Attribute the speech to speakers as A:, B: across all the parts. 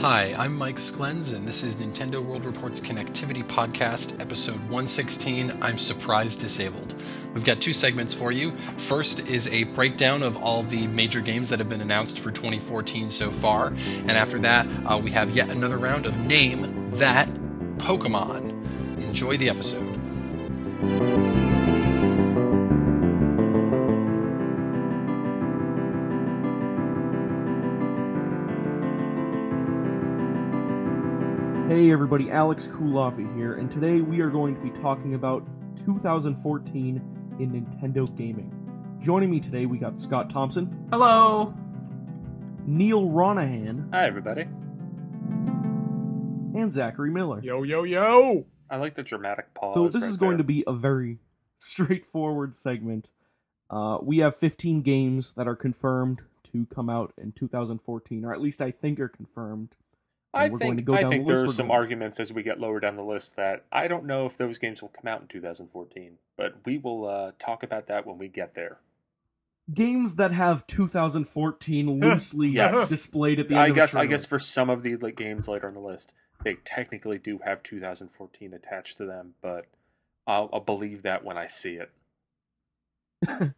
A: Hi, I'm Mike Sklens, and this is Nintendo World Report's Connectivity Podcast, episode 116 I'm Surprised Disabled. We've got two segments for you. First is a breakdown of all the major games that have been announced for 2014 so far, and after that, uh, we have yet another round of Name That Pokemon. Enjoy the episode.
B: Hey everybody, Alex Kulafi here, and today we are going to be talking about 2014 in Nintendo gaming. Joining me today, we got Scott Thompson,
C: Hello.
B: Neil Ronahan,
D: Hi, everybody.
B: and Zachary Miller.
E: Yo, yo, yo!
D: I like the dramatic pause.
B: so this
D: right
B: is going to
D: there.
B: be a very straightforward segment. Uh, we have 15 games that are confirmed to come out in 2014, or at least I think are confirmed.
D: I
B: and we're
D: think,
B: going to go
D: I
B: down
D: think
B: the list
D: there are
B: we're
D: some
B: going-
D: arguments as we get lower down the list that I don't know if those games will come out in 2014, but we will uh, talk about that when we get there.
B: Games that have 2014 loosely
D: Yes.
B: displayed at the end
D: I
B: of a
D: guess I
B: trailer.
D: guess for some of the like, games later on the list, they technically do have 2014 attached to them, but I'll, I'll believe that when I see it.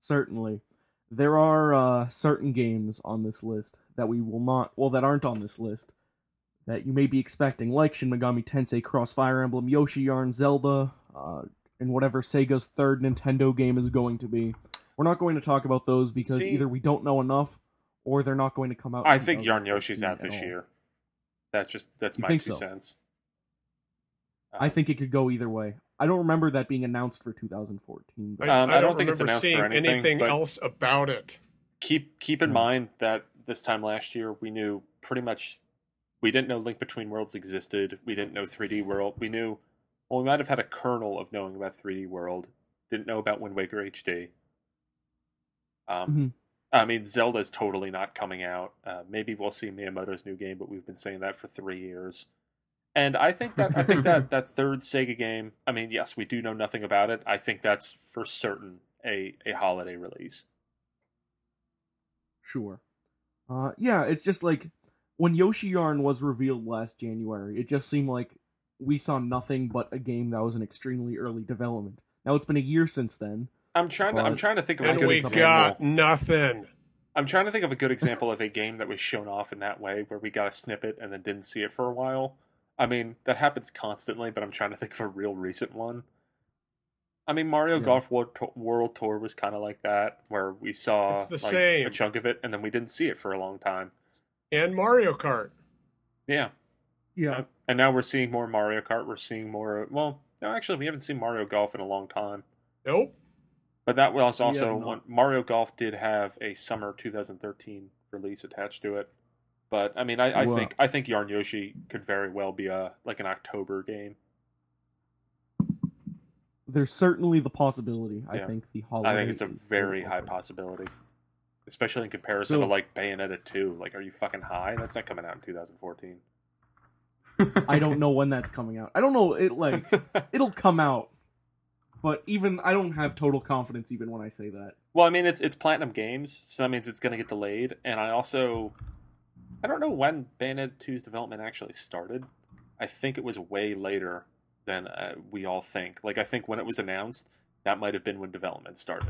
B: Certainly. There are uh, certain games on this list that we will not, well, that aren't on this list that you may be expecting, like Shin Megami Tensei, Crossfire Emblem, Yoshi Yarn, Zelda, uh, and whatever Sega's third Nintendo game is going to be. We're not going to talk about those because
D: See-
B: either we don't know enough or they're not going to come out.
D: I
B: in
D: think Yarn Yoshi's
B: 2014
D: out
B: Oh, at
D: this
B: all.
D: year. That's just that's
B: You
D: my two
B: think so?
D: cents.
B: I think it could go either way. I don't remember that being announced for 2014.
E: I,
B: but-
D: Um,
E: I,
D: I
E: don't
D: don't think it's
E: remember
D: announced for
E: seeing
D: anything,
E: anything
D: but-
E: else about it.
D: keep keep in
B: Yeah.
D: mind that this time last year we knew pretty much we didn't know Link Between Worlds existed. We didn't know 3D World. We knew well we might have had a kernel of knowing about 3D World. Didn't know about Wind Waker HD. Um,
B: Mhm.
D: I mean Zelda's totally not coming out. Uh, maybe we'll see Miyamoto's new game, but we've been saying that for three years. And I think that I think that that third Sega game. I mean, yes, we do know nothing about it. I think that's for certain a a holiday release.
B: Sure. Uh, yeah, it's just like when Yoshi Yarn was revealed last January, it just seemed like we saw nothing but a game that was in extremely early development. Now it's been a year since then.
D: I'm trying to I'm
B: But-
D: trying to think of a
E: And
D: good
E: we
D: example.
E: got nothing.
D: I'm trying to think of a good example of a game that was shown off in that way where we got a snippet and then didn't see it for a while. I mean, that happens constantly, but I'm trying to think of a real recent one. I mean, Mario
B: Yeah.
D: Golf World, Tou- World Tour was kind of like that, where we saw
E: It's the
D: like,
E: same.
D: a chunk of it and then we didn't see it for a long time.
E: And Mario Kart.
D: Yeah.
B: Yeah.
D: And now we're seeing more Mario Kart. We're seeing more. Well, no, actually, we haven't seen Mario Golf in a long time.
E: Nope.
D: But that was
B: Yeah,
D: also
B: no.
D: one, Mario Golf did have a summer 2013 release attached to it. But I mean, I, I
B: Wow.
D: think I think Yarn Yoshi could very well be a like an October game.
B: There's certainly the possibility. I
D: Yeah.
B: think the holiday.
D: I think it's a
B: is
D: very high
B: possibility.
D: possibility, especially in comparison
B: So-
D: to like Bayonetta 2. Like, are you fucking high? That's not coming out in 2014.
B: I don't know when that's coming out. I don't know it like it'll come out. But even I don't have total confidence even when I say that.
D: Well, I mean, it's it's Platinum Games, so that means it's going to get delayed. And I also, I don't know when Bayonetta 2's development actually started. I think it was way later than uh, we all think. Like, I think when it was announced, that might have been when development started,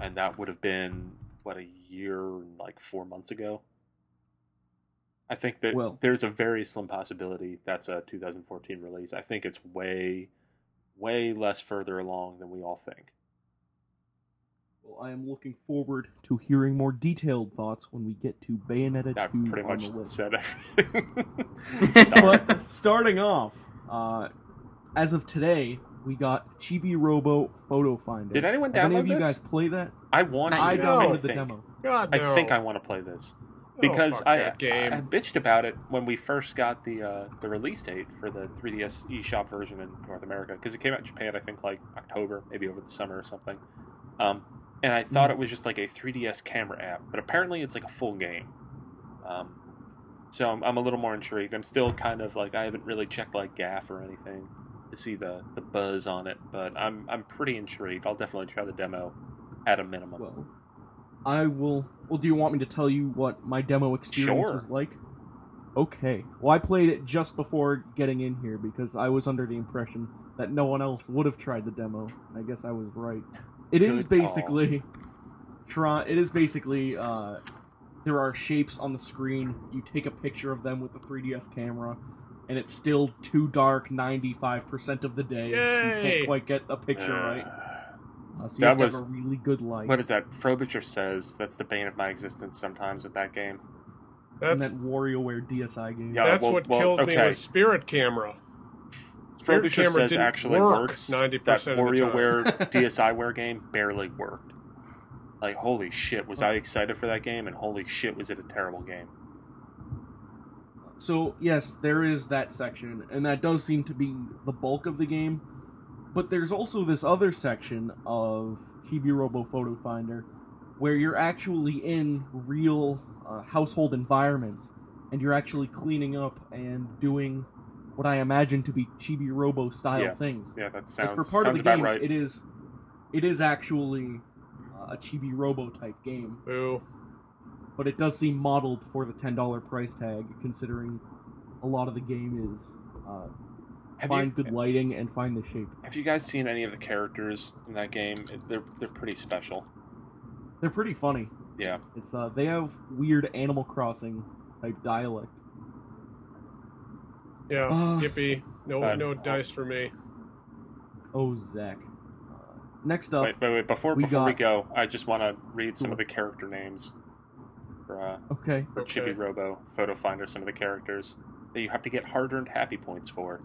D: and that would have been what a year, and, like four months ago. I think that
B: Well-
D: there's a very slim possibility that's a 2014 release. I think it's way, way less further along than we all think.
B: Well, I am looking forward to hearing more detailed thoughts when we get to Bayonetta
D: I
B: 2
D: pretty
B: on
D: much
B: the list.
D: said everything. Sorry.
B: but starting off, uh, as of today, we got Chibi Robo Photo Finder.
D: Did anyone
B: Have any of
D: download
B: you
D: this?
B: guys play that?
D: I want.
C: Not
B: I
D: to,
E: No.
B: downloaded
D: I
B: the
D: think.
B: demo.
E: God,
D: I
E: no.
D: think I want to play this
E: Oh,
D: because
E: fuck
D: I,
E: that game.
D: I I bitched about it when we first got the uh, the release date for the 3DS eShop version in North America because it came out in Japan I think like October maybe over the summer or something, um, and I
E: Hmm.
D: thought it was just like a 3DS camera app but apparently it's like a full game, um, so I'm, I'm a little more intrigued. I'm still kind of like I haven't really checked like Gaff or anything to see the the buzz on it, but I'm I'm pretty intrigued. I'll definitely try the demo at a minimum.
B: Well, I will. Well, do you want me to tell you what my demo experience
D: Sure.
B: was like? Okay. Well, I played it just before getting in here because I was under the impression that no one else would have tried the demo. I guess I was right. It is
D: Good call.
B: basically try. It is basically uh, there are shapes on the screen. You take a picture of them with the 3DS camera, and it's still too dark 95% of the day. You
E: Yay!
B: can't quite get a picture right.
D: Uh,
B: Uh, so you
D: That
B: have to
D: was-
B: have a really good light.
D: What is that? Frobisher says that's the bane of my existence sometimes with that game.
B: and
E: That's
B: that WarioWare DSi game.
D: Yeah.
E: that's
D: well-
E: what
D: well,
E: killed me
D: okay.
E: with Spirit Camera. Spirit
D: Frobisher
E: camera
D: says
E: didn't
D: actually
E: work
D: works.
E: 90%
D: that
E: of the time.
D: WarioWare DSiWare game barely worked. Like holy shit, was I excited for that game? And holy shit, was it a terrible game?
B: So yes, there is that section, and that does seem to be the bulk of the game. But there's also this other section of Chibi Robo Photo Finder, where you're actually in real uh, household environments, and you're actually cleaning up and doing what I imagine to be Chibi Robo style
D: Yeah.
B: things.
D: Yeah, that
B: But
D: sounds
B: for
D: sounds
B: part of the game,
D: about right.
B: it is, it is actually uh, a Chibi Robo type game.
E: Boo.
B: but it does seem modeled for the ten dollar price tag, considering a lot of the game is uh,
D: Have
B: find
D: you,
B: good lighting and find the shape.
D: have you guys seen any of the characters in that game? It- They're they're pretty special.
B: They're pretty funny.
D: Yeah.
B: It's uh, they have weird Animal Crossing type dialect.
E: Yeah,
D: Ah.
B: Uh,
E: yippee. No,
D: uh,
E: no dice for me.
B: Oh Zach. Uh, next up,
D: Wait, wait, wait. Before
B: We
D: before we go,
B: got-
D: I just want to read some of the character names for, uh,
B: okay,
D: for
E: Okay.
D: Chibi Robo Photo Finder. Some of the characters that you have to get hard-earned happy points for.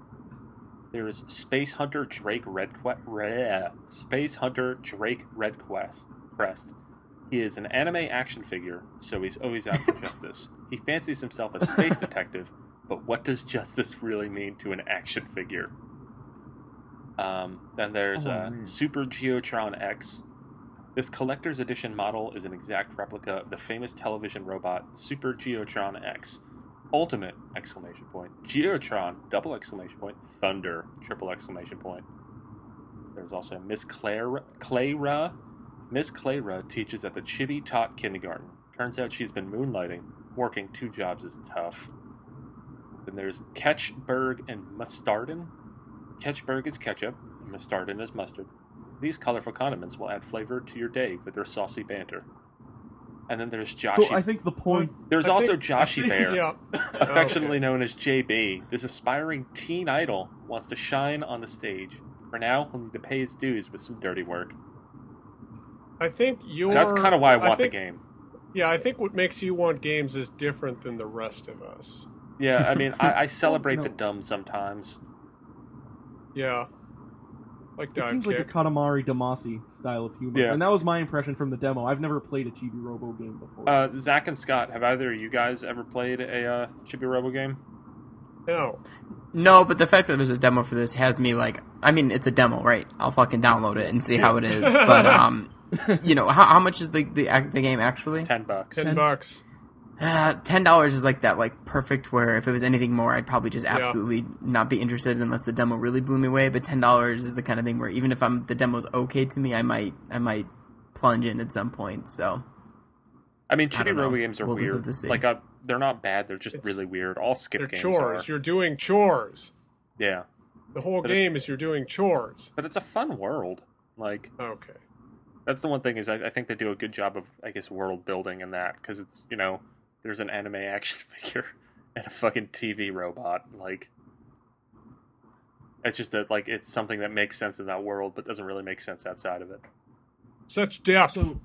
D: There is Space Hunter Drake Red Que- Re- Space Hunter Drake Red Quest Crest. He is an anime action figure, so he's always out for justice. He fancies himself a space detective, but what does justice really mean to an action figure? Um, then there's
B: Oh,
D: uh,
B: man.
D: Super Geotron X. This collector's edition model is an exact replica of the famous television robot Super Geotron X. Ultimate exclamation point. Geotron double exclamation point. Thunder triple exclamation point. There's also Miss Claire Clara. Miss Clara teaches at the Chibi Tot Kindergarten. Turns out she's been moonlighting. Working two jobs is tough. Then there's Ketchberg and Mustardin. Ketchberg is ketchup, and Mustardin is mustard. These colorful condiments will add flavor to your day with their saucy banter. And then there's
B: so
D: Joshi.
B: I think the point.
D: there's
E: I
D: also
E: think-
D: Joshi Bear.
E: yeah.
D: Affectionately
E: Okay.
D: known as JB, this aspiring teen idol wants to shine on the stage. For now, he'll need to pay his dues with some dirty work.
E: I think your
D: That's kind of why I want
E: think,
D: the game.
E: Yeah, I think what makes you want games is different than the rest of us.
D: Yeah, I mean, I, I celebrate
B: No.
D: the dumb sometimes.
E: Yeah. Like
B: It
E: dive
B: seems like a
E: kick.
B: Katamari Damacy style of humor,
D: Yeah.
B: and that was my impression from the demo. I've never played a Chibi Robo game before.
D: Uh, Zach and Scott, have either of you guys ever played a uh, Chibi Robo game?
E: no.
C: No, but the fact that there's a demo for this has me like, I mean, it's a demo, right? I'll fucking download it and see how it is. But um, you know, how, how much is the the, ac- the game actually?
D: Ten bucks.
E: Ten bucks.
C: Uh, Ten dollars is like that, like perfect. Where if it was anything more, I'd probably just absolutely not be interested unless the demo really blew me away. But ten dollars is the kind of thing where even if I'm the demo's okay to me, I might I might plunge in at some point. So
D: I mean,
C: I
D: Chibi
C: don't know.
D: Robo games are
C: We'll just have
D: weird.
C: to see.
D: Like, uh, they're not bad. They're just
E: It's-
D: really weird. All skip
E: They're
D: games
E: chores.
D: are.
E: You're doing chores.
D: Yeah,
E: The whole
D: But it's-
E: game is you're doing chores.
D: but it's a fun world. Like,
E: Okay.
D: that's the one thing is I, I think they do a good job of I guess world building in that because it's you know there's an anime action figure and a fucking TV robot like it's just that like it's something that makes sense in that world but doesn't really make sense outside of it.
E: Such depth.
B: So,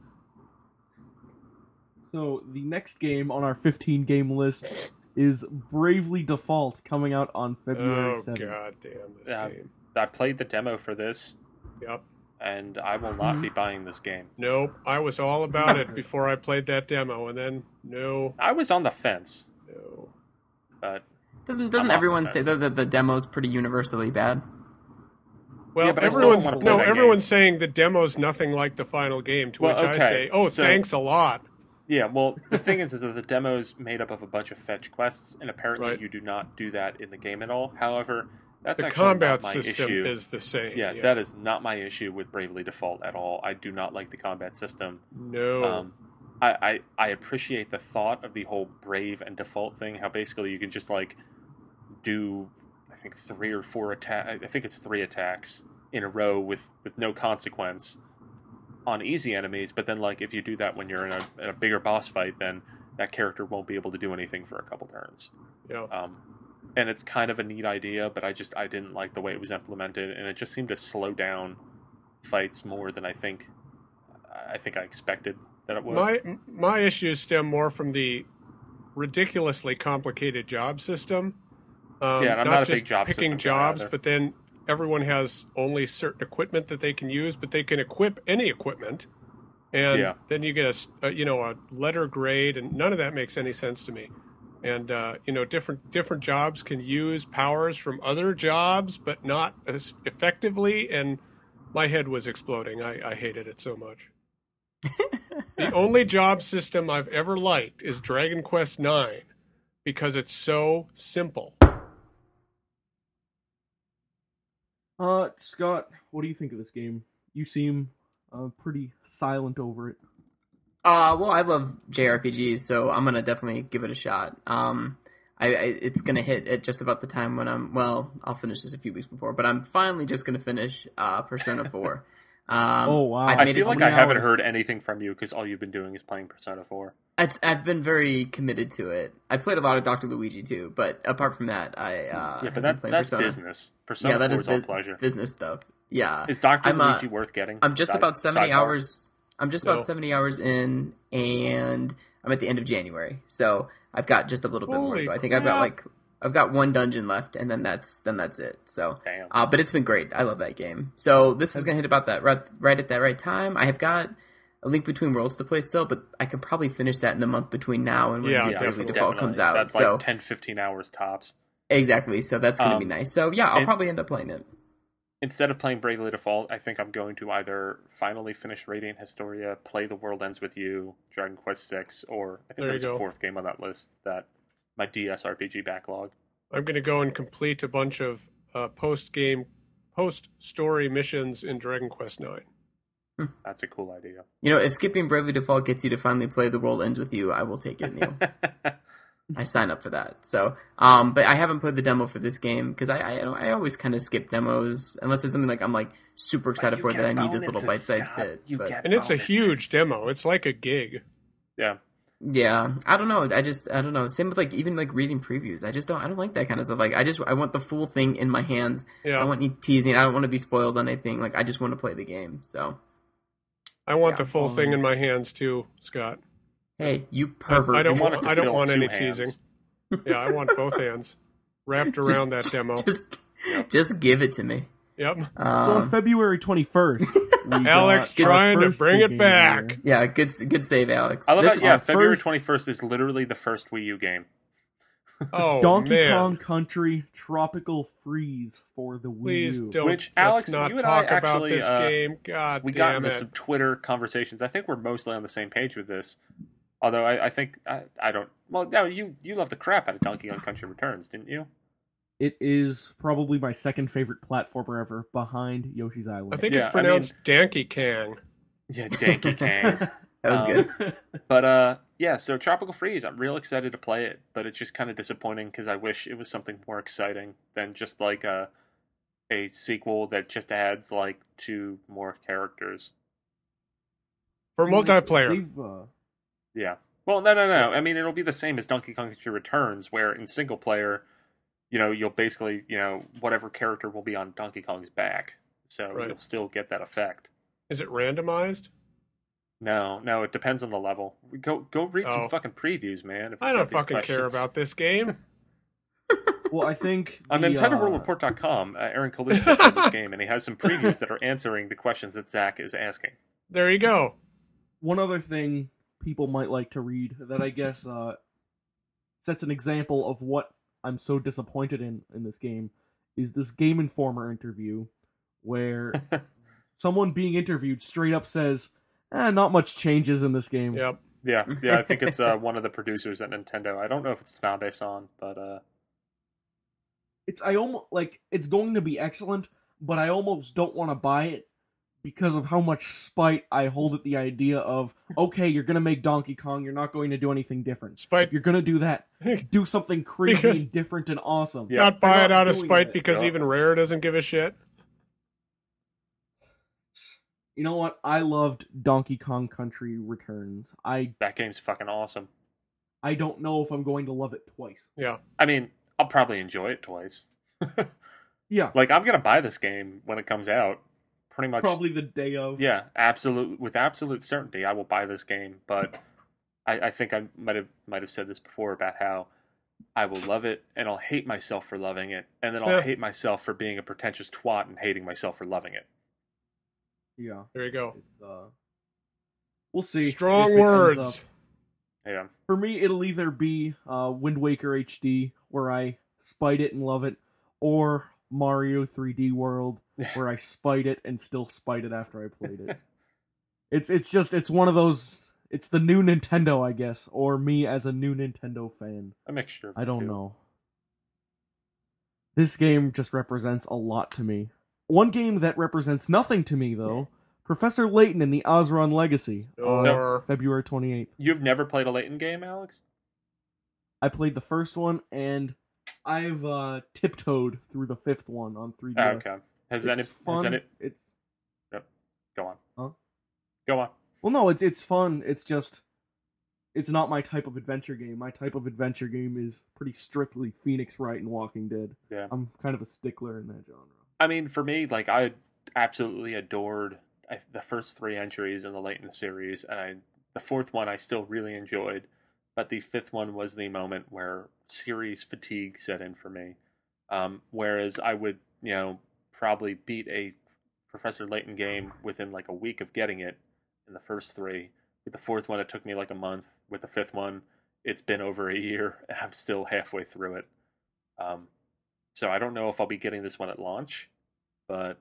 B: so the next game on our 15 game list is Bravely Default, coming out on February
E: oh
B: 7th.
E: god damn this
D: Yeah.
E: game.
D: I played the demo for this
E: Yep.
D: and I will not
E: Mm-hmm.
D: be buying this game.
E: Nope. I was all about it before I played that demo and then no,
D: I was on the fence,
E: no.
D: but
C: doesn't
D: I'm off
C: doesn't
D: the
C: everyone say
D: fence.
C: though that the demo's pretty universally bad?
E: Well,
D: Yeah, but I still
E: everyone's
D: wanna play
E: no,
D: that game.
E: everyone's saying the demo's nothing like the final game. To
D: Well,
E: which I
D: okay,
E: say, "Oh,
D: so-
E: thanks a lot."
D: Yeah, well, the thing is, is that the demo's made up of a bunch of fetch quests, and apparently
E: Right.
D: you do not do that in the game at all. However, that's
E: the
D: actually
E: combat
D: not my
E: system
D: issue.
E: is the same.
D: yeah, that is not my issue with Bravely Default at all. I do not like the combat system.
E: no.
D: Um, I, I I appreciate the thought of the whole brave and default thing. How basically you can just like do I think three or four attack. I think it's three attacks in a row with with no consequence on easy enemies. But then like if you do that when you're in a, in a bigger boss fight, then that character won't be able to do anything for a couple turns.
E: Yeah.
D: Um, and it's kind of a neat idea, but I just I didn't like the way it was implemented, and it just seemed to slow down fights more than I think I think I expected that it would.
E: My my issues stem more from the ridiculously complicated job system. Um,
D: Yeah, and I'm not a big
E: just
D: job
E: picking
D: system guy
E: jobs,
D: either.
E: but then everyone has only certain equipment that they can use, but they can equip any equipment, and
D: Yeah.
E: then you get a s- a, you know a letter grade, and none of that makes any sense to me. And uh, you know, different different jobs can use powers from other jobs, but not as effectively. And my head was exploding. I, I hated it so much. the only job system I've ever liked is Dragon Quest Nine because it's so simple.
B: Uh, Scott, what do you think of this game? You seem uh, pretty silent over it.
C: Uh, well, I love JRPGs, so I'm gonna definitely give it a shot. Um, I, I it's gonna hit at just about the time when I'm well. I'll finish this a few weeks before, but I'm finally just gonna finish uh, Persona Four. Um,
B: Oh, wow.
C: I've
D: I
C: made it
D: feel
C: to
D: like
C: three
D: I haven't
C: hours.
D: heard anything from you because all you've been doing is playing Persona Four.
C: It's, I've been very committed to it. I played a lot of Doctor Luigi too, but apart from that, I uh,
D: yeah,
C: have
D: but
C: been
D: that's
C: playing
D: that's
C: Persona.
D: business. Persona
C: yeah, that
D: Four is,
C: is
D: all
C: bu-
D: pleasure.
C: business stuff. Yeah,
D: Is Doctor
C: I'm, uh,
D: Luigi worth getting?
C: I'm just
D: Side-
C: about 70
D: sidebar.
C: hours. I'm just about
E: No.
C: 70 hours in, and I'm at the end of January. So I've got just a little bit more
E: Holy
C: to go. I think I've got
E: crap.
C: like I've got one dungeon left, and then that's then that's it. So,
D: Damn.
C: uh, but it's been great. I love that game. So this is gonna hit about that right, right at that right time. I have got. A link between worlds to play still, but I can probably finish that in the month between now and when
E: Yeah,
C: the Bravely
E: definitely.
C: default comes out.
D: That's
C: so
D: like 10, 15 hours tops.
C: exactly, so that's gonna be
D: Um,
C: nice. So yeah, I'll
D: and-
C: probably end up playing it.
D: Instead of playing Bravely Default, I think I'm going to either finally finish Radiant Historia, play The World Ends with You, Dragon Quest Six, or
E: There
D: I think
E: you
D: there's
E: go.
D: a fourth game on that list that my DS RPG backlog.
E: I'm going to go and complete a bunch of uh, post game, post story missions in Dragon Quest Nine.
D: That's a cool idea.
C: You know, if skipping Bravely Default gets you to finally play The World Ends With You, I will take it, Neil. I sign up for that. So, um, but I haven't played the demo for this game because I, I don't- I always kind of skip demos unless it's something like I'm like super excited for that I need this little bite sized bit. but,
E: And it's a huge demo. It's like a gig.
D: Yeah.
C: yeah, I don't know. I just I don't know. Same with like even like reading previews. I just don't I don't like that kind of stuff. Like I just I want the full thing in my hands. I
E: Yeah,
C: don't want any teasing. I don't want to be spoiled on anything. Like I just want to play the game. So
E: I want
C: yeah,
E: the full
C: um,
E: thing in my hands too, Scott.
C: hey, you
E: I,
C: pervert!
E: I don't
D: You
E: want.
D: want it to
E: I don't
D: fill
E: want
D: two
E: any
D: hands.
E: teasing. Yeah, I want both hands wrapped around that demo.
C: Just just give it to me.
E: Yep.
C: Um,
B: so on February 21st, we
E: Alex
B: got our
E: trying to
B: first
E: bring
B: big
E: it
B: game
D: uh,
B: of the
E: back.
B: year.
C: Yeah, good good save, Alex.
D: I love
C: This-
D: that. Yeah,
B: our
D: February
B: first-
D: twenty first is literally the first Wii U game.
E: Oh
B: Donkey
E: man.
B: Kong Country Tropical Freeze for the Wii
E: Please
B: U.
E: don't.
D: Which,
E: let's
D: Alex,
E: not
D: you and I
E: talk about
D: actually,
E: this
D: uh,
E: game. God
D: we got
E: damn
D: into
E: it!
D: some Twitter conversations. I think we're mostly on the same page with this. Although I, I think I, I don't. Well, no, you you love the crap out of Donkey Kong Country Returns, didn't you?
B: It is probably my second favorite platformer ever, behind Yoshi's Island.
E: I think
D: Yeah, I
E: it's
D: mean-
E: pronounced Donkey Kong.
D: Yeah, Donkey Kong.
C: that was
D: Um,
C: good.
D: But uh, yeah. So Tropical Freeze, I'm real excited to play it, but it's just kind of disappointing because I wish it was something more exciting than just like a a sequel that just adds like two more characters.
E: For multiplayer,
B: They've, uh,
D: Yeah. Well, no, no, no. I mean, it'll be the same as Donkey Kong Country Returns, where in single player, you know, you'll basically, you know, whatever character will be on Donkey Kong's back, so
E: Right.
D: you'll still get that effect.
E: is it randomized?
D: No, no, it depends on the level. Go, go read
E: Oh.
D: some fucking previews, man. if
E: I
D: you've
E: don't
D: got these
E: fucking care
D: questions.
E: about this game.
B: well, I think
D: On
B: the, uh,
D: NintendoWorldReport.com, uh, Aaron Kaluza is on this game, and he has some previews that are answering the questions that Zach is asking.
E: There you go.
B: one other thing people might like to read that I guess uh, sets an example of what I'm so disappointed in in this game is this Game Informer interview where someone being interviewed straight up says, eh, "Not much changes in this game."
E: Yep.
D: Yeah, yeah, I think it's uh, one of the producers at Nintendo. I don't know if it's Tanabe-san, but uh,
B: It's I almost like it's going to be excellent, but I almost don't want to buy it because of how much spite I hold at the idea of okay, you're gonna make Donkey Kong, you're not going to do anything different.
E: Spite-
B: If you're gonna do that, do something crazy
E: Because-
B: and different and awesome.
D: Yeah.
E: Not buy
B: They're
E: it
B: not
E: out of
B: doing
E: spite
B: it.
E: because
D: Yeah.
E: even Rare doesn't give a shit.
B: You know what? I loved Donkey Kong Country Returns. I
D: That game's fucking awesome.
B: I don't know if I'm going to love it twice.
E: Yeah.
D: I mean, I'll probably enjoy it twice.
B: Yeah,
D: Like I'm gonna buy this game when it comes out. Pretty much.
B: probably the day of.
D: Yeah, absolute with absolute certainty, I will buy this game. But I, I think I might have might have said this before about how I will love it and I'll hate myself for loving it, and then I'll
E: Yeah.
D: hate myself for being a pretentious twat and hating myself for loving it.
B: yeah.
E: There you go.
B: It's uh, we'll see. if it
E: Strong
B: ends up.
E: words.
D: Yeah,
B: for me it'll either be uh, wind waker hd where i spite it and love it or mario 3d world where i spite it and still spite it after i played it it's it's just it's one of those it's the new nintendo i guess or me as a new nintendo fan
D: a mixture. Of
B: i
D: the
B: don't
D: two.
B: know this game just represents a lot to me one game that represents nothing to me though professor layton and the ozron legacy
E: Oh,
B: on
E: Or
B: february 28th
D: You've never played a Leighton game, Alex?
B: I played the first one and I've uh, tiptoed through the fifth one on 3DS.
D: Ah, Okay. Has
B: It's
D: any?
B: fun.
D: Has any?
B: It's
D: Go on.
B: Huh?
D: Go on.
B: well, no, it's it's fun. It's just it's not my type of adventure game. My type of adventure game is pretty strictly Phoenix Wright and Walking Dead.
D: Yeah.
B: I'm kind of a stickler in that genre.
D: I mean, for me, like I absolutely adored I, the first three entries in the Leighton series, and I the fourth one I still really enjoyed, but the fifth one was the moment where series fatigue set in for me. Um, whereas I would, you know, probably beat a Professor Layton game within like a week of getting it in the first three. With the fourth one, it took me like a month. With the fifth one, it's been over a year, and I'm still halfway through it. Um, so I don't know if I'll be getting this one at launch, but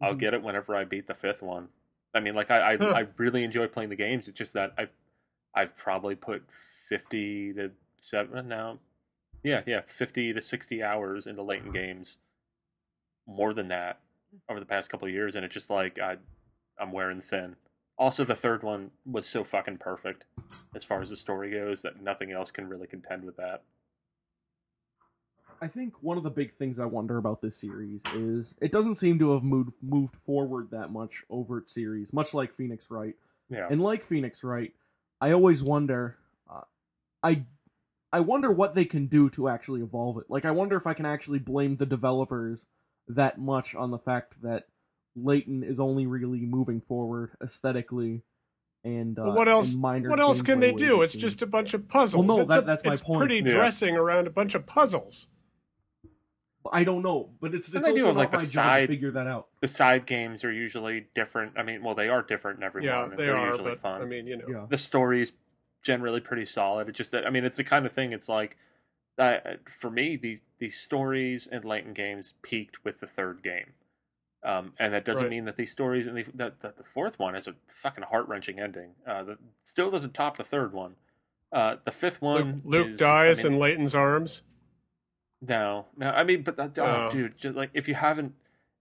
D: I'll
B: Mhm.
D: get it whenever I beat the fifth one. I mean, like I, I,
E: Huh.
D: I really enjoy playing the games. It's just that I've, I've probably put fifty to seven now. Yeah, yeah, fifty to sixty hours into Leighton games, more than that over the past couple of years, and it's just like I, I'm wearing thin. Also, the third one was so fucking perfect as far as the story goes that nothing else can really contend with that.
B: I think one of the big things I wonder about this series is it doesn't seem to have moved moved forward that much over its series, much like Phoenix Wright.
D: Yeah,
B: And like Phoenix Wright, I always wonder, uh, I, I wonder what they can do to actually evolve it. Like, I wonder if I can actually blame the developers that much on the fact that Leighton is only really moving forward aesthetically and uh,
E: Well, what else?
B: in minor
E: What else can
B: gameplay
E: they do?
B: ways
E: It's
B: and-
E: just a bunch of puzzles.
B: Well, no,
E: it's
B: that-
E: a-
B: that's my
E: it's
B: point.
E: pretty
D: Yeah.
E: dressing around a bunch of puzzles.
B: I don't know, but it's it's
D: And they
B: also
D: do have,
B: not
D: like, the
B: my job
D: side-
B: to figure that out.
D: the side games are usually different. I mean, well, they are different in every
E: Yeah,
D: one. and
E: they
D: they're
E: are.
D: usually
E: But
D: fun.
E: I mean, you know,
B: Yeah,
D: the story's generally pretty solid. It's just that I mean, it's the kind of thing. It's like uh, for me, these these stories in Leighton games peaked with the third game, um, and that doesn't
E: Right.
D: mean that these stories and the that, that the fourth one has a fucking heart wrenching ending. Uh, that still doesn't top the third one. Uh, the fifth
E: Luke,
D: one,
E: Luke
D: is- I
E: dies
D: mean,
E: in Leighton's arms.
D: no, no. I mean, but that, oh,
E: Oh.
D: dude, just like if you haven't,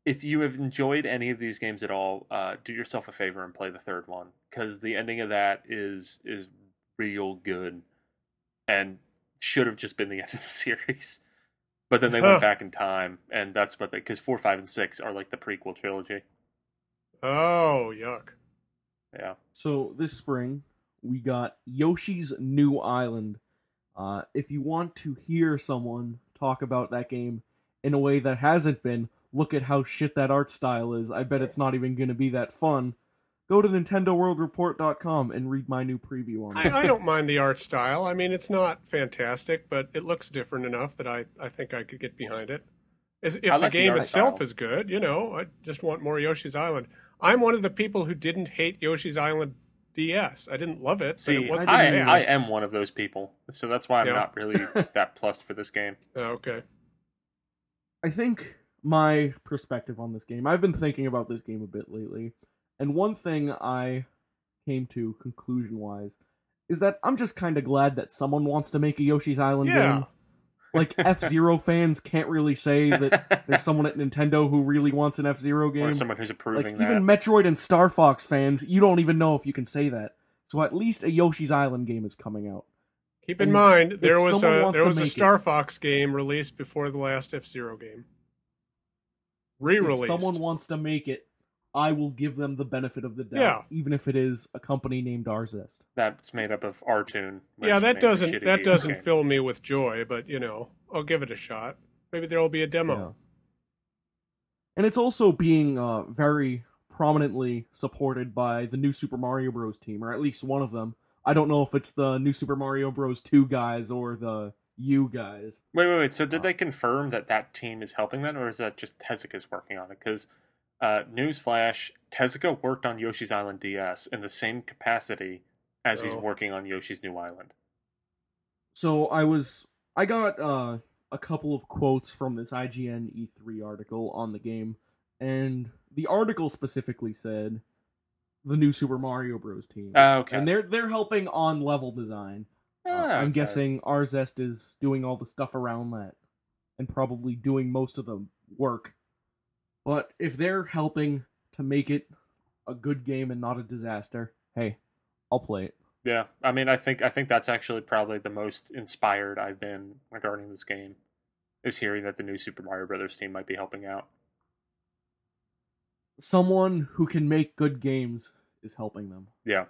D: if you have enjoyed any of these games at all, uh, do yourself a favor and play the third one because the ending of that is is real good, and should have just been the end of the series. But then they
E: Huh.
D: went back in time, and that's what they because four, five, and six are like the prequel trilogy.
E: Oh, yuck!
D: Yeah,
B: So this spring we got Yoshi's New Island. Uh, if you want to hear someone talk about that game in a way that hasn't been, look at how shit that art style is. I bet it's not even going to be that fun. Go to nintendoworldreport.com and read my new preview on it.
E: I, I don't mind the art style. I mean, it's not fantastic, but it looks different enough that I, I think I could get behind it. As- If
D: I
E: the
D: like the
E: game
D: art
E: itself
D: style.
E: is good, you know, I just want more Yoshi's Island. I'm one of the people who didn't hate Yoshi's Island DS. I didn't love it, but
D: see,
E: it wasn't
D: I
E: bad.
D: I am one of those people, so that's why I'm
E: Yeah.
D: not really that plussed for this game.
E: Oh, okay.
B: I think my perspective on this game, I've been thinking about this game a bit lately, and one thing I came to conclusion wise is that I'm just kind of glad that someone wants to make a Yoshi's Island
E: Yeah.
B: game. like F Zero fans can't really say that there's someone at Nintendo who really wants an F Zero game.
D: or someone who's
B: like
D: approving that.
B: even Metroid and Star Fox fans, you don't even know if you can say that. So at least a Yoshi's Island game is coming out.
E: Keep in
B: And
E: mind, there
B: if
E: was
B: someone
E: a
B: wants
E: there
B: to
E: was a
B: make it-
E: Star Fox game released before the last F Zero game.
B: If
E: Re-released.
B: someone wants to make it, I will give them the benefit of the doubt,
E: Yeah.
B: even if it is a company named Arzest.
D: That's made up of Artoon. which
E: yeah, that
D: made a
E: doesn't
D: shitty
E: that
D: game.
E: doesn't
D: Okay.
E: fill me with joy, but you know, I'll give it a shot. Maybe there'll be a demo.
B: And it's also being uh, very prominently supported by the new Super Mario Bros. team, or at least one of them. I don't know if it's the new Super Mario Bros. 2 guys or the you guys.
D: Wait, wait, wait. So
E: Uh.
D: did they confirm that that team is helping them, or is that just Tezuka's working on it? Because uh, newsflash: Tezuka worked on Yoshi's Island DS in the same capacity as he's
E: Oh.
D: working on Yoshi's New Island.
B: So I was I got uh, a couple of quotes from this IGN E3 E article on the game, and the article specifically said the new Super Mario Bros. team,
D: Oh, okay.
B: and they're they're helping on level design. Uh,
D: Ah,
B: I'm
D: okay.
B: guessing Arzest is doing all the stuff around that, and probably doing most of the work. But if they're helping to make it a good game and not a disaster, hey, I'll play it.
D: Yeah, I mean, I think I think that's actually probably the most inspired I've been regarding this game is hearing that the new Super Mario Brothers team might be helping out.
B: someone who can make good games is helping them.
D: Yeah,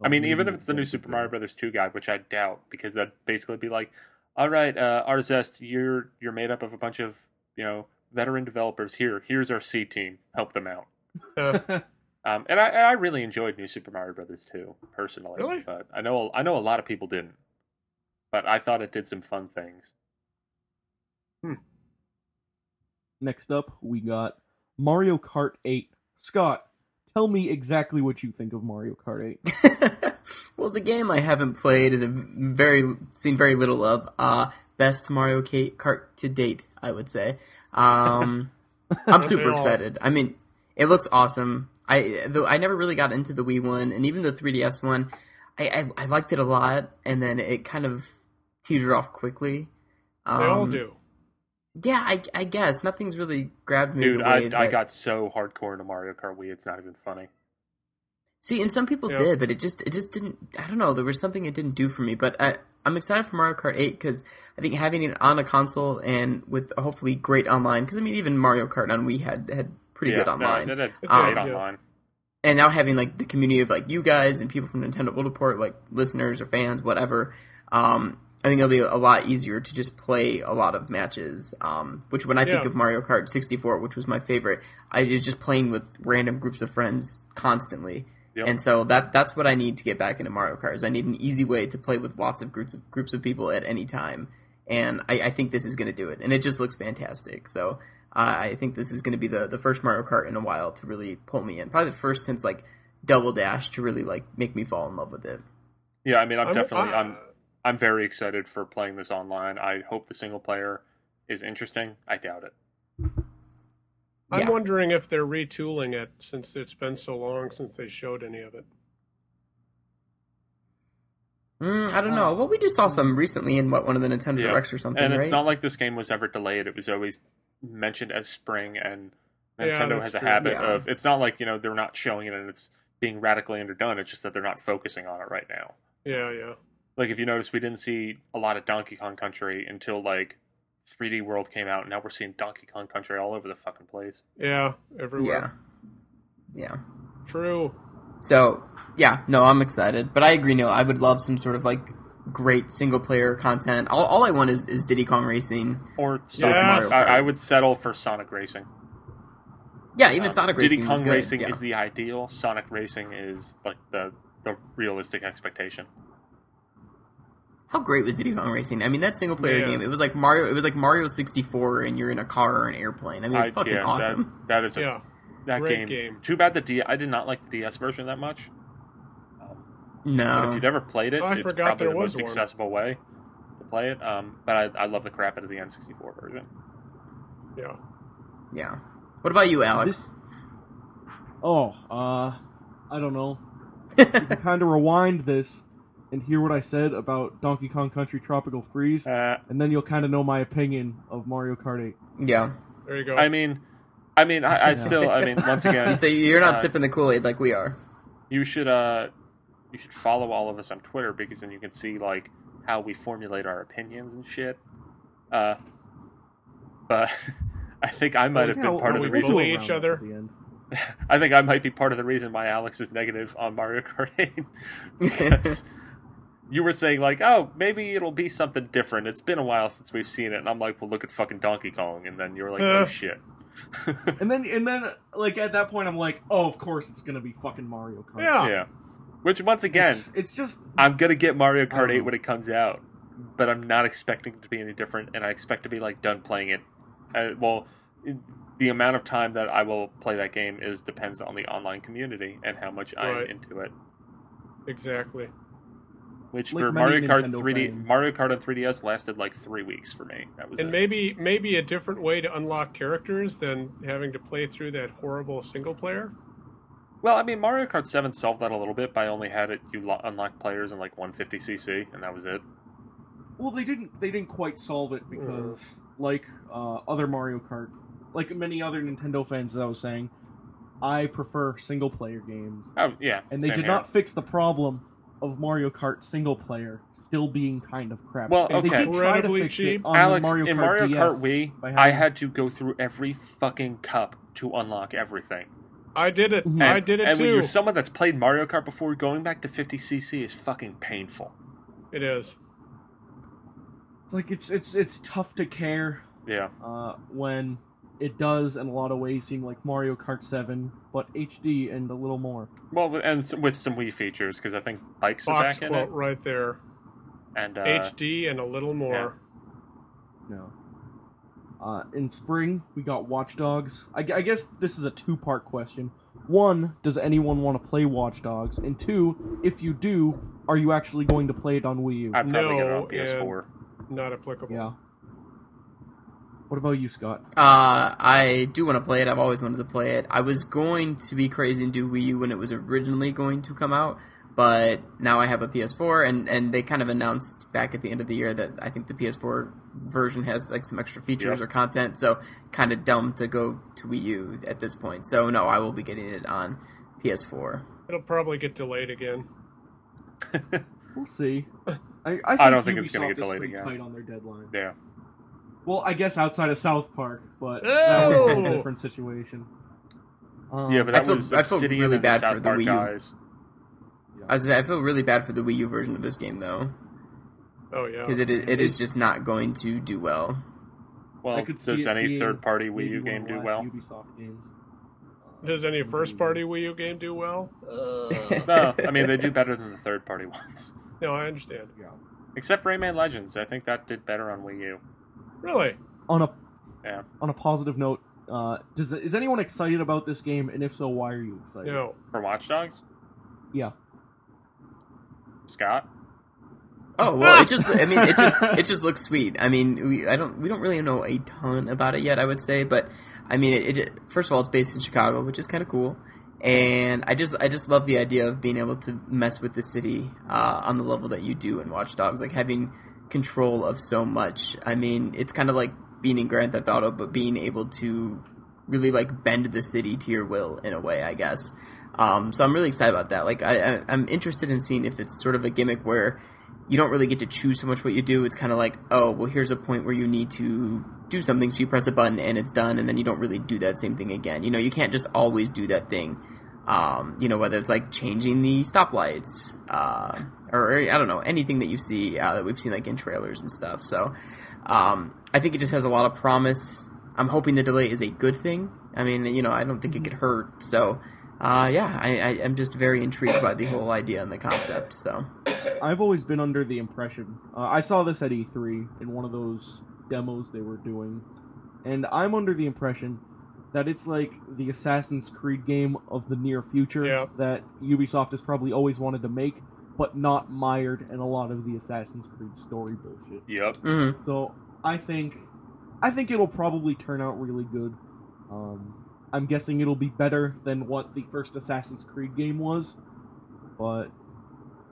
D: I mean, even if it's the new Super Mario Brothers two guy, which I doubt, because that'd basically be like, all right, uh, Arzest, you're you're made up of a bunch of you know veteran developers here. Here's our C team, help them out.
E: Uh,
D: Um, and I and I really enjoyed New Super Mario Brothers two personally.
E: Really?
D: But I know I know a lot of people didn't, but I thought it did some fun things.
B: Next up, we got Mario Kart 8. Scott, tell me exactly what you think of Mario Kart 8.
C: well, it's a game I haven't played and have very seen very little of. Uh, best Mario Ka- Kart to date, I would say. Um, I'm super
E: all?
C: excited. I mean, it looks awesome. I though I never really got into the Wii one and even the 3DS one. I, I, I liked it a lot, and then it kind of teetered off quickly. Um,
E: they all do.
C: Yeah, I, I guess nothing's really grabbed me.
D: Dude,
C: the
D: I
C: way
D: I
C: that-
D: got so hardcore into Mario Kart Wii, it's not even funny.
C: See, and some people
E: Yeah.
C: did, but it just it just didn't. I don't know. There was something it didn't do for me. But I, I'm excited for Mario Kart 8 because I think having it on a console and with hopefully great online. Because I mean, even Mario Kart on Wii had had pretty
D: yeah,
C: good online.
D: No, that, that,
C: Um,
D: great
E: yeah.
D: online.
C: and now having like the community of like you guys and people from Nintendo Worldport, like listeners or fans, whatever. Um, I think it'll be a lot easier to just play a lot of matches. Um, which when I think
E: Yeah.
C: of Mario Kart 64, which was my favorite, I was just playing with random groups of friends constantly.
D: Yep.
C: And so that that's what I need to get back into Mario Kart. Is I need an easy way to play with lots of groups of groups of people at any time. And I, I think this is going to do it. And it just looks fantastic. So uh, I think this is going to be the the first Mario Kart in a while to really pull me in. Probably the first since like Double Dash to really like make me fall in love with it.
D: Yeah, I mean, I'm,
E: I'm-
D: definitely
E: I-
D: I'm I'm very excited for playing this online. I hope the single player is interesting. I doubt it.
E: I'm
C: Yeah.
E: wondering if they're retooling it since it's been so long since they showed any of it.
C: Mm, I don't know. Well, we just saw some recently in what one of the Nintendo
D: Yeah.
C: Directs or something,
D: and it's
C: right?
D: not like this game was ever delayed. It was always mentioned as spring, and
E: Yeah,
D: Nintendo
E: that's
D: has a
E: true.
D: habit
C: Yeah.
D: of. It's not like you know they're not showing it and it's being radically underdone. It's just that they're not focusing on it right now.
E: Yeah, yeah.
D: Like if you notice, we didn't see a lot of Donkey Kong Country until like 3D World came out. And now we're seeing Donkey Kong Country all over the fucking place.
E: Yeah,
C: yeah,
E: everywhere.
C: yeah.
E: True.
C: So yeah, no, I'm excited, but I agree. No, I would love some sort of like great single player content. All, all I want is, is Diddy Kong Racing.
D: Or Sonic.
E: Yes.
D: I, I would settle for Sonic Racing.
C: Yeah, even
D: Um,
C: Sonic
D: Diddy
C: Racing. is
D: Kong
C: good,
D: Racing
C: yeah.
D: is the ideal. Sonic Racing is like the the realistic expectation.
C: How great was Diddy Kong Racing? I mean, that single player
E: Man.
C: game. It was like Mario. It was like Mario 64, and you're in a car or an airplane. I mean, it's
D: I-
C: fucking
D: yeah, that-
C: awesome.
D: that is a,
E: Yeah.
D: that
E: great
D: game.
E: game.
D: Too bad the D. I did not like the DS version that much. But if
C: no,
D: you'd ever played it,
E: Oh, I
D: it's
E: forgot
D: probably
E: there
D: the
E: was
D: most
E: one.
D: accessible way to play it. Um, but I, I love the crap out of the N64 version.
E: Yeah.
C: yeah. What about you, Alex?
B: Oh, uh, I don't know. you can kind of rewind this and hear what I said about Donkey Kong Country Tropical Freeze,
D: Uh,
B: and then you'll kind of know my opinion of Mario Kart 8.
C: Yeah.
E: There you go.
D: I mean, I mean, I, I still, I mean, once again,
C: So you're not
D: Uh,
C: sipping the Kool Aid like we are.
D: you should, uh, you should follow all of us on Twitter because then you can see like how we formulate our opinions and shit. Uh, but I think I might have been
B: Yeah,
D: part of
E: we
D: the
B: we'll
D: reason.
B: do a
E: bully each
B: roundup
E: other.
B: at the end.
D: I think I might be part of the reason why Alex is negative on Mario Kart 8. because you were saying like, oh, maybe it'll be something different. It's been a while since we've seen it, and I'm like, well, look at fucking Donkey Kong, and then you were like, oh
E: Uh.
D: shit.
B: And then, and then, like at that point, I'm like, oh, of course it's gonna be fucking Mario Kart.
E: yeah.
D: yeah. Which once again,
B: It's, it's just
D: I'm gonna get Mario Kart
B: Um,
D: 8 when it comes out, but I'm not expecting it to be any different, and I expect to be like done playing it. Uh, well, it- the amount of time that I will play that game is depends on the online community and how much I'm
E: Right.
D: into it.
E: Exactly.
D: Which
B: Like
D: for Mario
B: many
D: Kart
B: Nintendo
D: 3D,
B: fans.
D: Mario Kart on 3DS lasted like three weeks for me. That was
E: And
D: it.
E: maybe maybe a different way to unlock characters than having to play through that horrible single player.
D: Well, I mean, Mario Kart 7 solved that a little bit by only had it you lo- unlock players in like 150cc, and that was it.
B: well, they didn't they didn't quite solve it
E: Mm.
B: because like uh, other Mario Kart, like many other Nintendo fans, as I was saying, I prefer single player games,
D: Oh yeah,
B: and they
D: same
B: did
D: here.
B: not fix the problem of Mario Kart single player still being kind of crap.
D: Well,
B: they
D: okay.
B: did try to
E: Incredibly
B: fix it
E: cheap.
B: on the
D: Alex
B: Mario Kart
D: in Mario
B: DS.
D: Kart Wii,
B: by
D: I
B: having-
D: had to go through every fucking cup to unlock everything.
E: I did it.
D: Mm-hmm.
B: Mhm.
E: I did it
D: and when
E: too.
D: you're someone that's played Mario Kart before, going back to 50cc is fucking painful.
E: It is.
B: It's like it's it's it's tough to care
D: Yeah,
B: uh, when it does in a lot of ways seem like Mario Kart 7, but HD and a little more.
D: well, and s- with some Wii features because I think bikes are
E: Box
D: back in
E: quote
D: it,
E: right there.
D: and uh,
E: HD and a little more.
B: No. Uh, in spring, we got Watch Dogs. I, gu- I guess this is a two part question. One, does anyone want to play Watch Dogs? And two, if you do, are you actually going to play it on Wii U?
D: I'd probably get it
E: No,
D: on PS4.
E: Not applicable.
B: yeah. What about you, Scott?
C: Uh, I do want to play it. I've always wanted to play it. I was going to be crazy and do Wii U when it was originally going to come out, but now I have a PS4, and, and they kind of announced back at the end of the year that I think the PS4 version has like some extra features
D: Yep.
C: or content, so kind of dumb to go to Wii U at this point. So no, I will be getting it on PS4.
E: It'll probably get delayed again.
B: We'll see. I, I, think
D: don't think it's gonna
B: Ubisoft
D: get
B: is
D: delayed
B: pretty
D: again.
B: Tight on their deadline.
D: Yeah,
B: Well, I guess outside of South Park, but that was kind of a
E: Oh!
B: different situation. Um,
D: yeah, but
C: I
D: that
C: feel-
D: was
C: I feel
D: Obsidian and
C: really
D: the
C: bad
D: South
C: for the
D: Park
C: Wii U.
D: guys.
C: I was gonna say, I feel really bad for the Wii U version of this game though,
E: Oh yeah.
C: because it is, it is just not going to do well.
D: Well,
B: I could see
D: does
B: it
D: any
B: being
D: third-party Wii
B: maybe
D: U
B: one
D: game
B: of
D: do
B: the
D: well?
B: last Ubisoft games. Um,
E: Does any first party Wii U game do well? Uh,
D: no, I mean they do better than the third-party ones.
E: no, I understand.
B: Yeah.
D: Except Rayman Legends, I think that did better on Wii U.
E: Really?
B: On a
D: Yeah.
B: on a positive note, uh, does is anyone excited about this game? And if so, why are you excited?
E: No.
D: For Watch Dogs,
B: Yeah.
D: Scott,
C: Oh well, it just I mean it just it just looks sweet. I mean we I don't we don't really know a ton about it yet. I would say, but I mean it, it first of all it's based in Chicago, which is kind of cool, and I just I just love the idea of being able to mess with the city uh, on the level that you do in Watch Dogs, like having control of so much. I mean it's kind of like being in Grand Theft Auto, but being able to really like bend the city to your will in a way, I guess. Um, so I'm really excited about that. Like I, I I'm interested in seeing if it's sort of a gimmick where you don't really get to choose so much what you do. It's kind of like, oh, well, here's a point where you need to do something, so you press a button and it's done, and then you don't really do that same thing again. You know, you can't just always do that thing. Um, you know, whether it's like changing the stoplights, uh, or, or I don't know, anything that you see uh, that we've seen like in trailers and stuff. So, um, I think it just has a lot of promise. I'm hoping the delay is a good thing. I mean, you know, I don't think it could hurt. So, uh, yeah, I, I, I'm just very intrigued by the whole idea and the concept. So.
B: I've always been under the impression. Uh, I saw this at E3 in one of those demos they were doing, and I'm under the impression that it's like the Assassin's Creed game of the near future
E: Yeah.
B: that Ubisoft has probably always wanted to make, but not mired in a lot of the Assassin's Creed story bullshit.
D: Yep.
C: hmm
B: So I think, I think it'll probably turn out really good. Um, I'm guessing it'll be better than what the first Assassin's Creed game was, but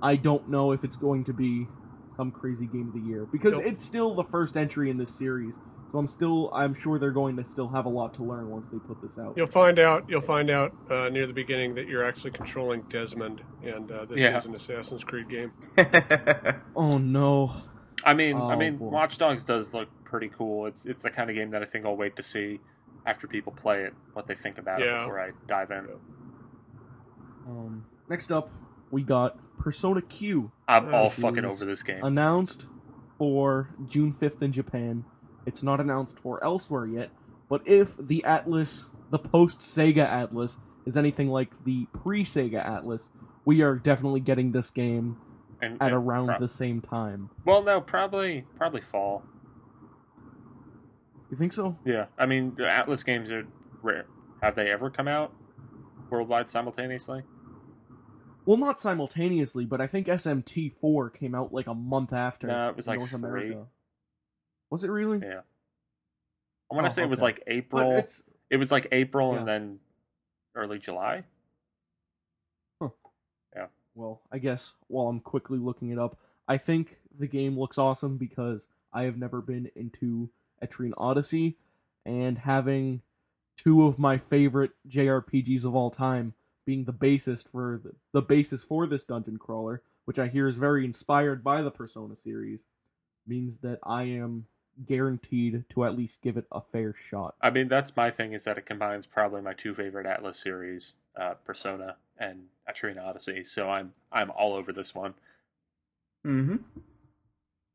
B: I don't know if it's going to be some crazy game of the year because
E: Nope.
B: it's still the first entry in this series. So I'm still, I'm sure they're going to still have a lot to learn once they put this out.
E: You'll find out. You'll find out uh, near the beginning that you're actually controlling Desmond, and uh, this
D: Yeah.
E: is an Assassin's Creed game.
C: Mm-hmm.
B: Oh no!
D: I mean, I
B: Oh,
D: mean,
B: boy.
D: Watch Dogs does look pretty cool. It's it's the kind of game that I think I'll wait to see after people play it what they think about
E: Yeah.
D: it before I dive in.
B: Um, next up, we got Persona Q
D: I'm
E: Oh,
D: all
E: geez.
D: fucking over this game.
B: announced for June 5th in Japan. It's not announced for elsewhere yet, but if the Atlas, the post Sega Atlas, is anything like the pre Sega Atlas, we are definitely getting this game
D: and,
B: at
D: and
B: around
D: prob-
B: the same time.
D: well, no, probably probably fall.
B: You think so?
D: Yeah, I mean, the Atlas games are rare. Have they ever come out worldwide simultaneously?
B: Well, not simultaneously, but I think SMT4 came out like a month after.
D: No, it was
B: in
D: like
B: North
D: three.
B: America. Was it really?
D: Yeah. I want to
B: Oh,
D: say it was
B: okay.
D: like
B: But
D: April.
B: it's
D: It was like April
B: Yeah.
D: and then early July.
B: well, I guess while I'm quickly looking it up, I think the game looks awesome because I have never been into Etrian Odyssey, and having two of my favorite JRPGs of all time being the basis for the, the basis for this dungeon crawler, which I hear is very inspired by the Persona series, means that I am guaranteed to at least give it a fair shot.
D: I mean, that's my thing is that it combines probably my two favorite Atlas series, uh, Persona and Atrian Odyssey. So I'm I'm all over this one.
C: hmm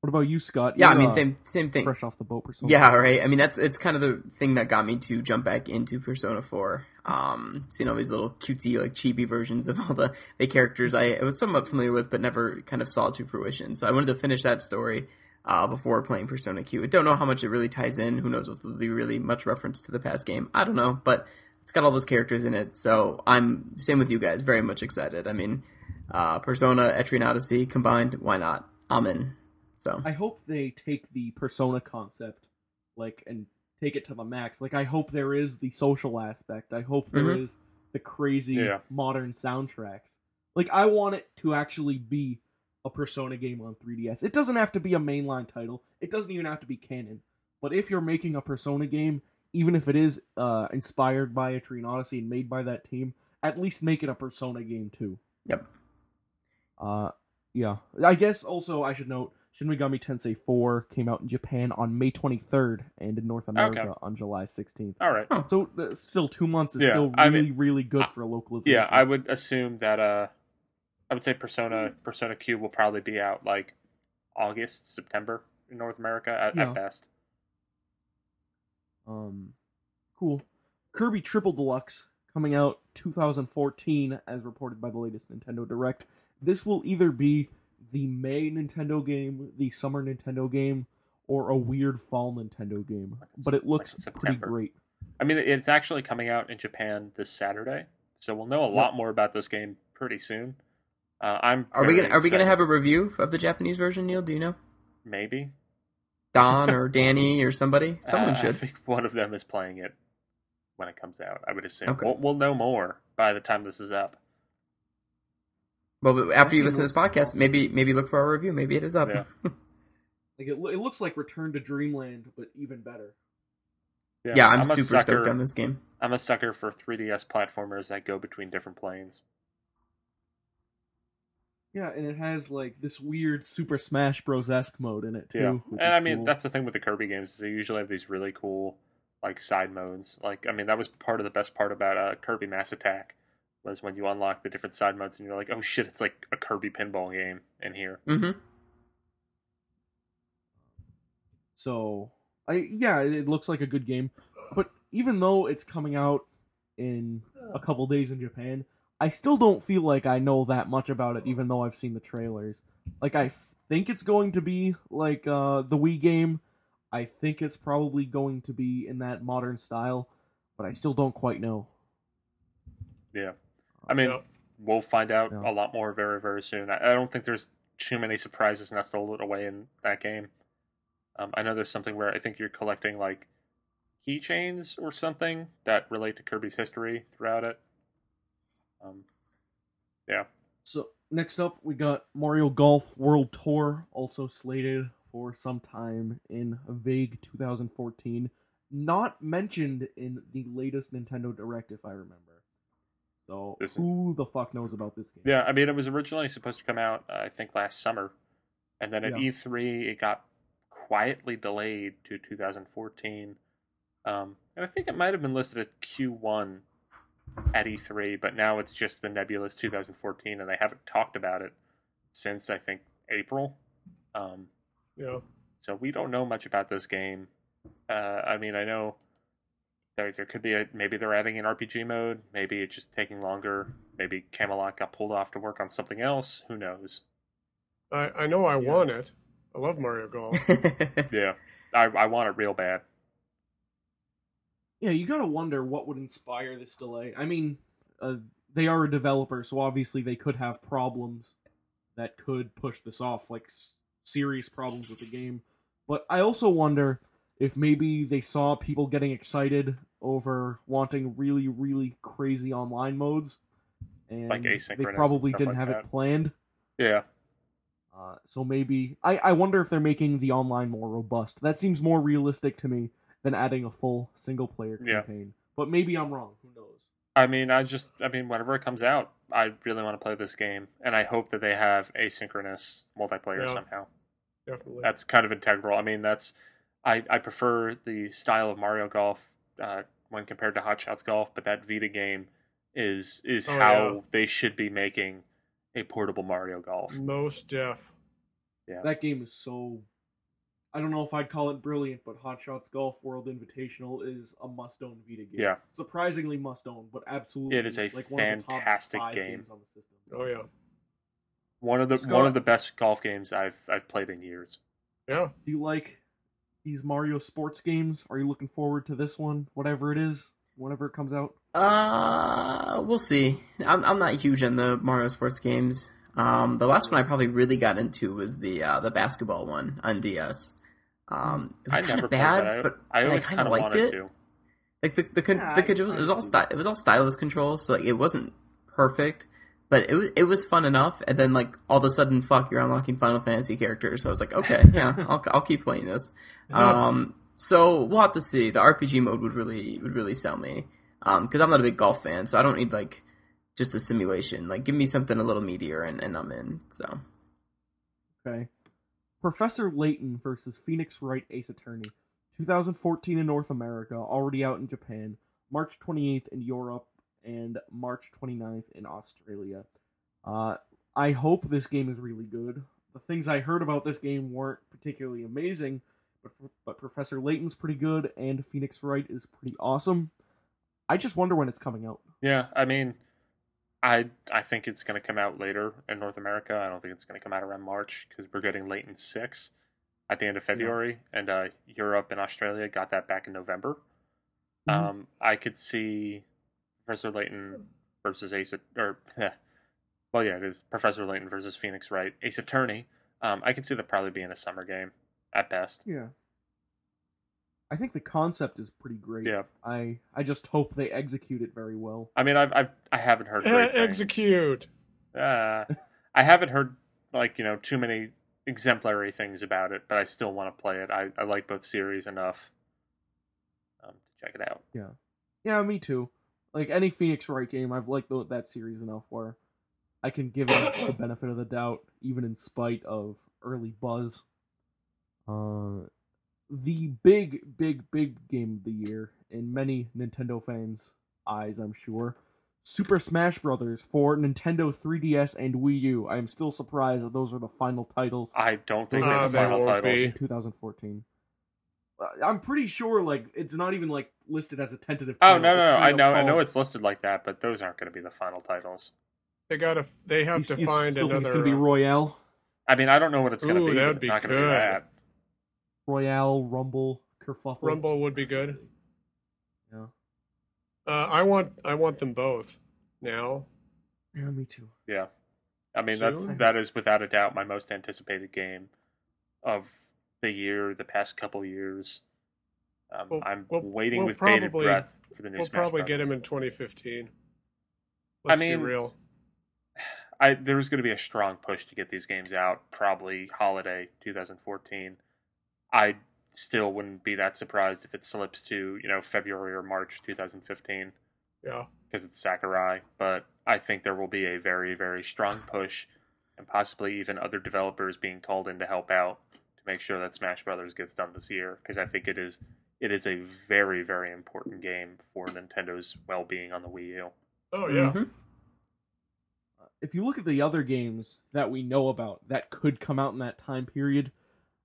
B: What about you, Scott?
C: Yeah, I
B: You're,
C: mean,
B: uh,
C: same same thing.
B: fresh off the boat persona.
C: Yeah, right. I mean, that's it's kind of the thing that got me to jump back into Persona Four. Um, seeing all these little cutesy, like chibi versions of all the the characters I, I was somewhat familiar with, but never kind of saw to fruition. So I wanted to finish that story uh, before playing Persona Q. I don't know how much it really ties in. Who knows if there'll be really much reference to the past game? I don't know, but it's got all those characters in it. So I'm same with you guys. Very much excited. I mean, uh, Persona Etrian Odyssey combined. Why not? I'm in. So
B: I hope they take the persona concept like and take it to the max. Like I hope there is the social aspect. I hope there is
C: Mhm.
B: the crazy
D: Yeah.
B: modern soundtracks. Like I want it to actually be a persona game on 3DS. It doesn't have to be a mainline title. It doesn't even have to be canon. But if you're making a persona game, even if it is uh, inspired by a Tree and Odyssey and made by that team, at least make it a persona game too.
C: yep.
B: Uh, yeah. I guess also I should note Shin Megami Tensei 4 came out in Japan on May 23rd and in North America on July 16th.
D: All right.
B: So uh, still two months is
D: Yeah,
B: still really
D: I mean-
B: really good for a localization.
D: Yeah, I would assume that uh, I would say Persona Persona Q will probably be out like August September in North America at,
B: Yeah.
D: at best.
B: um cool. Kirby Triple Deluxe coming out 2014 as reported by the latest Nintendo Direct. This will either be the May Nintendo game, the summer Nintendo game, or a weird fall Nintendo game.
D: Like it's-
B: But it looks
D: like it's
B: pretty
D: September.
B: great.
D: I mean, it's actually coming out in Japan this Saturday, so we'll know a lot more about this game pretty soon. Uh, I'm.
C: Are we
D: very
C: gonna are we gonna
D: excited.
C: have a review of the Japanese version, Neil? Do you know?
D: maybe?
C: Don or Danny or somebody? Someone
D: Uh, I
C: should.
D: think one of them is playing it when it comes out. I would assume.
C: Okay.
D: We'll, we'll know more by the time this is up.
C: Well, but after you
B: That'd
C: listen
B: be
C: to this podcast,
B: awesome.
C: maybe maybe look for our review. Maybe it is up.
D: Yeah.
B: Like it, lo- it looks like Return to Dreamland, but even better.
D: Yeah,
C: Yeah, I'm,
D: a
C: super
D: sucker.
C: stoked on this game.
D: I'm a sucker for 3DS platformers that go between different planes.
B: Yeah, and it has like this weird Super Smash Bros. esque mode in it too.
D: yeah,
B: which is
D: and I mean
B: cool.
D: that's the thing with the Kirby games is they usually have these really cool like side modes. Like I mean that was part of the best part about uh, Kirby Mass Attack was when you unlock the different side modes and you're like, oh shit, it's like a Kirby pinball game in here.
C: hmm
B: so. I yeah, it, it looks like a good game, but even though it's coming out in a couple days in Japan, I still don't feel like I know that much about it, even though I've seen the trailers. Like I think it's going to be like uh, the Wii game. I think it's probably going to be in that modern style, but I still don't quite know.
D: Yeah, I mean
E: Yep.
D: we'll find out
B: Yeah.
D: a lot more very very soon. I, I don't think there's too many surprises not thrown away in that game. Um, I know there's something where I think you're collecting like keychains or something that relate to Kirby's history throughout it. Um,
B: So Next up, we got Mario Golf World Tour, also slated for sometime in vague 2014. Not mentioned in the latest Nintendo Direct, if I remember. So,
D: This-
B: who the fuck knows about this game?
D: Yeah, I mean, it was originally supposed to come out, uh, I think, last summer, and then at
B: Yeah.
D: E3 it got quietly delayed to 2014, um, and I think it might have been listed at Q1 at E3, but now it's just the nebulous 2014, and they haven't talked about it since I think April. Um,
E: Yeah.
D: so we don't know much about this game. Uh, I mean, I know there there could be a maybe they're adding an RPG mode, maybe it's just taking longer, maybe Camelot got pulled off to work on something else. Who knows?
E: I, I know I
B: Yeah.
E: want it. I love Mario Golf.
D: Yeah, I I want it real bad.
B: Yeah, you gotta wonder what would inspire this delay. I mean, uh, they are a developer, so obviously they could have problems that could push this off, like s- serious problems with the game. But I also wonder if maybe they saw people getting excited over wanting really, really crazy online modes, and
D: Like asynchronous
B: they
D: and
B: probably
D: stuff
B: didn't
D: like
B: have
D: that.
B: it planned.
D: Yeah,
B: Uh, so maybe I, I wonder if they're making the online more robust. That seems more realistic to me than adding a full single player
D: Yeah.
B: campaign. But maybe I'm wrong. Who knows?
D: I mean, I just I mean, whenever it comes out, I really want to play this game, and I hope that they have asynchronous multiplayer
E: Yeah.
D: somehow.
E: Definitely.
D: that's kind of integral. I mean, that's I, I prefer the style of Mario Golf uh, when compared to Hot Shots Golf, but that Vita game is is
E: Oh,
D: how
E: yeah.
D: they should be making a portable Mario Golf.
E: Most deaf.
B: That game is so. I don't know if I'd call it brilliant, but Hot Shots Golf World Invitational is a must-own Vita game.
D: Yeah.
B: surprisingly must-own, but absolutely
D: It is a
B: like one of the top
D: fantastic
B: five
D: game.
B: games on the system.
E: Oh yeah.
D: One of the
B: Scott-
D: one of the best golf games I've I've played in years.
E: Yeah.
B: Do you like these Mario sports games? Are you looking forward to this one, whatever it is, whenever it comes out?
C: Uh, we'll see. I'm I'm not huge on the Mario sports games. Um, the last one I probably really got into was the uh, the basketball one on DS. Um, it was
D: I
C: kind
D: never
C: of bad,
D: played that. I,
C: but
D: I
C: but
D: always
C: kinda
D: kind of
C: liked
D: wanted
C: it.
D: to.
C: Like the the, con-
E: Yeah,
C: the
E: I-
C: controls, it was
E: I
C: all
E: see
C: sty- it was all stylus controls, so like it wasn't perfect, but it was it was fun enough. And then like all of a sudden, fuck, you're unlocking Final Fantasy characters. So I was like, okay, yeah, I'll I'll keep playing this. Um, so we'll have to see. The RPG mode would really would really sell me, um, because I'm not a big golf fan, so I don't need like just a simulation. Like give me something a little meatier, and, and I'm in. So
B: Okay. Professor Layton versus Phoenix Wright Ace Attorney. 2014 in North America, already out in Japan, March 28th in Europe, and March 29th in Australia. Uh, I hope this game is really good. The things I heard about this game weren't particularly amazing, but, but Professor Layton's pretty good, and Phoenix Wright is pretty awesome. I just wonder when it's coming out.
D: Yeah, I mean, I I think it's going to come out later in North America. I don't think it's going to come out around March because we're getting late in six at the end of February, and uh, Europe and Australia got that back in November.
B: Mhm.
D: Um, I could see Professor Layton versus Ace, or well, yeah, it is Professor Layton versus Phoenix Wright, Ace Attorney. Um, I could see that probably being a summer game at best.
B: Yeah. I think the concept is pretty great.
D: Yeah,
B: I I just hope they execute it very well.
D: I mean, I've, I've I haven't heard
E: Eh,
D: great things.
E: execute.
D: Uh, I haven't heard like you know too many exemplary things about it, but I still want to play it. I, I like both series enough. Um, to check it out.
B: Yeah, me too. Like any Phoenix Wright game, I've liked tho- that series enough where I can give it the benefit of the doubt, even in spite of early buzz. Uh, the big, big, big game of the year in many Nintendo fans' eyes, I'm sure. Super Smash Brothers for Nintendo 3DS and Wii U. I'm still surprised that those are the final titles.
D: I don't think they're
E: Uh,
D: the
E: they
D: final
E: won't
D: titles.
E: be.
B: 2014. Uh, I'm pretty sure, like, it's not even like listed as a tentative.
D: Oh
B: title.
D: no no!
B: It's
D: no. I
B: straight up
D: know I know
B: called-
D: it's listed like that, but those aren't going to be the final titles.
E: They gotta. They have
B: You-
E: to
B: you
E: find
B: still think
E: another.
B: it's gonna be
E: uh,
B: Royale,
D: I mean, I don't know what it's going
E: Ooh,
D: to be. but
E: that'd
D: It's
E: be
D: not going to be
E: good.
D: that.
B: Royale, Rumble, Kerfuffle,
E: Rumble would be good.
B: Yeah.
E: Uh, I want. I want them both. Now.
B: Yeah, me too.
D: Yeah, I mean that's
E: Soon?
D: that is without a doubt my most anticipated game of the year, the past couple years. Um,
E: We'll-
D: I'm
E: we'll-
D: waiting
E: we'll
D: with bated
E: probably-
D: breath for the new.
E: we'll
D: Smash
E: probably
D: Brothers.
E: get him in 2015. Let's
D: mean-
E: be real.
D: I there's going to be a strong push to get these games out probably holiday 2014. I still wouldn't be that surprised if it slips to you know February or March 2015
E: Yeah.
D: because it's Sakurai. But I think there will be a very very strong push, and possibly even other developers being called in to help out to make sure that Smash Brothers gets done this year because I think it is it is a very very important game for Nintendo's well being on the Wii U.
E: Oh yeah.
D: mm-hmm.
C: Mhm.
B: Uh, if you look at the other games that we know about that could come out in that time period,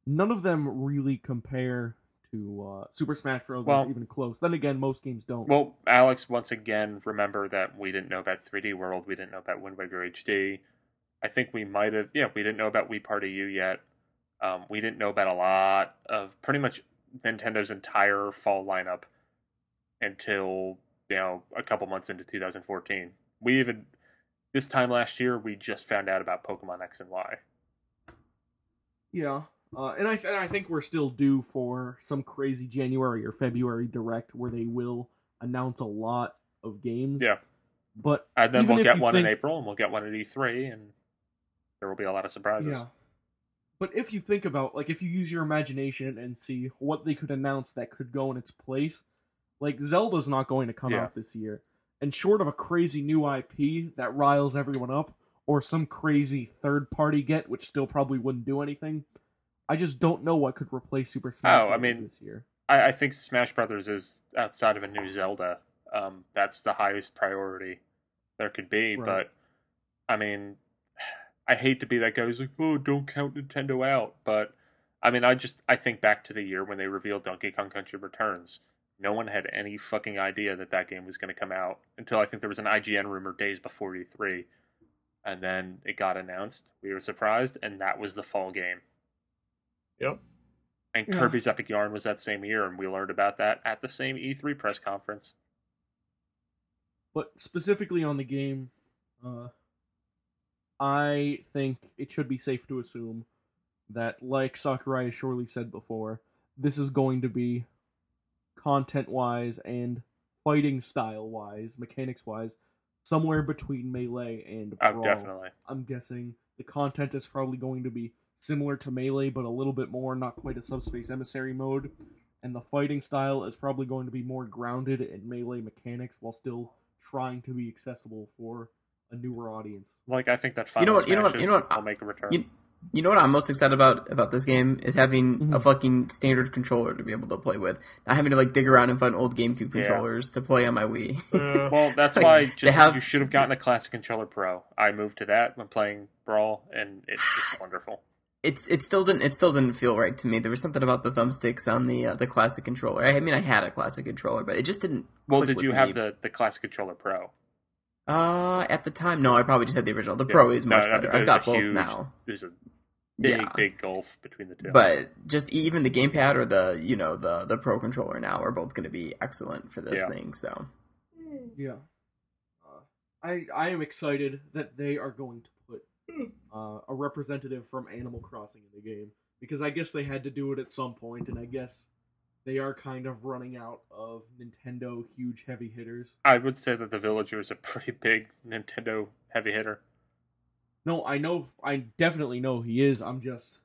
B: none of them really compare to uh, Super Smash Bros.
D: Well-
B: even close. Then again, most games don't.
D: Well, Alex, once again, remember that we didn't know about 3D World. We didn't know about Wind Waker HD. I think we might have, yeah, we didn't know about Wii Party U yet. Um, we didn't know about a lot of pretty much Nintendo's entire fall lineup until, you know, a couple months into 2014. We even, this time last year, we just found out about Pokemon X and Y.
B: yeah, uh, and I and I think we're still due for some crazy January or February direct where they will announce a lot of games.
D: Yeah.
B: but
D: And then
B: Even
D: we'll
B: if
D: get
B: you
D: one in
B: think-
D: April and we'll get one at E3, and there will be a lot of surprises.
B: Yeah. But if you think about, like, if you use your imagination and see what they could announce that could go in its place, like, Zelda's not going to come
D: Yeah.
B: out this year. And short of a crazy new IP that riles everyone up, or some crazy third party get, which still probably wouldn't do anything, I just don't know what could replace Super Smash
D: Oh, I
B: Bros.
D: mean,
B: this year.
D: I, I think Smash Brothers is outside of a new Zelda. Um, that's the highest priority there could be.
B: Right.
D: But I mean, I hate to be that guy who's like, "Oh, don't count Nintendo out." But I mean, I just I think back to the year when they revealed Donkey Kong Country Returns. No one had any fucking idea that that game was going to come out until I think there was an IGN rumor days before E3, and then it got announced. We were surprised, and that was the fall game.
E: Yep.
D: And
B: Yeah.
D: Kirby's Epic Yarn was that same year, and we learned about that at the same E3 press conference.
B: But specifically on the game, uh, I think it should be safe to assume that, like Sakurai has surely said before, this is going to be content wise and fighting style wise, mechanics wise, somewhere between Melee and
D: Oh,
B: Brawl.
D: definitely.
B: I'm guessing the content is probably going to be similar to Melee, but a little bit more, not quite a subspace emissary mode. And the fighting style is probably going to be more grounded in Melee mechanics while still trying to be accessible for a newer audience.
D: Like I think that
C: You
D: Final
C: know what-
D: Smash
C: you know what- you know what-
D: will make a return.
C: You, you know what I'm most excited about about this game is having
D: Mm-hmm.
C: a
B: Mhm.
C: fucking standard controller to be able to play with, not having to like dig around and find old GameCube
D: Yeah.
C: controllers to play on my Wii.
E: Uh,
D: well, that's
C: Like,
D: why
C: they
D: just,
C: have-
D: you should have gotten a Classic Controller Pro. I moved to that when playing Brawl, and it, it's wonderful.
C: it's it still didn't it still didn't feel right to me. There was something about the thumbsticks on the uh, the classic controller. I, I mean, I had a classic controller, but it just didn't.
D: Well,
C: click
D: did
C: with
D: you
C: me.
D: have the, the Classic Controller Pro?
C: Uh, at the time, no. I probably just had the original. The
D: Yeah.
C: Pro is
D: No,
C: much
D: no,
C: better.
D: there's
C: I've got
D: a
C: both
D: huge-
C: now.
D: There's a big,
C: yeah,
D: big gulf between the two.
C: but just even the gamepad or the you know the the Pro controller now are both going to be excellent for this
D: Yeah.
C: thing. So
B: Yeah. Uh, I, I am excited that they are going to put uh, a representative from Animal Crossing in the game because I guess they had to do it at some point, and I guess they are kind of running out of Nintendo huge heavy hitters.
D: I would say that the Villager is a pretty big Nintendo heavy hitter.
B: No, I know. I definitely know he is. I'm just.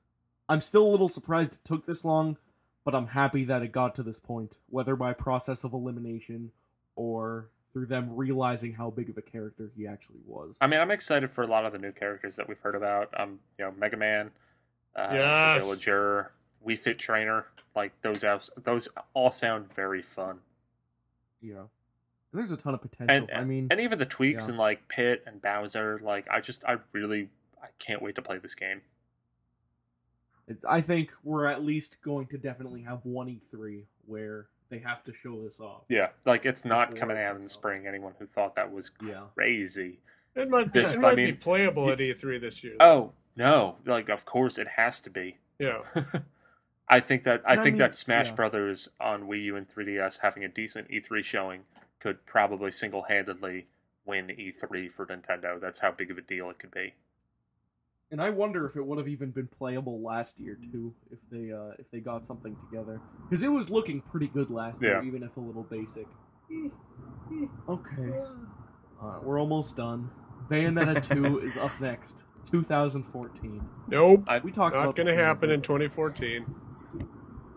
B: I'm still a little surprised it took this long, but I'm happy that it got to this point, whether by process of elimination or through them realizing how big of a character he actually was.
D: I mean, I'm excited for a lot of the new characters that we've heard about. Um, you know, Mega Man, uh,
E: Yes.
D: the Villager, We Fit Trainer. Like those, apps, those all sound very fun,
B: Yeah. And there's a ton of potential.
D: and
B: I mean,
D: and even the tweaks
B: yeah.
D: and like Pit and Bowser. Like, I just, I really, I can't wait to play this game.
B: it's, I think we're at least going to definitely have one E3 where they have to show this off.
D: Yeah, like it's not
B: Yeah.
D: coming out in the spring. Anyone who thought that was
B: Yeah.
D: crazy.
E: it might be,
D: This-
E: it might
D: I mean,
E: be playable at E3 this year.
D: Oh no! Like, of course it has to be.
E: yeah.
D: I think that I
B: And I
D: think
B: mean-
D: that Smash
B: yeah.
D: Brothers on Wii U and 3DS having a decent E3 showing could probably single-handedly win E3 for Nintendo. That's how big of a deal it could be.
B: And I wonder if it would have even been playable last year too, if they uh, if they got something together, because it was looking pretty good last year,
D: Yeah.
B: even if a little basic. Okay, uh, we're almost done. Bayonetta 2 is up next. 2014.
E: Nope.
B: We talked
E: Not
B: about this
E: going to
B: game a
E: happen
B: bit.
E: in 2014.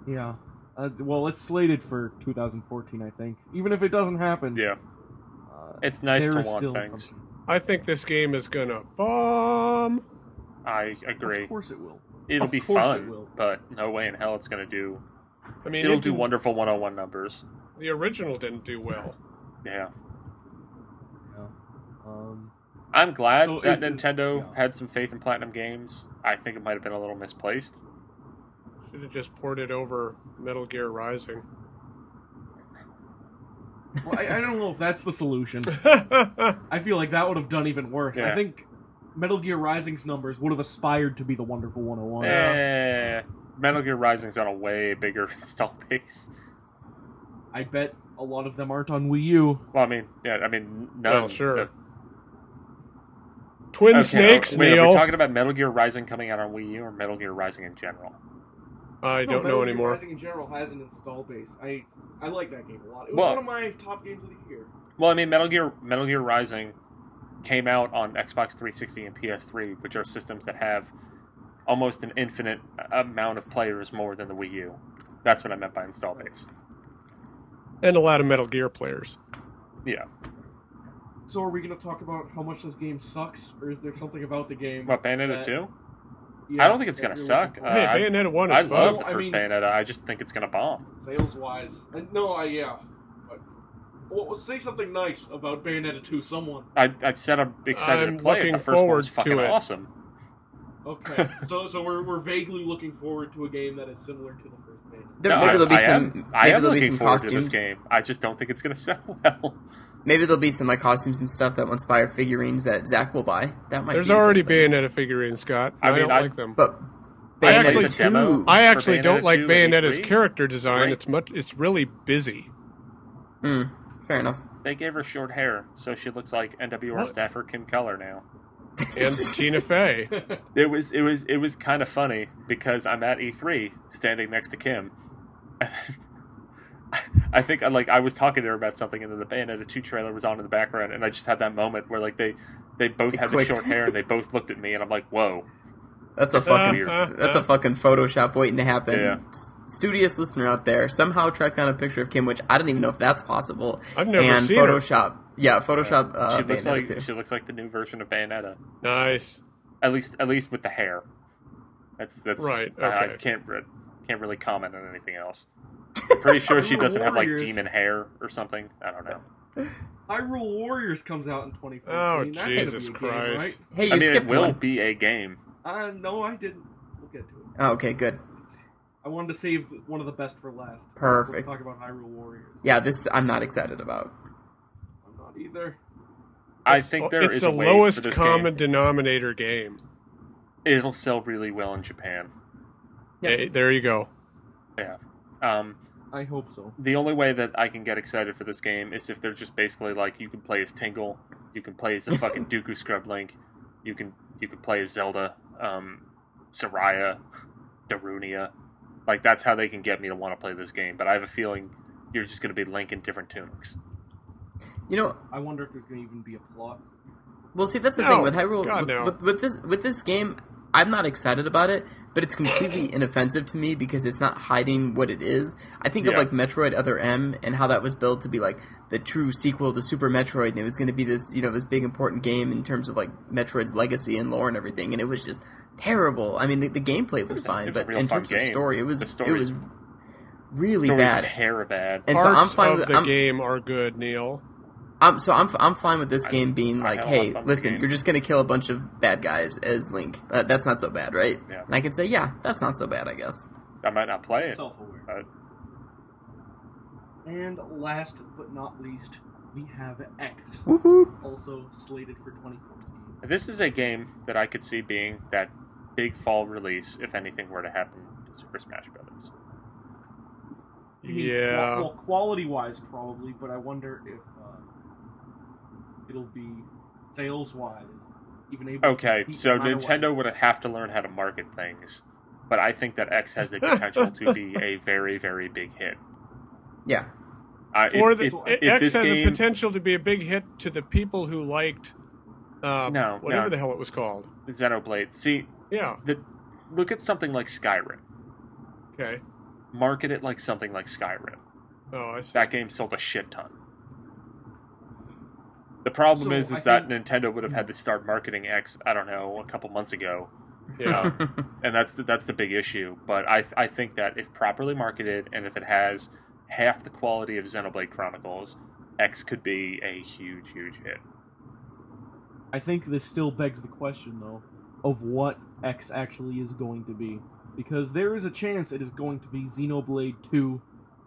B: Yeah. Uh, well, it's slated for 2014, I think. Even if it doesn't happen,
D: Yeah,
B: uh,
D: it's nice
B: Mm. there
D: to
B: is
D: want
B: still
D: things.
B: something.
E: I think this game is going to bomb.
D: I agree.
B: Of course it will.
D: It'll
B: of
D: be
B: course
D: fun,
B: it will.
D: but no way in hell it's going to do.
E: I mean,
D: It'll
E: it
D: do
E: didn't-
D: wonderful 101 numbers.
E: The original didn't do well.
D: Yeah.
B: Yeah. Um,
D: I'm glad
B: So
D: that
B: is- is-
D: Nintendo
B: yeah.
D: had some faith in Platinum Games. I think it might have been a little misplaced.
E: Should have just ported over Metal Gear Rising.
B: well, I, I don't know if that's the solution.
E: yeah,
B: I feel like that would have done even worse.
D: Yeah.
B: I think Metal Gear Rising's numbers would have aspired to be the Wonderful 101.
D: Eh, Metal Gear Rising's on a way bigger install base.
B: I bet a lot of them aren't on Wii U.
D: Well, I mean, yeah, I mean, no. Uh,
E: well, sure. Twin
D: Okay,
E: Snakes,
D: wait, Are
E: Neil.
D: we talking about Metal Gear Rising coming out on Wii U or Metal Gear Rising in general?
E: I
B: No,
E: don't
B: Metal
E: know
B: Gear
E: anymore.
B: Rising in general has an install base. I I like that game a lot. It was
D: Well-
B: one of my top games of the year.
D: Well, I mean, Metal Gear Metal Gear Rising came out on Xbox 360 and PS3, which are systems that have almost an infinite amount of players more than the Wii U. That's what I meant by install base.
E: And a lot of Metal Gear players.
D: Yeah.
B: So are we going to talk about how much this game sucks, or is there something about the game?
D: What Bayonetta
B: Uh,
D: two?
B: yeah,
D: I don't think it's
B: that
D: gonna
B: you're
D: suck.
B: looking for?
D: Uh,
E: hey,
D: I-
E: Bayonetta 1 is
D: I
E: fun.
D: love the
B: I
D: first
B: mean-
D: Bayonetta. I just think it's gonna bomb.
B: sales wise. And Uh, no, I yeah. But well, well, say something nice about Bayonetta 2, someone.
D: I I said I'm excited
E: I'm
D: to play it.
E: looking
D: The first one
E: forward
D: was fucking
E: to it.
D: awesome.
B: Okay. so so we're, we're vaguely looking forward to a game that is similar to the first Bayonetta.
C: There,
D: No,
C: maybe
D: I,
C: there'll be
D: I
C: some.
D: am,
C: maybe
D: I am
C: there'll be
D: looking
C: some
D: forward
C: costumes.
D: to this game. I just don't think it's gonna sell well.
C: Maybe there'll be some like costumes and stuff that will inspire figurines that Zach will buy. That might.
E: There's
C: be
E: already
C: something.
E: Bayonetta figurines, Scott. and
D: I
E: I,
D: mean,
E: don't
D: I-
E: like them.
C: But
E: I
C: Bayonetta
E: actually-
C: two,
D: Demo-
E: I
D: for
E: actually don't
D: Bayonetta
E: like
D: 2 and
E: Bayonetta's
D: E3?
E: character design.
D: Great.
E: It's much. It's really busy.
C: Mm, fair enough.
D: They gave her short hair, so she looks like NWR
E: What?
D: staffer Kim Keller now.
E: And Tina Fey.
D: It was it was it was kind of funny because I'm at E3 standing next to Kim. I think I like I was talking to her about something, and then the Bayonetta two trailer was on in the background, and I just had that moment where like they they both
C: It
D: had
C: clicked.
D: the short hair and they both looked at me, and I'm like, whoa,
C: That's
E: Uh,
C: a
D: That's fucking
C: fucking.
D: weird.
C: that's a fucking Photoshop waiting to happen.
D: Yeah.
C: S- Studious listener out there, somehow track down a picture of Kim, which I don't even know if that's possible.
E: I've never
C: and
E: seen her.
C: Photoshop. Yeah, Photoshop. Uh,
D: she looks
C: Bayonetta
D: like
C: two.
D: she looks like the new version of Bayonetta,
E: Nice.
D: at least at least with the hair. That's that's
E: Right,
D: I
E: okay.
D: can't re- can't really comment on anything else. I'm pretty sure she
B: Hyrule
D: doesn't have like
B: Warriors.
D: demon hair or something. I don't know.
B: Hyrule Warriors comes out in 2014.
E: Oh,
B: That's gotta
E: Jesus
B: be a game,
E: Christ.
C: Hey, you
D: I mean,
C: skipped
D: it will
C: one.
D: be a game.
B: right? Uh, no, I didn't. We'll get to it.
C: Oh, okay, good.
B: It's- I wanted to save one of the best for last. Let's
C: Perfect.
B: talk about Hyrule Warriors.
C: Yeah, this I'm not excited about.
B: I'm not either.
D: I
E: It's-
D: think there is
E: it's the
D: a way for
E: lowest
D: this
E: common
D: game.
E: denominator game.
D: It'll sell really well in Japan.
C: Yep.
E: Hey, there you go.
D: Yeah. Um,
B: I hope so.
D: the only way that I can get excited for this game is if they're just basically like you can play as Tingle, you can play as the fucking Dooku Scrub Link, you can you can play as Zelda, um, Soraya, Darunia. Like that's how they can get me to want to play this game. But I have a feeling you're just going to be Link in different tunics.
C: You know,
B: I wonder if there's going to even be a plot.
C: well, see, that's the
E: No,
C: thing with Hyrule.
E: God,
C: with,
E: no.
C: with, with this with this game, I'm not excited about it, but it's completely inoffensive to me because it's not hiding what it is. I think of
D: Yeah.
C: like Metroid Other M and how that was built to be like the true sequel to Super Metroid, and it was going to be this you know this big important game in terms of like Metroid's legacy and lore and everything, and it was just terrible. I mean, the, the gameplay was
D: was a-
C: fine,
D: it was a
C: but
D: real
C: in
D: fun
C: terms of
D: game.
C: story, it was
D: The story-
C: it was really
D: Story's
C: bad.
D: terrible.
C: And so I'm
E: Parts
C: fine
E: of
C: with
E: the
C: I'm,
E: game are good, Neil.
C: I'm so I'm I'm fine with this game being
D: I
C: like,
D: had a lot of
C: hey,
D: fun with the
C: listen,
D: game.
C: you're just gonna kill a bunch of bad guys as Link. Uh, that's not so bad, right?
D: Yeah.
C: And I can say, yeah, that's not so bad, I guess.
D: I might not play it.
B: Self-aware.
D: but
B: And last but not least, we have X,
C: Whoop whoop.
B: also slated for 2014.
D: This is a game that I could see being that big fall release if anything were to happen to Super Smash Brothers.
B: You mean,
E: Yeah.
B: Mm-hmm. Well, quality wise, probably, but I wonder if uh, it'll be sales wise, even able.
D: Okay,
B: to
D: so
B: compete
D: Nintendo
B: Mario-wise.
D: would have to learn how to market things, but I think that X has the potential to be a very, very big hit.
C: Yeah.
D: Uh,
E: For
D: if,
E: the
D: if-
E: it-
D: if
E: X
D: this
E: has the
D: game,
E: potential to be a big hit to the people who liked Uh,
D: No,
E: whatever
D: no.
E: the hell it was called.
D: Xenoblade. See,
E: Yeah.
D: the, look at something like Skyrim.
E: Okay.
D: Market it like something like Skyrim.
E: Oh, I see.
D: That game sold a shit ton. The problem
E: So,
D: is,
E: I
D: is that Nintendo would have had to start marketing X. I don't know, a couple months ago,
E: Yeah.
D: and that's the, that's the big issue. But I I think that if properly marketed and if it has half the quality of Xenoblade Chronicles, X could be a huge huge hit.
B: I think this still begs the question, though, of what X actually is going to be. Because there is a chance it is going to be Xenoblade 2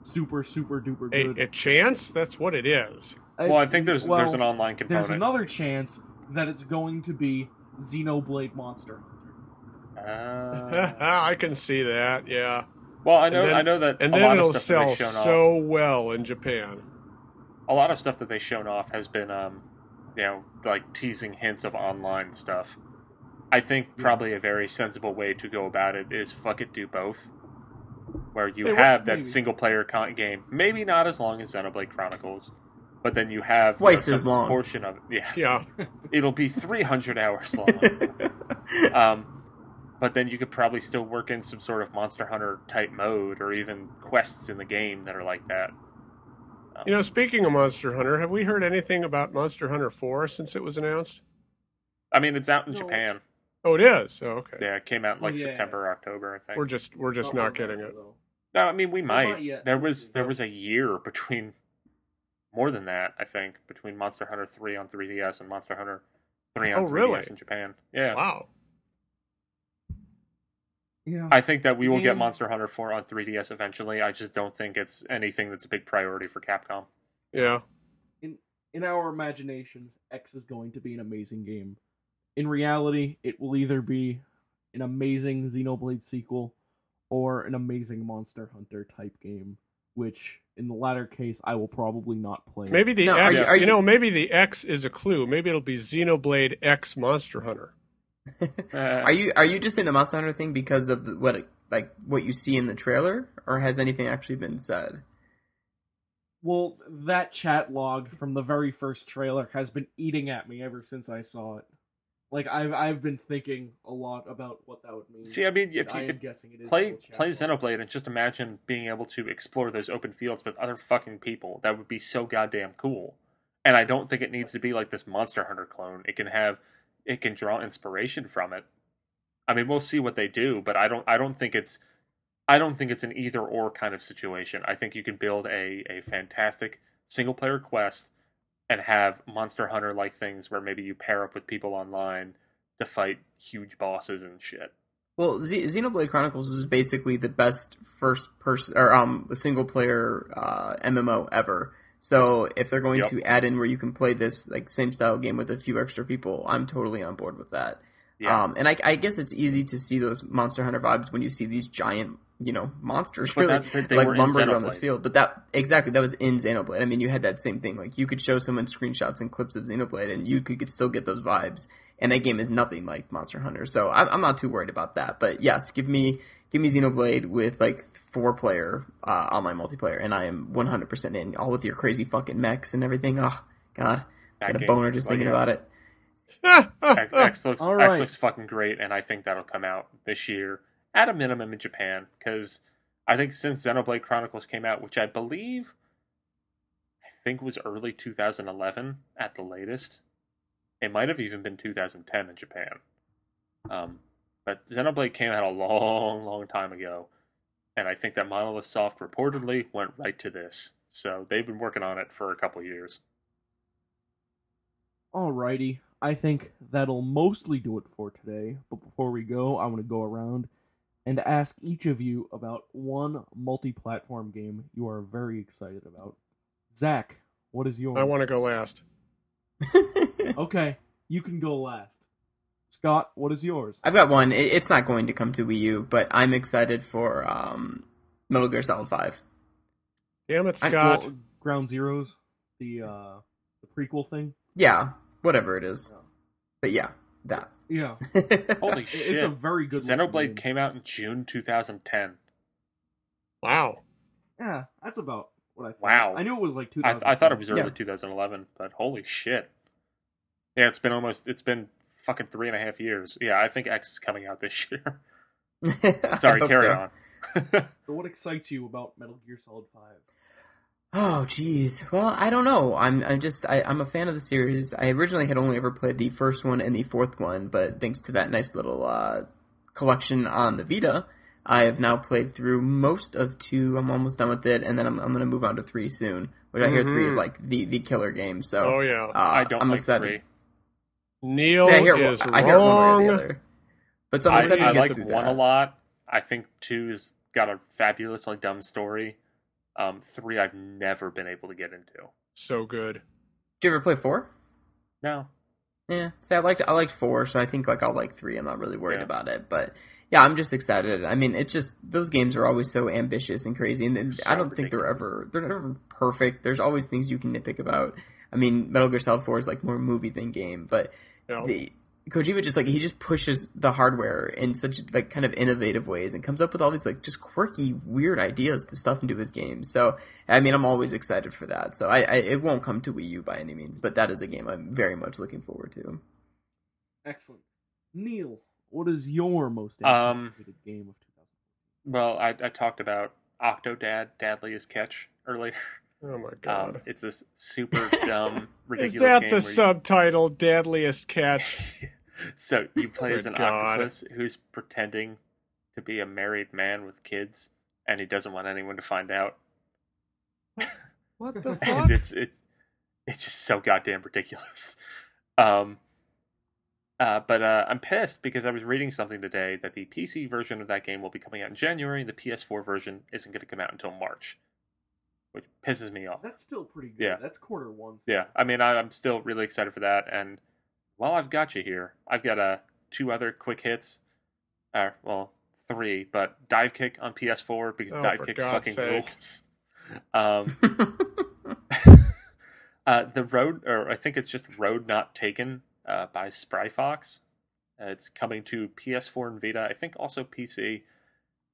B: super, super duper
E: a,
B: good.
E: a chance? That's what it is.
D: well, I
B: It's-
D: think there's
B: well,
D: there's an online component.
B: there's another chance that it's going to be Xenoblade Monster Hunter.
D: Ah.
E: I can see that. Yeah.
D: well, I know
E: And then-
D: I know that
E: And
D: a
E: then
D: lot of
E: it'll
D: stuff that
E: sell
D: they've shown off.
E: so well in Japan.
D: a lot of stuff that they've shown off has been, um, you know, like teasing hints of online stuff. I think probably a very sensible way to go about it is fuck it, do both. Where you
E: Hey, what-
D: have that
B: maybe.
D: single player con- game, maybe not as long as Xenoblade Chronicles, but then you have you
C: Twice
D: know,
C: as
D: some
C: long.
D: portion of it. Yeah,
E: Yeah.
D: it'll be 300 hours long. um, but then you could probably still work in some sort of Monster Hunter type mode or even quests in the game that are like that. Um,
E: You know, speaking of Monster Hunter, have we heard anything about Monster Hunter 4 since it was announced?
D: I mean, it's out in
B: No.
D: Japan.
E: Oh, it is. Oh, okay.
D: Yeah, it came out in like
B: Yeah.
D: September, October, I
E: We're
D: think.
E: just we're
B: Oh,
E: just not getting it.
B: Though.
D: No, I mean we
B: Well,
D: might.
B: not yet.
D: There
B: Let's
D: was
B: see.
D: there was a year between more than that, I think, between Monster Hunter 3 on 3DS and Monster Hunter 3 on
E: Oh,
D: 3DS
E: really?
D: in Japan. Yeah.
E: Wow.
B: Yeah.
D: I think that we will
B: Yeah.
D: get Monster Hunter 4 on 3DS eventually. I just don't think it's anything that's a big priority for Capcom.
E: Yeah.
B: in our imaginations, X is going to be an amazing game. In reality, it will either be an amazing Xenoblade sequel or an amazing Monster Hunter type game, which in the latter case, I will probably not play.
E: Maybe the
C: No,
E: X,
C: are
E: you,
C: you- are you-
E: know, maybe the X is a clue. Maybe it'll be Xenoblade X Monster Hunter.
C: Are you are you just saying the Monster Hunter thing because of the, what like what you see in the trailer, or has anything actually been said?
B: Well, that chat log from the very first trailer has been eating at me ever since I saw it. Like I've I've been thinking a lot about what that would mean.
D: See, I mean, if
B: I
D: you
B: am
D: if
B: guessing it is
D: play
B: all chat
D: play
B: log.
D: Xenoblade and just imagine being able to explore those open fields with other fucking people. That would be so goddamn cool. And I don't think it needs to be like this Monster Hunter clone. It can have it can draw inspiration from it. I mean, we'll see what they do, but I don't I don't think it's I don't think it's an either or kind of situation. I think you can build a a fantastic single player quest and have Monster Hunter like things where maybe you pair up with people online to fight huge bosses and shit.
C: Well, Z- Xenoblade Chronicles was basically the best first person or um single player uh, MMO ever. So if they're going
D: Yep.
C: to add in where you can play this like same style game with a few extra people, I'm totally on board with that.
D: Yeah.
C: Um, and I, I guess it's easy to see those Monster Hunter vibes when you see these giant, you know, monsters
D: But
C: really
D: that- that they
C: like
D: were in
C: lumbered around this
D: Xenoblade.
C: field. But that exactly that was in Xenoblade. I mean, you had that same thing. Like you could show someone screenshots and clips of Xenoblade, and you could, could still get those vibes. And that game is nothing like Monster Hunter, so I'm, I'm not too worried about that. But yes, give me give me Xenoblade with like four player uh, online multiplayer, and I am 100% in. All with your crazy fucking mechs and everything. Oh God,
D: That
C: got a
D: game
C: boner
D: looks
C: just
D: like
C: thinking
D: it.
C: about it.
D: X, X looks
B: All
D: X
B: right.
D: looks fucking great, and I think that'll come out this year at a minimum in Japan because I think since Xenoblade Chronicles came out, which I believe I think was early 2011 at the latest, it might have even been 2010 in Japan. Um, but Xenoblade came out a long, long time ago, and I think that Monolith Soft reportedly went right to this, so they've been working on it for a couple years.
B: Alrighty, I think that'll mostly do it for today. But before we go, I want to go around and ask each of you about one multi-platform game you are very excited about. Zach, what is yours?
E: I want to go last.
B: Okay, you can go last. Scott, what is yours?
C: I've got one. It, it's not going to come to Wii U, but I'm excited for um, Metal Gear Solid Five.
E: Damn it,
C: I-
E: Scott.
B: Well, Oh, Ground Zeroes, the uh, the prequel thing.
C: Yeah, whatever it is. But yeah, that.
B: Yeah,
D: Holy
B: it-
D: shit!
B: it's a very good. looking
D: Xenoblade
B: game.
D: came out in June 2010.
E: wow.
B: Yeah, that's about what I. Thought.
D: Wow.
B: I knew it was like two.
D: I, I thought it was early
C: Yeah.
D: 2011, but holy shit! Yeah, it's been almost it's been fucking three and a half years. Yeah, I think X is coming out this year.
C: I
D: Sorry,
C: hope
D: carry
C: so.
D: on.
B: So what excites you about Metal Gear Solid Five?
C: Oh jeez. Well, I don't know. I'm I'm just I, I'm a fan of the series. I originally had only ever played the first one and the fourth one, but thanks to that nice little uh, collection on the Vita, I have now played through most of two. I'm almost done with it, and then I'm I'm gonna move on to three soon, which I hear three is
D: Mm-hmm.
E: Mhm.
C: like the the killer game. So
E: Oh yeah,
C: uh,
D: I don't
C: I'm
D: like
C: excited.
D: three.
E: Neil
C: See, I hear
E: is
C: I hear one way or
E: wrong.
C: the other. But so I'm
D: I,
C: excited
D: I
C: to get
D: like
C: through
D: one
C: that.
D: a lot. I think two's got a fabulous like dumb story. Um, three I've never been able to get into.
E: So good.
C: Did you ever play four?
D: No,
C: Yeah. See, I liked I liked four, so I think like I'll like three. I'm not really worried
D: Yeah.
C: about it, but yeah, I'm just excited. I mean, it's just those games are always so ambitious and crazy, and and
D: So
C: I don't think they're ever they're never perfect. There's always things you can nitpick about. I mean, Metal Gear Solid Four is like more movie than game, but
E: Yeah.
C: the Kojima just like he just pushes the hardware in such like kind of innovative ways and comes up with all these like just quirky weird ideas to stuff into his games. So I mean I'm always excited for that. So I, I it won't come to Wii U by any means, but that is a game I'm very much looking forward to.
B: Excellent, Neil. What is your most
D: Um,
B: anticipated game of 2000?
D: well, I, I talked about Octodad, Dadliest Catch earlier.
E: Oh my god.
D: Um, it's this super dumb, ridiculous
E: is that
D: game
E: the
D: where you-
E: subtitle? Deadliest catch.
D: so you play as an
E: Good Oh God.
D: octopus who's pretending to be a married man with kids, and he doesn't want anyone to find out.
E: What the
D: and it's it, it's just so goddamn ridiculous. Um, uh, but uh, I'm pissed because I was reading something today that the PC version of that game will be coming out in January, and the PS4 version isn't going to come out until March, which pisses me off.
B: That's still pretty good.
D: Yeah.
B: That's quarter one. still.
D: Yeah, I mean, I, I'm still really excited for that. And while I've got you here, I've got uh, two other quick hits, or well, three, but dive kick on PS4 because
E: Oh,
D: dive
E: for
D: kick
E: God's
D: fucking
E: sake.
D: rules. Um, uh, the road, or I think it's just Road Not Taken uh, by Spry Fox. Uh, it's coming to PS4 and Vita. I think also PC.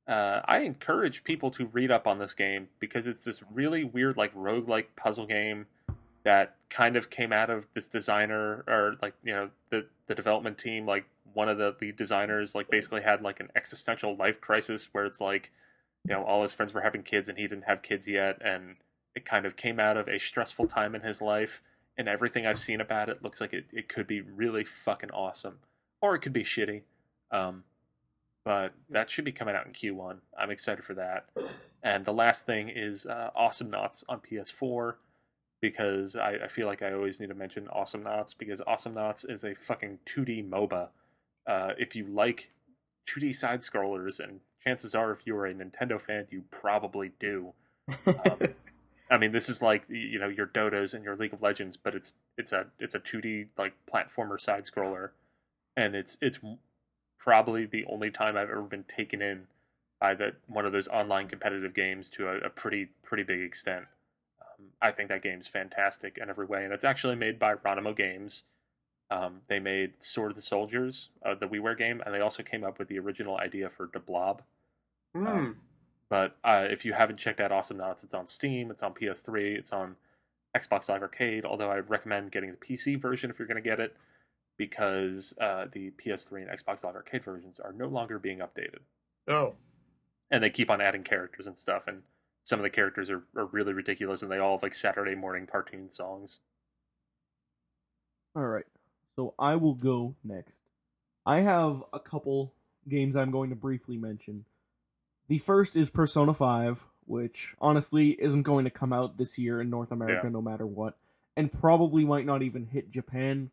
D: Uh, I encourage people to read up on this game because it's this really weird, like roguelike puzzle game that kind of came out of this designer or like you know the the development team. Like one of the lead designers, like basically had like an existential life crisis where it's like you know all his friends were having kids and he didn't have kids yet, and it kind of came out of a stressful time in his life. And everything I've seen about it looks like it, it could be really fucking awesome, or it could be shitty. Um, but that should be coming out in Q1. I'm excited for that. And the last thing is uh, Awesome Knots on PS4 because I, I feel like I always need to mention Awesome Knots because Awesome Knots is a fucking 2D MOBA. Uh, if you like 2D side scrollers, and chances are, if you are a Nintendo fan, you probably do. Um, I mean, this is like you know your Dodos and your League of Legends, but it's it's a it's a 2D like platformer side scroller, and it's it's probably the only time I've ever been taken in by that one of those online competitive games to a, a pretty pretty big extent. Um, I think that game's fantastic in every way, and it's actually made by Ronimo Games. Um, they made Sword of the Soldiers, uh, the WiiWare game, and they also came up with the original idea for Da Blob.
E: Hmm.
D: But uh, if you haven't checked out Awesome Knots, it's on Steam, it's on PS3, it's on Xbox Live Arcade. Although I recommend getting the PC version if you're going to get it, because uh, the PS3 and Xbox Live Arcade versions are no longer being updated,
E: Oh,
D: and they keep on adding characters and stuff. And some of the characters are, are really ridiculous, and they all have like Saturday morning cartoon songs.
B: All right. So I will go next. I have a couple games I'm going to briefly mention. The first is Persona 5, which honestly isn't going to come out this year in North America no matter what, and probably might not even hit Japan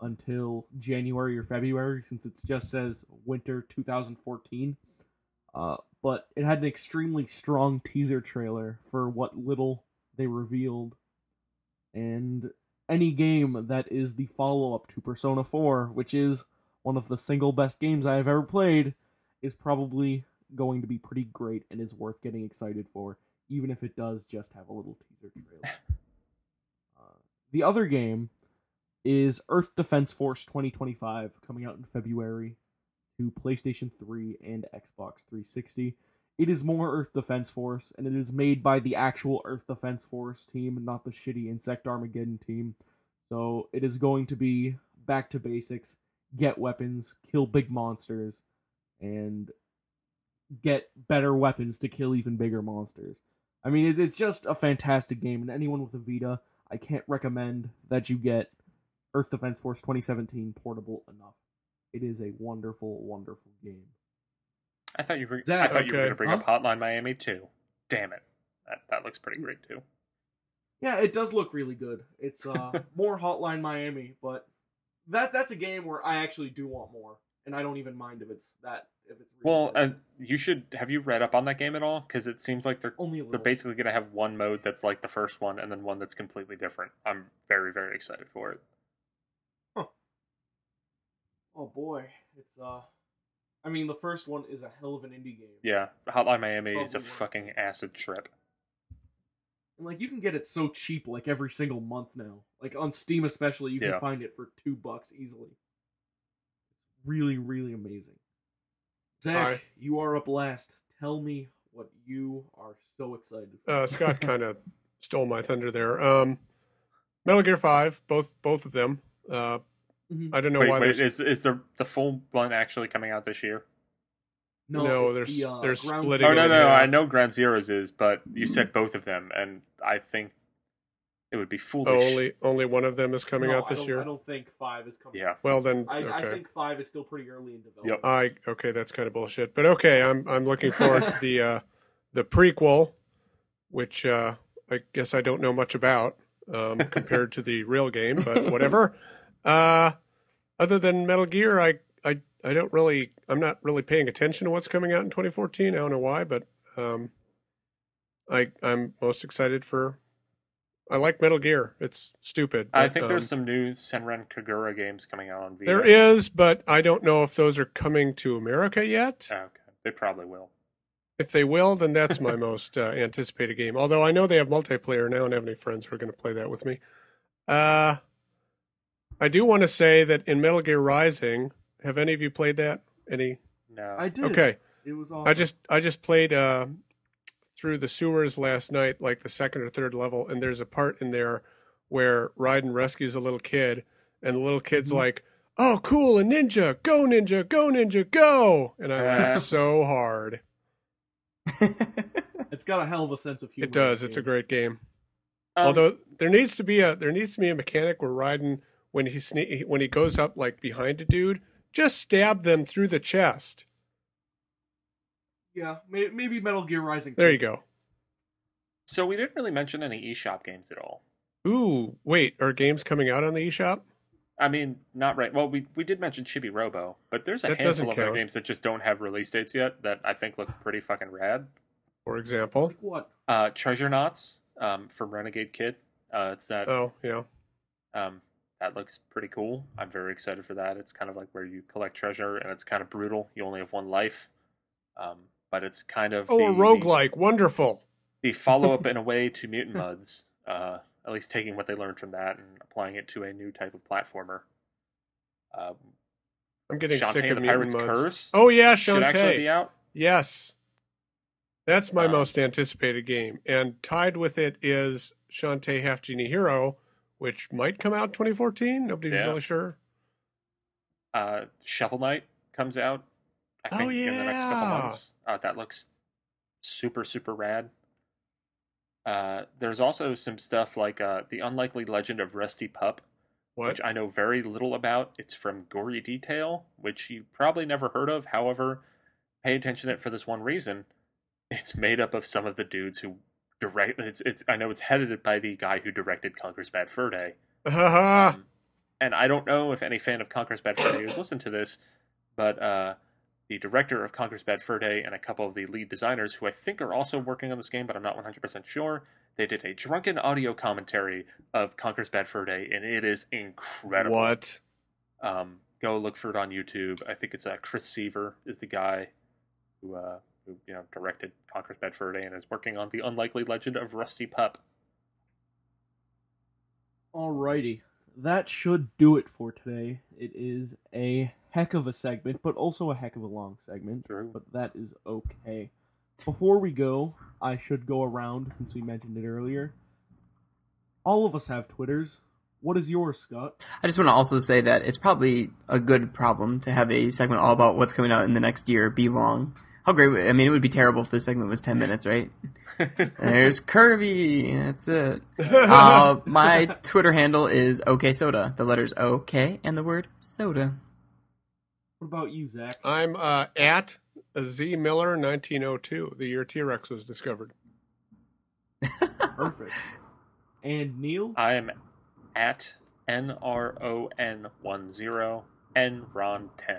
B: until January or February since it just says winter 2014. Uh, but it had an extremely strong teaser trailer for what little they revealed. And any game that is the follow up to Persona 4, which is one of the single best games I have ever played, is probably going to be pretty great and is worth getting excited for, even if it does just have a little teaser trailer. Uh, the other game is Earth Defense Force 2025, coming out in February to PlayStation 3 and Xbox 360. It is more Earth Defense Force, and it is made by the actual Earth Defense Force team, not the shitty Insect Armageddon team. So it is going to be back to basics, get weapons, kill big monsters, and get better weapons to kill even bigger monsters. I mean, it's, it's just a fantastic game, and anyone with a Vita, I can't recommend that you get Earth Defense Force 2017 portable enough. It is a wonderful, wonderful game.
D: I thought you were.
B: Zach,
D: I thought you were
E: okay.
D: going to bring
B: Huh?
D: up Hotline Miami too. Damn it, that that looks pretty great too.
B: Yeah, it does look really good. It's uh, more Hotline Miami, but that that's a game where I actually do want more, and I don't even mind if it's that if it's really
D: Well,
B: good.
D: uh, you should have you read up on that game at all? Because it seems like they're
B: only a little.
D: they're basically going to have one mode that's like the first one, and then one that's completely different. I'm very very excited for it.
B: Oh boy, it's uh, I mean the first one is a hell of an indie game.
D: Yeah, Hotline Miami is a
B: Probably.
D: fucking acid trip.
B: and like you can get it so cheap, like every single month now. Like on Steam especially, you can
D: Yeah.
B: find it for two bucks easily. Really, really amazing. Zach,
E: Alright.
B: you are up last. Tell me what you are so excited for.
E: Uh, Scott kind of stole my thunder there. Um, Metal Gear Five, both both of them. Uh,
B: Mhm.
E: I don't know
D: wait,
E: why.
D: wait,
E: there's
D: is is the the full one actually coming out this year?
E: no,
B: it's
E: there's-
B: the, uh,
E: they're
B: Ground
E: splitting
D: Oh
B: Zero.
E: it
D: no,
E: in
D: no,
E: half.
D: I know Ground Zeroes is, but you
E: Mm-hmm.
D: said both of them, and I think it would be foolish.
E: oh, only only one of them is coming
B: No,
E: out
B: I
E: this
B: don't-
E: year.
B: I don't think five is coming.
D: yeah,
E: Well, then
B: I,
E: okay.
B: I think five is still pretty early in development.
D: Yep.
E: I okay, that's kind of bullshit. But okay, I'm I'm looking forward to the uh, the prequel, which uh, I guess I don't know much about um, compared to the real game, but whatever. Uh, other than Metal Gear, I, I I don't really I'm not really paying attention to what's coming out in 2014. I don't know why, but um, I I'm most excited for. I like Metal Gear. It's stupid.
D: I
E: but,
D: think
E: um,
D: there's some new Senran Kagura games coming out on Vita.
E: there is, but I don't know if those are coming to America yet.
D: Oh, okay, they probably will.
E: If they will, then that's my most uh, anticipated game. Although I know they have multiplayer now, and I have any friends who are going to play that with me. Uh, I do want to say that in Metal Gear Rising, have any of you played that? Any?
D: No,
B: I did.
E: Okay,
B: It was awesome.
E: I just I just played uh, through the sewers last night, like the second or third level, and there's a part in there where Raiden rescues a little kid, and the little kid's
B: Mhm.
E: like, "Oh, cool, a ninja! Go ninja! Go ninja! Go!" And I
D: Uh.
E: laughed so hard.
B: It's got a hell of a sense of humor.
E: It does. It's a
B: game.
E: great game.
D: Um,
E: Although there needs to be a there needs to be a mechanic where Raiden when he sne- when he goes up like behind a dude, just stab them through the chest.
B: Yeah, may- maybe Metal Gear Rising.
E: There
B: 2.
E: you go.
D: so we didn't really mention any eShop games at all.
E: Ooh, wait, are games coming out on the eShop?
D: I mean, not right. Well, we we did mention Chibi Robo, but there's a
E: That doesn't
D: handful of other
E: count.
D: games that just don't have release dates yet that I think look pretty fucking rad.
E: For example.
B: Like what?
D: Uh, Treasure Knots um, from Renegade Kid. Uh, it's that
E: Oh, yeah.
D: Um, that looks pretty cool. I'm very excited for that. It's kind of like where you collect treasure, and it's kind of brutal. You only have one life, um, but it's kind of
E: Oh, a roguelike. Wonderful.
D: The, the follow up in a way to Mutant Muds. Uh, at least taking what they learned from that and applying it to a new type of platformer. Um,
E: I'm getting sick
D: Shantae
E: of
D: and the
E: mutant
D: Pirate's
E: mods.
D: Curse
E: Oh yeah,
D: should actually be
E: Shantae.
D: out.
E: Yes. That's my
D: Um,
E: most anticipated game. And tied with it is Shantae Half Genie Hero, which might come out 2014. Nobody's
D: Yeah.
E: really sure.
D: Uh, Shovel Knight comes out. I
E: Oh,
D: think in the next couple
E: yeah.
D: months. Uh, that looks super super rad. Uh, there's also some stuff like uh, the unlikely legend of Rusty Pup,
E: What?
D: which I know very little about. It's from Gory Detail, which you probably never heard of. However, pay attention to it for this one reason: it's made up of some of the dudes who direct. It's it's I know it's headed by the guy who directed Conker's Bad Fur Day,
E: Haha.
D: um, and I don't know if any fan of Conqueror's Bad Fur Day has listened to this, but uh, the director of Conqueror's Bad Fur Day and a couple of the lead designers, who I think are also working on this game, but I'm not 100% sure, they did a drunken audio commentary of Conqueror's Bad Fur Day, and it is incredible.
E: what?
D: Um, go look for it on YouTube. I think it's uh, Chris Seaver is the guy who, uh, who you know directed Conqueror's Bad Fur Day and is working on the unlikely legend of Rusty Pup.
B: Alrighty, that should do it for today. It is a heck of a segment, but also a heck of a long segment.
D: True.
B: But that is okay. Before we go, I should go around since we mentioned it earlier. All of us have Twitters. What is yours, Scott?
C: I just want to also say that it's probably a good problem to have a segment all about what's coming out in the next year be long. How great! would- I mean, it would be terrible if this segment was ten minutes, right? There's Kirby. That's it. Uh, my Twitter handle is OK Soda. The letters O K and the word soda.
B: What about you, Zach?
E: I'm uh, at Z Miller 1902, the year T Rex was discovered.
B: Perfect. And Neil?
D: I am at N R O N 10 N Ron 10.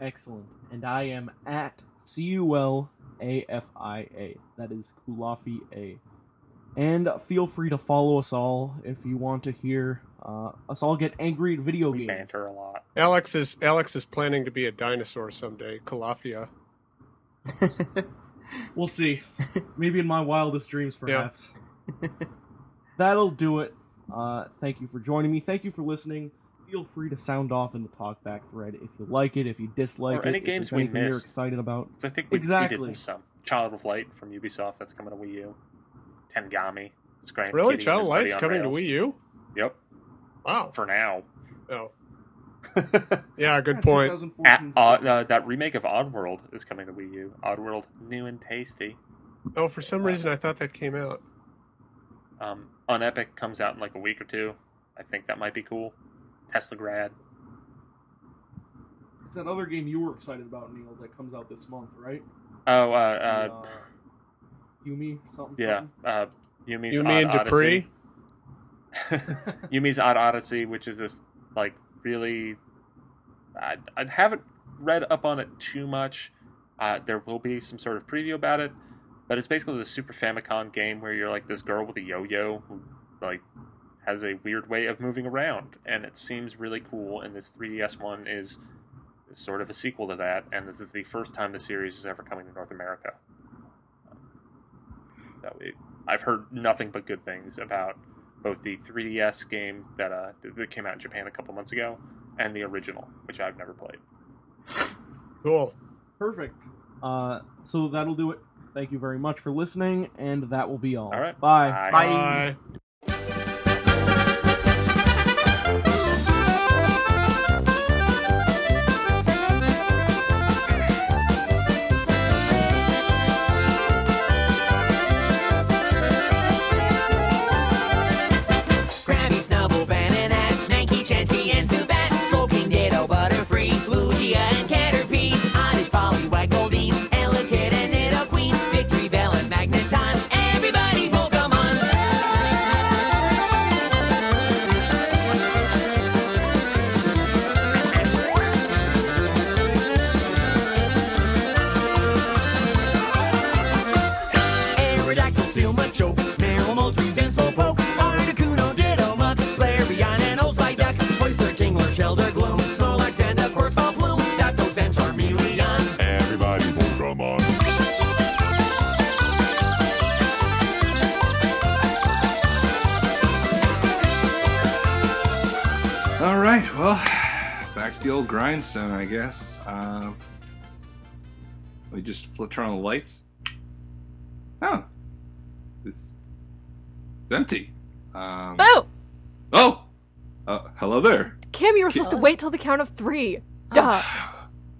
B: Excellent. And I am at C U L A F I A. That is Kulafi A. And feel free to follow us all if you want to hear uh, us all get angry at video
D: We
B: games.
D: banter a lot.
E: Alex is Alex is planning to be a dinosaur someday. Calafia.
B: We'll see. Maybe in my wildest dreams, perhaps. That'll do it. Uh, thank you for joining me. Thank you for listening. Feel free to sound off in the talkback thread if you like it, if you dislike
D: Or
B: it,
D: any
B: if
D: games
B: there's
D: we
B: anything you're
D: missed.
B: excited about.
D: 'Cause I think we, we
B: Exactly.
D: did miss some. Child of Light from Ubisoft, that's coming to Wii U. Tengami. It's Grand
E: Really?
D: Kitty
E: Child
D: and
E: Light's
D: Everybody
E: coming
D: on
E: to Wii
D: Rails.
E: U?
D: Yep,
E: Wow.
D: for now.
E: Oh. yeah, good
B: Yeah,
E: point.
B: 2014
D: At,
B: 's
D: uh, uh, that remake of Oddworld is coming to Wii U. Oddworld, new and tasty.
E: Oh, for some reason I thought that came out.
D: Um, Unepic comes out in like a week or two. I think that might be cool. Tesla Grad.
B: It's that other game you were excited about, Neil, that comes out this month, right?
D: Oh, uh, uh,
B: Yumi, something.
D: yeah. Uh, Yumi's
E: You
D: Odd
E: mean Dupree?
D: Odyssey. Yumi's Odd Odyssey, which is this like really, I, I haven't read up on it too much. Uh, there will be some sort of preview about it, but it's basically the Super Famicom game where you're like this girl with a yo-yo who like has a weird way of moving around, and it seems really cool. And this 3DS one is sort of a sequel to that, and this is the first time the series is ever coming to North America. So it, I've heard nothing but good things about both the 3DS game that uh, that came out in Japan a couple months ago and the original, which I've never played.
E: Cool.
B: Perfect. Uh, so that'll do it. Thank you very much for listening, and that will be all.
D: All right,
B: Bye.
C: Bye.
E: Bye.
F: Granny Snubble, Van and Nat, Nike, Chanty, and Zubat, Sulking, Ditto, Butterfree, Lugia, and Caterpie, Honest, Polly, White, Goldie, Ella, Kid, and Nido Queen, Victory Bell, and Magneton, everybody Pokemon! Aerodactyl, Silma, Choke, Meryl, Moltres, and Slowpoke, Articuno, Ditto, Muck, Flareon, and Oslide Duck, Oyster, Kingler, Shelder, Gloom, Snorlax, and of course Pamploom, Zapdos, and Charmeleon.
G: Everybody Pokemon.
H: All right, well, back to the old grindstone, I guess. Um, let me just flip, turn on the lights. Oh, it's it's empty. Um,
I: Oh,
H: oh, uh, hello there,
I: Kim, you were supposed to wait till the count of three. Duh.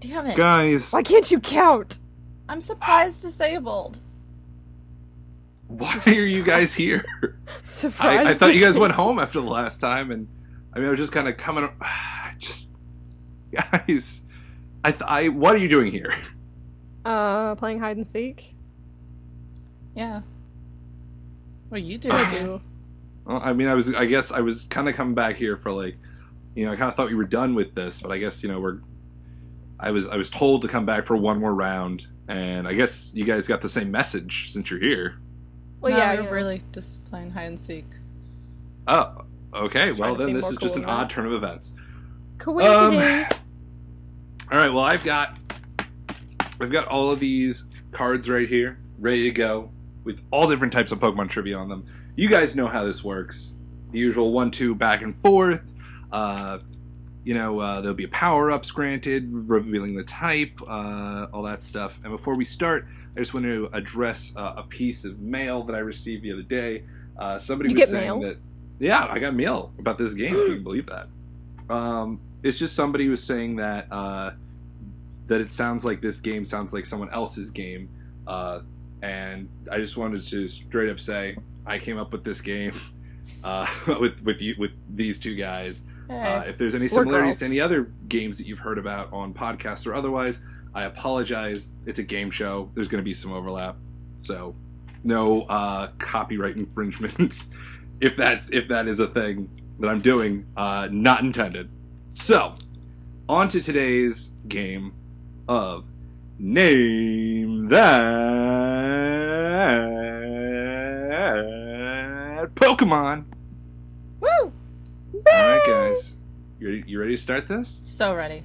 J: Damn it.
H: guys.
I: Why can't you count?
J: I'm surprised disabled.
H: Why are you guys here?
I: Surprise.
H: I, I thought you guys
I: dis-
H: went home after the last time, and I mean, I was just kind of coming. I Just guys, I, th- I what are you doing here?
I: Uh, playing hide and seek.
J: Yeah. Well, you do. I do.
H: Well, I mean, I was, I guess, I was kind of coming back here for like, you know, I kind of thought we were done with this, but I guess you know we're. I was, I was told to come back for one more round, and I guess you guys got the same message since you're here.
I: Well,
J: no,
I: yeah,
J: You're
I: yeah.
J: really just playing hide and seek.
H: Oh, okay.
J: Just
H: Well,
J: trying to
H: then
J: seem
H: this
J: more
H: is just
J: cool
H: an
J: than
H: odd
J: that.
H: turn of events. Um,
I: Coincidence.
H: all right. Well, I've got, I've got all of these cards right here, ready to go, with all different types of Pokemon trivia on them. You guys know how this works. The usual one-two back and forth. Uh, you know, uh, there'll be power-ups granted, revealing the type, uh, all that stuff. And before we start, I just want to address uh, a piece of mail that I received the other day. Uh, somebody
I: You
H: was
I: get
H: saying
I: mail?
H: that Yeah, I got mail about this game. I can believe that. Um, it's just somebody was saying that uh, that it sounds like this game sounds like someone else's game, uh, and I just wanted to straight up say I came up with this game uh, with with you with these two guys. Uh, if there's any similarities to
J: girls.
H: any other games that you've heard about on podcasts or otherwise, I apologize. It's a game show. There's going to be some overlap, so no uh, copyright infringements. if that's if that is a thing that I'm doing, uh, not intended. So, on to today's game of name that Pokemon.
J: Woo!
H: All right, guys, you ready, you ready to start this?
J: So ready.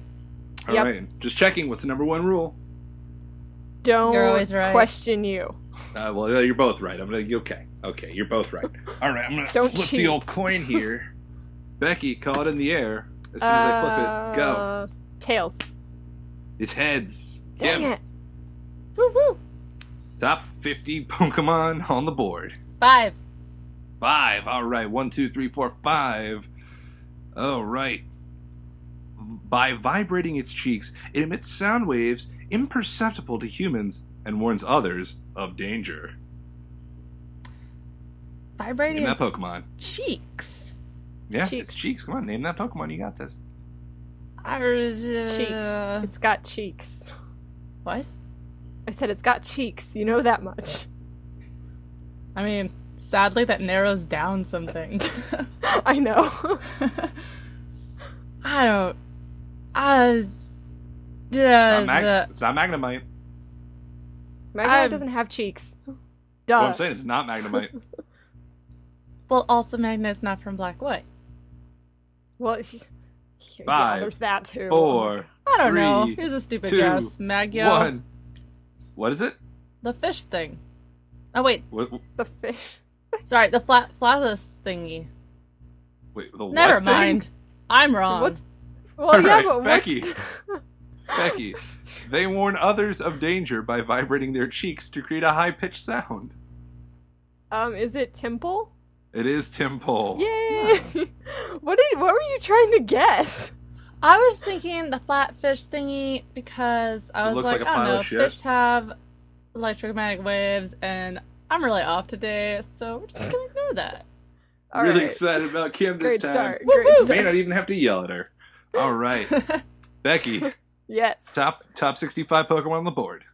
H: All right,
I: Yep.
H: just checking. What's the number one rule?
I: Don't
J: You're always right.
I: question you.
H: Uh, well, you're both right. I'm gonna. Okay, okay, you're both right. All right, I'm gonna
I: Don't
H: flip
I: cheat.
H: the old coin here. Becky, call it in the air. As soon as I flip it, go.
I: Uh, Tails.
H: It's heads.
I: Dang
H: Damn
I: it. Woo woo.
H: Top 50 Pokemon on the board.
J: Five.
H: Five. All right. One, two, three, four, five. All right. By vibrating its cheeks, it emits sound waves imperceptible to humans and warns others of danger.
J: Vibrating.
H: Name that Pokemon.
J: Cheeks.
H: Yeah, it's
I: Cheeks.
H: cheeks. Come on, name that Pokemon. You got this.
J: I was, uh,
I: cheeks. It's got cheeks.
J: What?
I: I said it's got cheeks. You know that much.
J: I mean, sadly, that narrows down some things.
I: I know.
J: I don't. I was.
H: Not
J: Does
H: Mag-
J: the-
H: it's not Magnemite.
I: Magnemite
J: I'm-
I: doesn't have cheeks.
H: What
I: Duh.
H: I'm saying, it's not Magnemite.
J: well, also Magnet's not from Black White.
I: Well, yeah,
H: Five,
I: there's that too.
H: Four,
J: I don't know.
H: Three,
J: Here's a stupid
H: two,
J: guess. Magyo,
H: one. What is it?
J: the fish thing. Oh wait,
H: What,
I: The fish.
J: sorry, the flat flatless thingy.
H: wait, the
J: Never
H: what thing?
J: mind. I'm wrong.
I: What's- Well,
H: All
I: yeah,
H: right,
I: but what-
H: Becky. Becky, they warn others of danger by vibrating their cheeks to create a high pitched sound.
I: um, is it temple?
H: It is Tim Pole.
I: Yay! what did? What were you trying to guess?
J: I was thinking the flat fish thingy because
H: It
J: I was
H: looks
J: like,
H: like a
J: I
H: pile
J: don't
H: of
J: know,
H: shit.
J: fish have electromagnetic waves, and I'm really off today, so we're just gonna ignore that.
I: All right.
H: really excited about Kim this
I: Great
H: time.
I: start.
J: Woo-hoo.
I: Great
H: You may
I: start.
H: not even have to yell at her. All right, Becky,
I: Yes.
H: top top sixty five Pokemon on the board.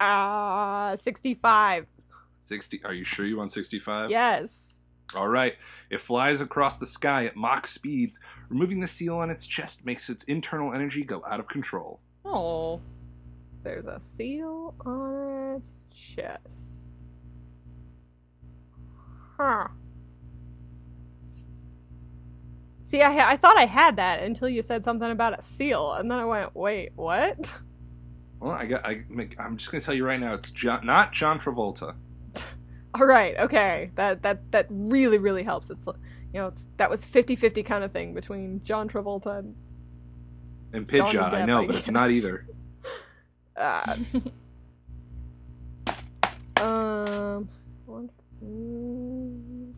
I: Ah, sixty-five.
H: Sixty? Are you sure you want sixty five?
I: Yes.
H: All right. It flies across the sky at mock speeds. Removing the seal on its chest makes its internal energy go out of control.
J: Oh,
I: There's a seal on its chest. Huh. See, I, ha- I thought I had that until you said something about a seal, and then I went, wait, what?
H: Well, I got. I make, I'm just gonna tell you right now. It's John, not John Travolta.
I: All right, okay. That that that really really helps. It's you know, it's that was 50-50 kind of thing between John Travolta and
H: And
I: Johnny
H: Pidgeot, I
I: Depp,
H: know,
I: I
H: but it's not
I: guess.
H: either.
I: uh, um one- mm,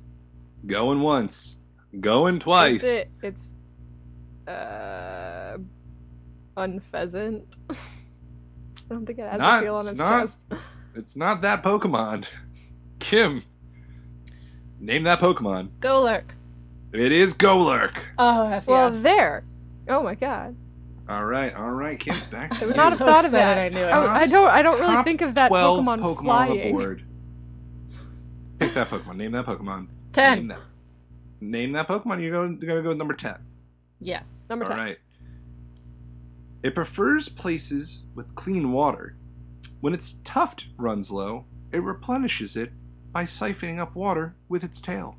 H: Going once, going
I: That's
H: twice.
I: it. It's uh unpheasant. I don't think it has
H: Not-
I: a seal on
H: it's
I: its
H: not.
I: chest.
H: It's not that Pokemon. Kim, name that Pokemon.
J: go lurk.
H: It is Golurk.
J: Oh, F
I: Well,
J: yes.
I: there. Oh my god.
H: All right, all right, Kim's back.
I: I
H: to
I: would
H: you.
I: not have
J: So
I: thought of that. Oh,
J: excited I knew it. Oh,
I: I, I don't I don't really
H: Top
I: think of that
H: Twelve
I: Pokemon,
H: Pokemon on the
I: flying.
H: board. Pick that Pokemon. Name that Pokemon. Name
J: Ten.
H: that, name that Pokemon. You're going, you're going to go with number 10.
J: Yes.
I: Number
H: All
I: 10.
H: right. It prefers places with clean water. When its tuft runs low, it replenishes it by siphoning up water with its tail.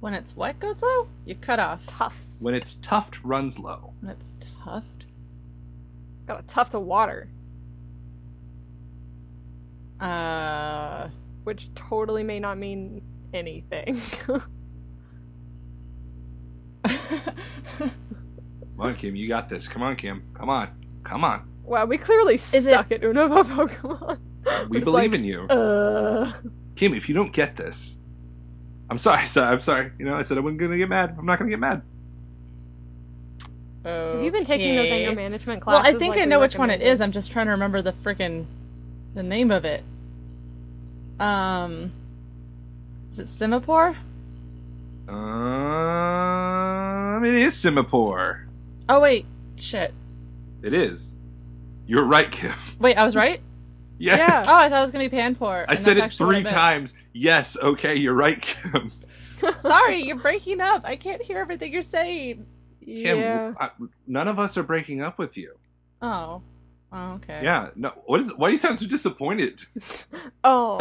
J: When it's what goes low, you cut off.
I: Tough.
H: When its tuft runs low,
J: When it's tuft.
I: It's got a tuft of water,
J: Uh,
I: which totally may not mean anything.
H: Come on, Kim, you got this. Come on, Kim. Come on. Come on.
I: wow, we clearly
J: it-
I: suck at Uno about Pokemon.
H: We
I: It's
H: believe
I: like,
H: in you.
I: Uh
H: Kim, if you don't get this, I'm sorry, sorry, I'm sorry. You know, I said I wasn't gonna get mad. I'm not gonna get mad.
I: Have you been taking those anger management
J: Well,
I: classes?
J: I think
I: like
J: I
I: we
J: know which one it
I: recommended?
J: is. I'm just trying to remember the freaking the name of it. Um, is it Simapore?
H: Um, it is Simapore.
J: Oh wait, shit.
H: It is. You're right, Kim.
J: Wait, I was right.
H: Yes.
I: Yeah.
J: Oh, I thought it was gonna be Panpore.
H: I
J: and
H: said
J: that's
H: it
J: actually what
H: three
J: meant.
H: times. Yes. Okay. You're right, Kim.
J: Sorry, you're breaking up. I can't hear everything you're saying.
H: Kim,
I: Yeah.
H: I, none of us are breaking up with you.
J: Oh. Oh, okay.
H: Yeah. No. What is? Why do you sound so disappointed?
I: Oh.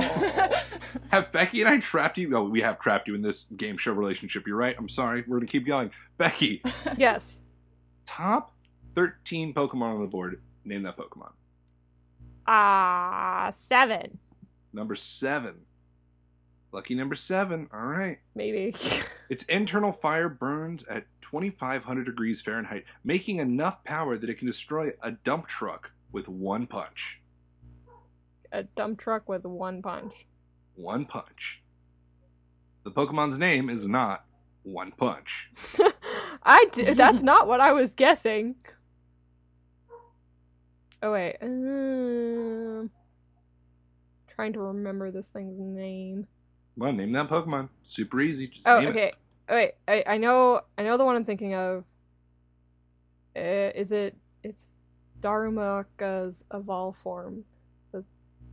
H: Have Becky and I trapped you? No, we have trapped you in this game show relationship. You're right. I'm sorry. We're gonna keep going. Becky,
I: yes.
H: top 13 Pokemon on the board. Name that Pokemon.
I: Ah, seven
H: Number seven. Lucky number seven. All right.
I: maybe.
H: Its internal fire burns at 2,500 degrees Fahrenheit, making enough power that it can destroy a dump truck with one punch.
I: a dump truck with one punch.
H: One punch. The Pokemon's name is not One Punch.
I: I d- that's not what I was guessing. Oh wait, um, trying to remember this thing's name.
H: Come on, name that Pokemon. Super easy. Just
I: Oh
H: name it.
I: okay, oh, wait, I I know I know the one I'm thinking of. Uh, is it? It's Darumaka's evolve form. It's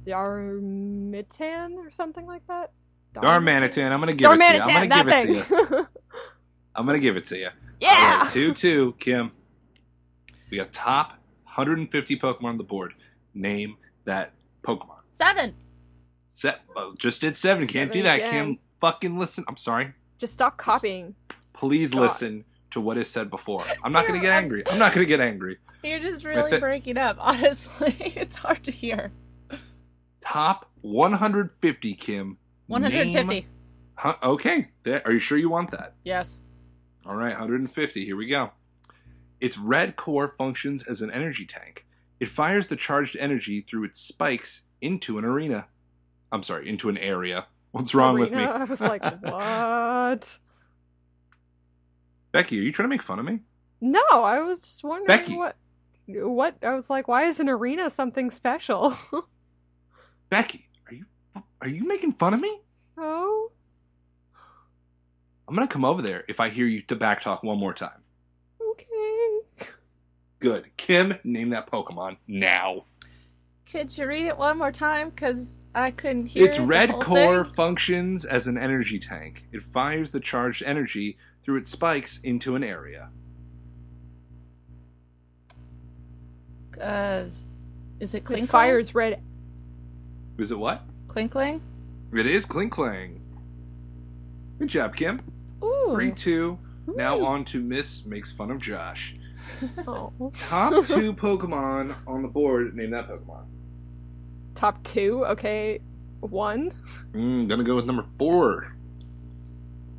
I: Darmitan or something like that.
H: Darmanitan. I'm gonna give it to you.
I: Darmanitan,
H: I'm gonna
I: that
H: give it to you.
I: thing.
H: I'm gonna give it to you.
I: yeah.
H: All right, two two. Kim, we got top 150 Pokemon on the board. Name that Pokemon.
J: Seven.
H: Set oh, just did seven. Can't do
I: Seven
H: that,
I: again.
H: Kim. Fucking listen. I'm sorry.
I: Just stop copying.
H: Please
I: God.
H: listen to what is said before. I'm not gonna get angry. I'm not gonna get angry.
J: You're just
H: really
J: really
H: it.
J: breaking up, honestly. It's hard to hear.
H: Top 150, Kim.
J: 150.
H: Name- Huh, okay. There, are you sure you want that?
J: Yes.
H: All right, 150. Here we go. Its red core functions as an energy tank. It fires the charged energy through its spikes into an arena. I'm sorry, into an area. What's wrong with me?
I: Arena. I was like, what?
H: Becky, are you trying to make fun of me?
I: No, I was just wondering
H: Becky.
I: what. What I was like, why is an arena something special?
H: Becky, are you are you making fun of me?
I: oh,
H: I'm gonna come over there if I hear you to backtalk one more time.
I: okay.
H: Good. Kim, name that Pokemon now.
J: Could you read it one more time? Because I couldn't hear
H: its red core functions as an energy tank. It fires the charged energy through its spikes into an area.
J: Uh, is it
I: It
J: Kling
I: fires red.
H: Is it what?
J: Klinkling?
H: It is Kling Clang. Good job, Kim.
J: Ooh.
H: Three, two. Now on to Miss Makes Fun of Josh.
I: Oh.
H: Top two Pokemon on the board. Name that Pokemon.
I: Top two, okay, one,
H: Mm, gonna go with number four.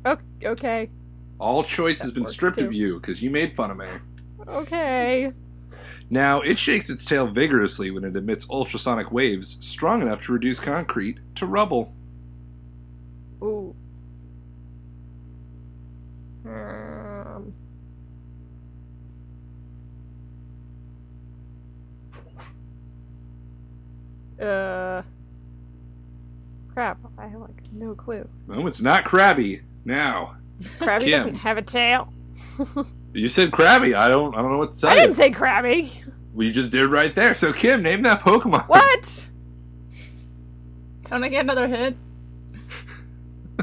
I: O- okay,
H: All choice has
I: That
H: been
I: works,
H: stripped
I: too.
H: of you because you made fun of me.
I: okay.
H: Now, it shakes its tail vigorously when it emits ultrasonic waves strong enough to reduce concrete to rubble.
I: Ooh. Um. Uh. Crap! I have like no clue.
H: No, Oh, it's not Krabby. Now,
I: Krabby
H: Kim.
I: doesn't have a tail.
H: you said Krabby. I don't. I don't know what to tell
I: I
H: you.
I: didn't say Krabby.
H: Well, you just did right there. So, Kim, name that Pokemon.
I: What?
J: Don't I get another hit?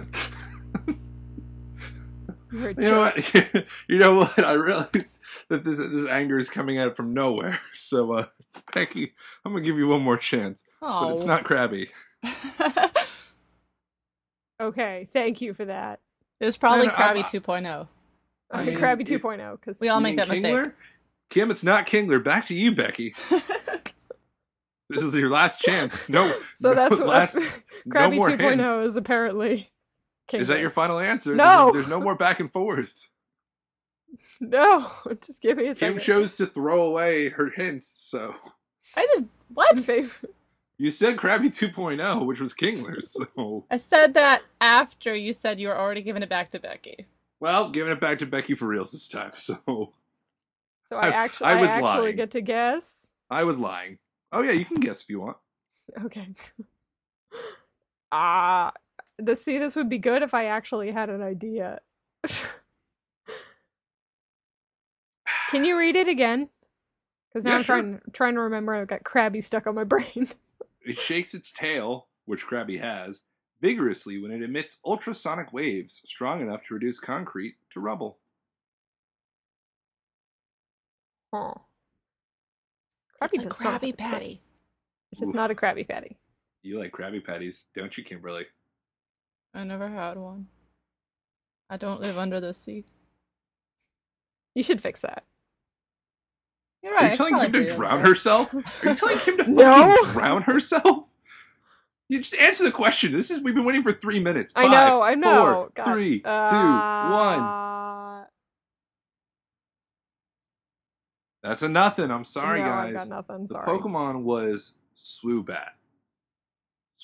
I: You're a
H: You know
I: jerk.
H: what? you know what? I realize that this this anger is coming out from nowhere. So, uh, Becky, I'm gonna give you one more chance, but it's
J: Oh.
H: not Krabby.
I: Okay, thank you for that.
J: it was probably
H: No, no, I'm-
J: Krabby oh. 2.0.
H: I
I: Okay,
H: mean,
I: Krabby oh,
H: it-
I: 2.0, because
J: We all
H: You
J: make
H: mean
J: that mistake.
H: Kingler? Kim, it's not Kingler. Back to you, Becky. this is your last chance. No.
I: so
H: no,
I: that's what
H: last. no
I: Krabby
H: more
I: 2.0
H: hands.
I: is apparently.
H: Is that your final answer?
I: oh No.
H: There's, there's no more back and forth.
I: No, just give me a
H: Kim
I: second.
H: chose to throw away her hint, so
J: I just.
I: In
J: What?
I: favor-
H: You said Krabby 2.0, oh, which was Kingler's. So,
J: I said that after you said you were already giving it back to Becky.
H: well, giving it back to Becky for reals this time. So,
I: So I
H: I-
I: actually,
H: I
I: I,
H: was
I: actually
H: lying.
I: get to guess.
H: I was lying. Oh yeah, you can guess if you want.
I: Okay. Ah, the see, this would be good if I actually had an idea. Can you read it again? Because now
H: Yeah,
I: I'm
H: sure.
I: trying trying to remember. I've got Krabby stuck on my brain.
H: It shakes its tail, which Krabby has, vigorously when it emits ultrasonic waves strong enough to reduce concrete to rubble.
I: Huh.
J: It's a
I: does not
J: Krabby
I: have tail.
J: Patty.
I: It's just
H: Oof.
I: not a Krabby Patty.
H: You like Krabby Patties, don't you, Kimberly?
J: I never had one. I don't live under the sea.
I: You should fix that.
J: You're
H: Are
J: right.
H: you
J: I
H: telling
J: probably
H: him to
J: do.
H: drown herself? Are you telling him to
I: No.
H: fucking drown herself? You just answer the question. This is we've been waiting for three minutes.
I: I know, I
H: Five,
I: know.
H: four,
I: God.
H: three, two, one.
I: Uh,
H: That's a nothing. I'm sorry,
I: no,
H: guys.
I: I've got nothing.
H: The
I: Sorry.
H: Pokemon was Swoobat.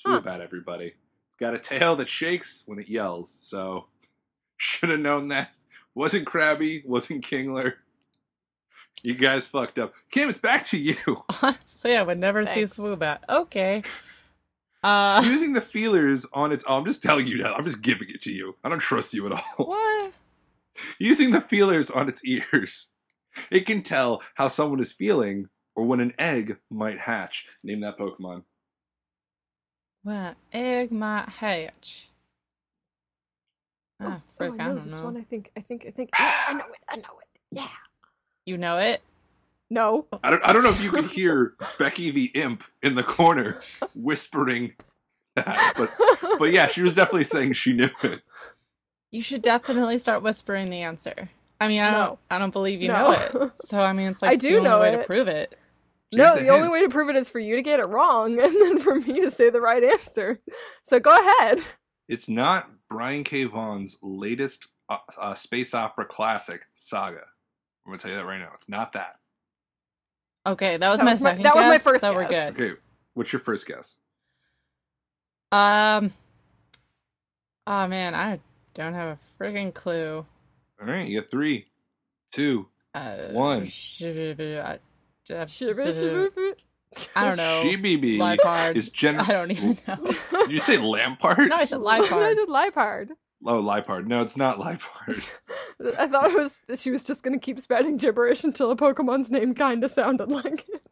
H: Swoobat, everybody. It's got a tail that shakes when it yells, so should have known that. Wasn't Krabby, wasn't Kingler. You guys fucked up. Kim, it's back to you.
J: Honestly, I would never
I: Thanks.
J: see Swoobat. Okay. Uh,
H: Using the feelers on its oh, I'm just telling you that. I'm just giving it to you. I don't trust you at all.
J: what?
H: Using the feelers on its ears, it can tell how someone is feeling or when an egg might hatch. Name that Pokemon.
J: Well, egg might hatch. Ah, frick,
I: oh, I,
J: I,
I: know
J: don't
I: this
J: know.
I: one. I think. I think. I think. Yeah, I know it. I know it. Yeah.
J: You know it?
I: No.
H: I don't, I don't know if you could hear Becky the imp in the corner whispering that, but, but yeah, she was definitely saying she knew it.
J: You should definitely start whispering the answer. I mean, I don't,
I: No.
J: I don't believe you
I: No.
J: know it. So I mean, it's like
I: I
J: it's
I: do
J: the only
I: know
J: way
I: it.
J: to prove it.
I: no.
H: Just a
I: The only
H: hint.
I: way to prove it is for you to get it wrong, and then for me to say the right answer. So go ahead.
H: It's not Brian K. Vaughan's latest uh, uh, space opera classic, Saga. I'm going to tell you that right now. It's not that.
J: Okay, that was
I: That
J: my
I: was my-
J: second
I: that was my
J: guess,
I: first
J: so we're
I: guess.
J: good.
H: Okay, what's your first guess?
J: Um. Oh man, I don't have a freaking clue.
H: All right, you got three, two,
J: Uh,
H: One.
J: sh- I
I: Shiver, shiver,
J: I
I: shiver.
J: don't know.
H: Shibibi
J: Lipard.
H: is gen-
J: I don't even know.
H: Did you say Lampard?
J: No, I said
I: I
J: Lipard.
I: did Lipard.
H: Oh, Lipard. No, it's not Lipard.
I: I thought it was that she was just gonna keep spouting gibberish until a Pokemon's name kinda sounded like it.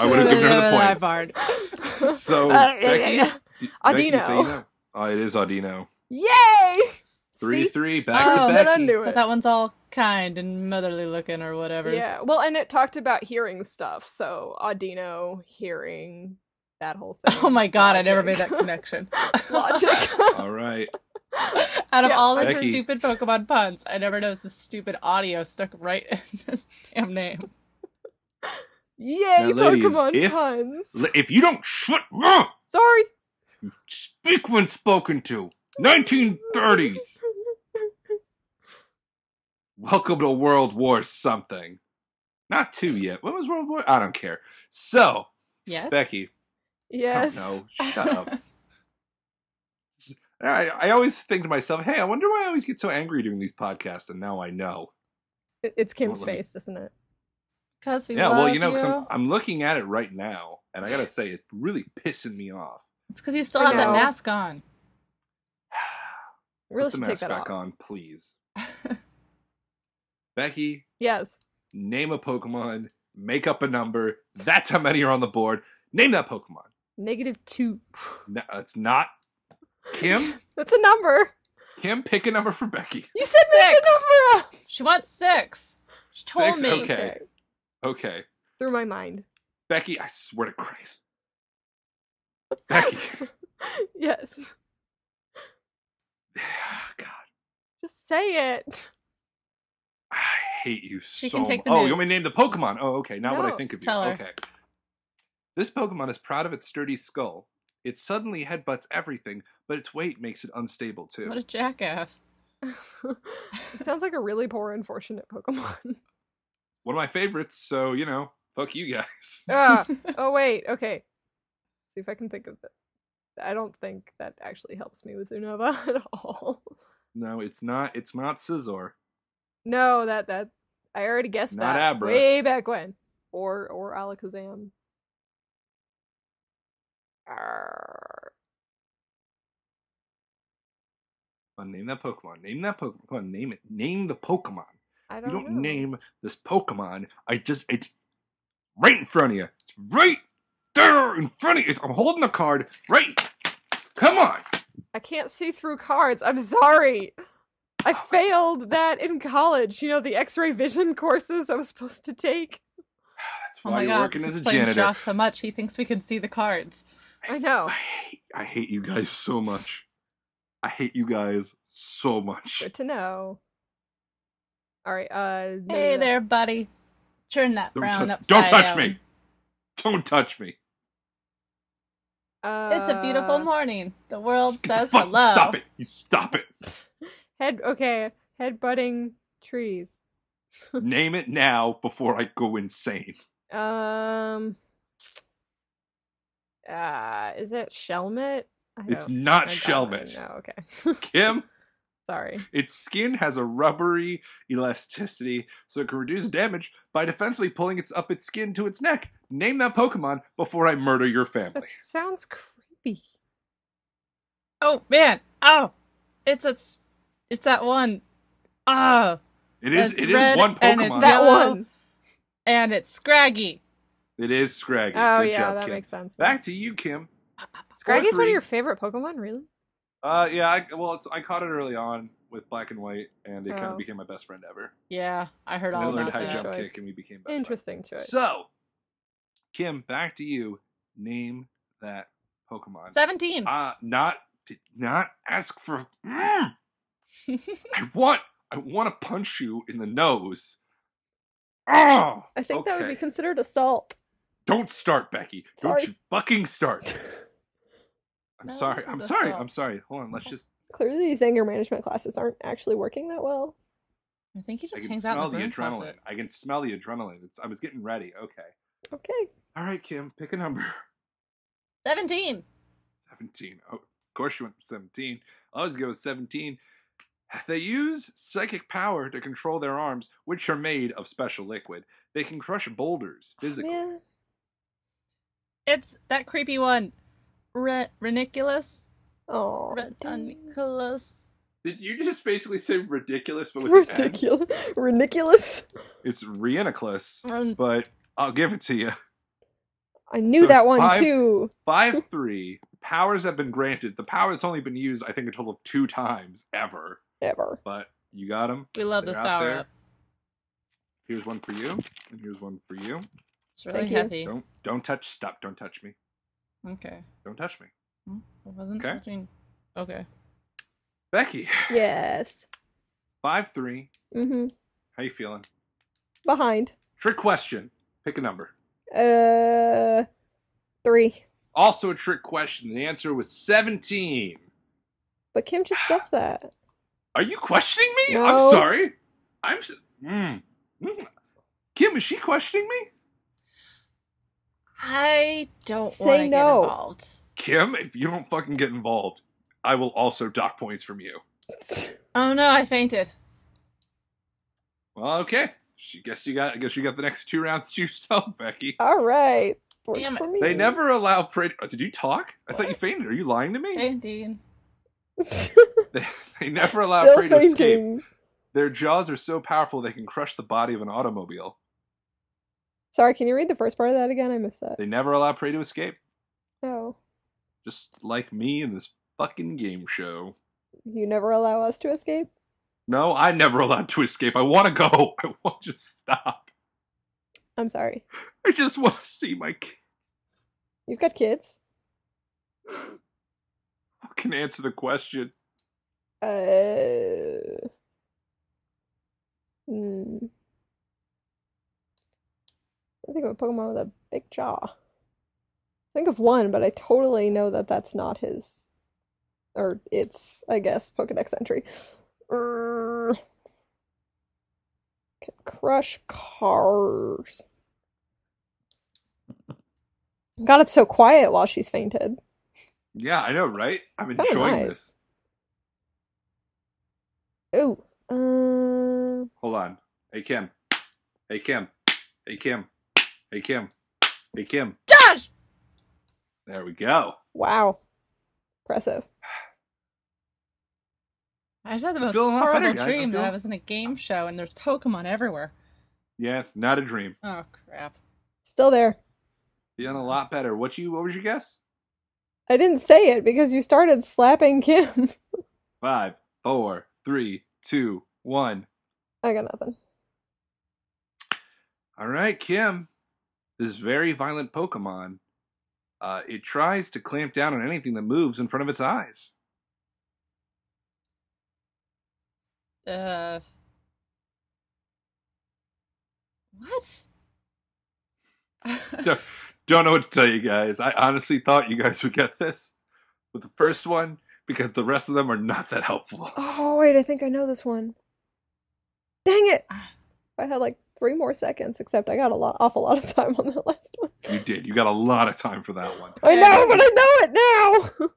H: I would have given her the points.
J: Lipard.
H: So,
I: Uh, yeah,
H: Becky,
I: yeah, yeah.
H: d- Becky, you say
I: Audino.
H: no. Oh, it is Audino.
I: Yay!
H: Three
I: See?
H: three back
J: Oh,
H: to
I: then
H: Becky.
I: I knew
J: But
I: it.
J: that one's all kind and motherly looking or whatever.
I: Yeah, well, and it talked about hearing stuff, so Audino, hearing, that whole thing.
J: Oh my god, I never made
I: logic.
J: that connection.
I: Logic.
H: All right,
J: Out of
I: Yeah,
J: all the
H: Becky.
J: stupid Pokemon puns, I never noticed the stupid audio stuck right in this damn name.
I: Yay,
H: Now, ladies,
I: Pokemon
H: if-
I: puns.
H: L- if you don't shut up,
I: Sorry.
H: speak when spoken to. 1930s. Welcome to World War something. Not two yet. When was World War? I don't care. So,
J: Yes.
H: Becky. oh,
I: Yes.
H: No, shut up. I, I always think to myself, hey, I wonder why I always get so angry doing these podcasts, and now I know.
I: It- It's Kim's
H: Well, let me-
I: face, isn't it?
J: Because we
H: yeah,
J: love
H: well, you know,
J: you.
H: 'cause I'm, I'm looking at it right now, and I gotta say, it's really pissing me off.
J: It's because you still
I: I
J: have that
I: know.
J: mask on.
H: Put the
I: Really should
H: mask
I: take that
H: back
I: off.
H: on, please. Becky,
I: Yes.
H: name a Pokemon, make up a number. That's how many are on the board. Name that Pokemon.
I: Negative two.
H: No, it's not Kim.
I: That's a number.
H: Kim, pick a number for Becky.
I: You said make a number up.
J: She wants six. She told
H: Six?
J: me.
H: Okay. Okay,
I: Through my mind.
H: Becky, I swear to Christ. Becky,
I: Yes.
H: God.
I: Just say it.
H: I hate you
J: She
H: so
J: can take
H: mu-
J: the
H: Oh,
J: news.
H: you want me to name the Pokemon? Oh, okay. Not what I
I: No,
H: think of you.
J: tell her.
H: Okay. This Pokemon is proud of its sturdy skull. It suddenly headbutts everything, but its weight makes it unstable too.
J: What a jackass.
I: it sounds like a really poor, unfortunate Pokemon.
H: One of my favorites, so you know, fuck you guys.
I: Ah. oh wait. Okay. see if I can think of this. I don't think that actually helps me with Unova at all.
H: No, it's not. It's not Scizor.
I: No, that that I already guessed
H: Not
I: that
H: Abra.
I: way back when, or or Alakazam. Arr.
H: Come on, name that Pokemon. Name that Pokemon. Come on, name it. Name the Pokemon.
I: I
H: You
I: don't,
H: don't
I: know.
H: name this Pokemon. I just it's right in front of you. It's right there in front of you. I'm holding the card. Right. Come on.
I: I can't see through cards. I'm sorry.
H: Ah.
I: I failed that in college. You know the X-ray vision courses I was supposed to take.
H: That's why
J: Oh my
H: you're
J: god,
H: working
J: this
H: as a
J: explains
H: janitor.
J: Josh so much he thinks we can see the cards.
I: I know.
H: I hate, I hate you guys so much. I hate you guys so much.
I: Good to know. All right. Uh. no,
J: Hey
I: no, no.
J: there, buddy. Turn that
H: Don't,
J: brown
H: touch-
J: upside
H: don't touch
J: down.
H: me. Don't touch me.
I: Uh,
J: It's a beautiful morning. The world says
H: Fuck,
J: hello.
H: Stop it. You stop it.
I: Head. Okay. Headbutting trees.
H: Name it now before I go insane.
I: Um. Uh, is it Shelmet? I
H: It's
I: don't-
H: not
I: I don't really
H: Shelmet.
I: know. okay.
H: Kim,
I: Sorry.
H: its skin has a rubbery elasticity, so it can reduce damage by defensively pulling its up its skin to its neck. Name that Pokemon before I murder your
I: That
H: family.
I: sounds creepy.
J: Oh man. Oh. It's a s- it's that one. Oh.
H: It is
J: That's
H: it is
J: red
H: one
J: and it's
H: Pokemon.
J: yellow.
I: That one.
J: And it's Scraggy.
H: It is Scraggy.
I: Oh
H: Good
I: yeah,
H: job,
I: that
H: Kim.
I: makes sense.
H: Back to you, Kim.
I: Scraggy's one
H: three.
I: of your favorite Pokemon, really?
H: Uh, yeah. I, well, it's, I caught it early on with Black and White, and it kind
I: Oh.
H: of became my best friend ever.
J: Yeah, I heard
H: And I
J: all
H: learned
J: about
I: nice.
H: high
J: that.
H: jump
I: Choice.
H: kick, and we became best friends.
I: Interesting choice.
H: Uh, So, Kim, back to you. Name that Pokemon.
J: Seventeen.
H: Uh, not did not ask for. Mm. I want I want to punch you in the nose. Oh,
I: I think that would be
H: okay.
I: considered assault.
H: Don't start, Becky.
I: Sorry.
H: Don't you fucking start. I'm
J: No,
H: sorry.
J: this
H: I'm
J: is
H: sorry.
J: assault.
H: I'm sorry. Hold on. Let's just.
I: Clearly, these anger management classes aren't actually working that well.
J: I think
H: I
J: he just
H: can
J: hangs out
H: smell
J: in the,
H: the
J: broom
H: adrenaline.
J: closet.
H: I can smell the adrenaline. It's, I was getting ready. Okay.
I: Okay.
H: All right, Kim. Pick a number.
J: Seventeen.
H: Seventeen. Oh, of course you went for seventeen. I always go with seventeen. They use psychic power to control their arms, which are made of special liquid. They can crush boulders physically.
I: Man,
J: It's that creepy one. Re- Reniculus.
I: oh,
J: Reniculus.
H: Did you just basically say ridiculous, but with an N?
I: ridiculous, ridiculous.
H: It's Rhianoclus,
J: Ren-
H: but I'll give it to you.
I: I knew
H: Those
I: that one
H: five-
I: too.
H: Five three powers have been granted. The power that's only been used, I think, a total of two times ever.
I: Ever.
H: But you got them.
J: We love
H: They're
J: this
H: out
J: power
H: there.
J: up.
H: Here's one for you, and here's one for you.
J: It's really
I: Thank you.
J: heavy.
H: Don't don't touch. Stop. Don't touch me.
J: Okay.
H: Don't touch me.
J: Hmm, I wasn't
H: Okay.
J: touching. Okay.
H: Becky,
I: Yes.
H: five three.
I: Mm-hmm.
H: How you feeling?
I: Behind.
H: Trick question. Pick a number.
I: Uh, three.
H: Also a trick question. The answer was seventeen.
I: But Kim just guessed that.
H: Are you questioning me?
I: No.
H: I'm sorry. I'm. s- Mm. Mm. Kim, is she questioning me?
J: I don't
I: Say
J: want to get
I: no.
J: involved.
H: Kim, if you don't fucking get involved, I will also dock points from you.
J: Oh no, I fainted.
H: Well, okay. She guess you got. I guess you got the next two rounds to yourself, Becky.
I: All right. Works
J: Damn it.
I: for me.
H: They never allow. Pra- uh, Did you talk? I thought you fainted. Are you lying to me?
J: Fainting.
I: Still
H: They, they never allow prey to escape.
I: fainting.
H: Their jaws are so powerful they can crush the body of an automobile.
I: Sorry, can you read the first part of that again? I missed that.
H: They never allow prey to escape,
I: Oh,
H: just like me in this fucking game show.
I: you never allow us to escape.
H: No, I'm never allowed to escape. I want to go. I want to stop.
I: I'm sorry.
H: I just want to see my kid.
I: You've got kids.
H: Fucking answer the question.
I: Uh. Hmm. I think of a Pokemon with a big jaw. I think of one, but I totally know that that's not his, or it's I guess Pokedex entry. Err. Can crush cars. God, it's so quiet while she's fainted.
H: Yeah, I know, right? I'm
I: Kinda
H: enjoying
I: nice.
H: this.
I: Ooh. Uh,
H: Hold on. Hey Kim. Hey Kim. Hey Kim. Hey Kim. Hey Kim.
J: Josh!
H: There we go.
I: wow. Impressive.
J: I just had the most
H: Feeling a lot better,
J: horrible
H: guys. I'm
J: dream that I
H: feeling-
J: was in a game show and there's Pokemon everywhere.
H: Yeah, not a dream.
J: Oh crap.
I: Still there.
H: Feeling a lot better. What you? What was your guess?
I: I didn't say it because you started slapping Kim.
H: Five, four, three, two, one.
I: I got nothing.
H: All right, Kim. This very violent Pokemon. Uh, it tries to clamp down on anything that moves in front of its eyes.
J: Uh What?
H: Don't- Don't know what to tell you guys. I honestly thought you guys would get this with the first one because the rest of them are not that helpful.
I: Oh, wait, I think I know this one. Dang it! I had like three more seconds, except I got a lot, awful lot of time on that last one.
H: You did. You got a lot of time for that one.
I: I
J: Yeah.
I: know, but I know it now!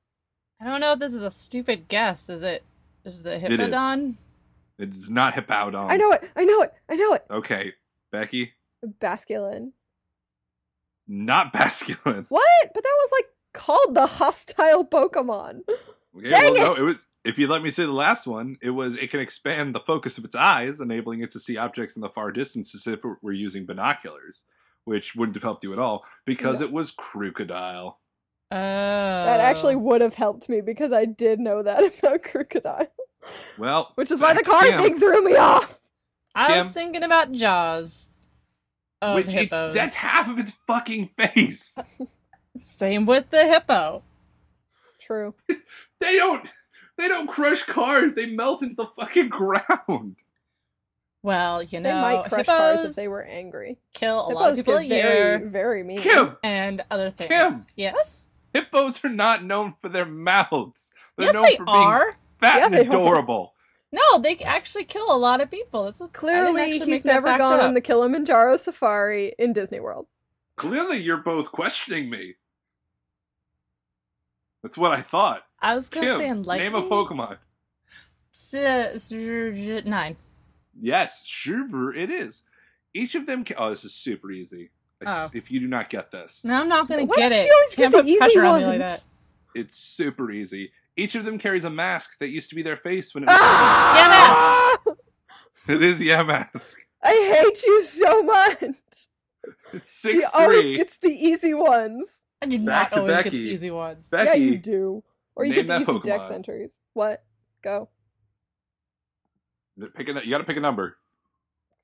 J: I don't know if this is a stupid guess. Is it is the
H: is.
J: Hypnodon?
H: It's not Hippowdon.
I: I know it! I know it! I know it!
H: Okay, Becky,
I: Basculin.
H: not Basculin.
I: What? But that was like called the hostile Pokemon.
H: Okay,
I: Dang
H: well,
I: it!
H: no, it was. If you let me say the last one, it was it can expand the focus of its eyes, enabling it to see objects in the far distance as if it were using binoculars, which wouldn't have helped you at all because it was crocodile.
J: Oh.
I: That actually
J: Uh.
I: would have helped me because I did know that about Crocodile,
H: Well,
I: which is why the
H: back to
I: card
H: Kim,
I: thing threw me off.
J: I was
H: Kim?
J: thinking about Jaws of
H: which it's-
J: hippos.
H: that's half of its fucking face.
J: Same with the hippo.
I: True.
H: They don't. They don't crush cars. They melt into the fucking ground.
J: Well, you
I: They
J: know,
I: might crush
J: hippos
I: cars if they were angry.
J: kill a lot of
I: Hippos
J: people a
I: get very,
J: year
I: very mean.
H: Kim,
J: and other things.
H: Kim!
J: Yes?
H: hippos are not known for their mouths. They're
J: Yes,
H: known
J: they
H: for being
J: are.
H: fat
I: Yeah,
H: and
I: they are.
H: adorable.
J: No, they actually kill a lot of people. That's what, I didn't
I: Clearly,
J: actually
I: he's
J: make that
I: never
J: fact
I: gone
J: up.
I: on the Kilimanjaro safari in Disney World.
H: Clearly, you're both questioning me. That's what I thought.
J: I was going to say
H: Kim,
J: enlighten.
H: name a Pokemon.
J: Pokemon. Nine.
H: Yes, sure it is. Each of them. Ca- oh, this is super easy. I s-
J: Oh.
H: If you do not get this,
J: No, I'm not going to
I: Why
J: get
I: does
J: it.
I: she always
J: Can't
I: get the
J: put
I: easy
J: pressure on me like that.
I: ones?
H: it's super easy. Each of them carries a mask that used to be their face when it was.
I: Ah!
H: it is Yamask.
I: I hate you so much.
H: It's
I: she
H: six
I: always
H: three.
I: gets the easy ones.
J: I do
H: Back
J: not
H: to
J: always get
H: Becky.
J: the easy ones.
H: Becky,
I: Yeah, you do. Or you
H: name
I: get the
H: that
I: easy dex
H: Pokemon.
I: entries. What? Go.
H: pick a, nu- you got to pick a number.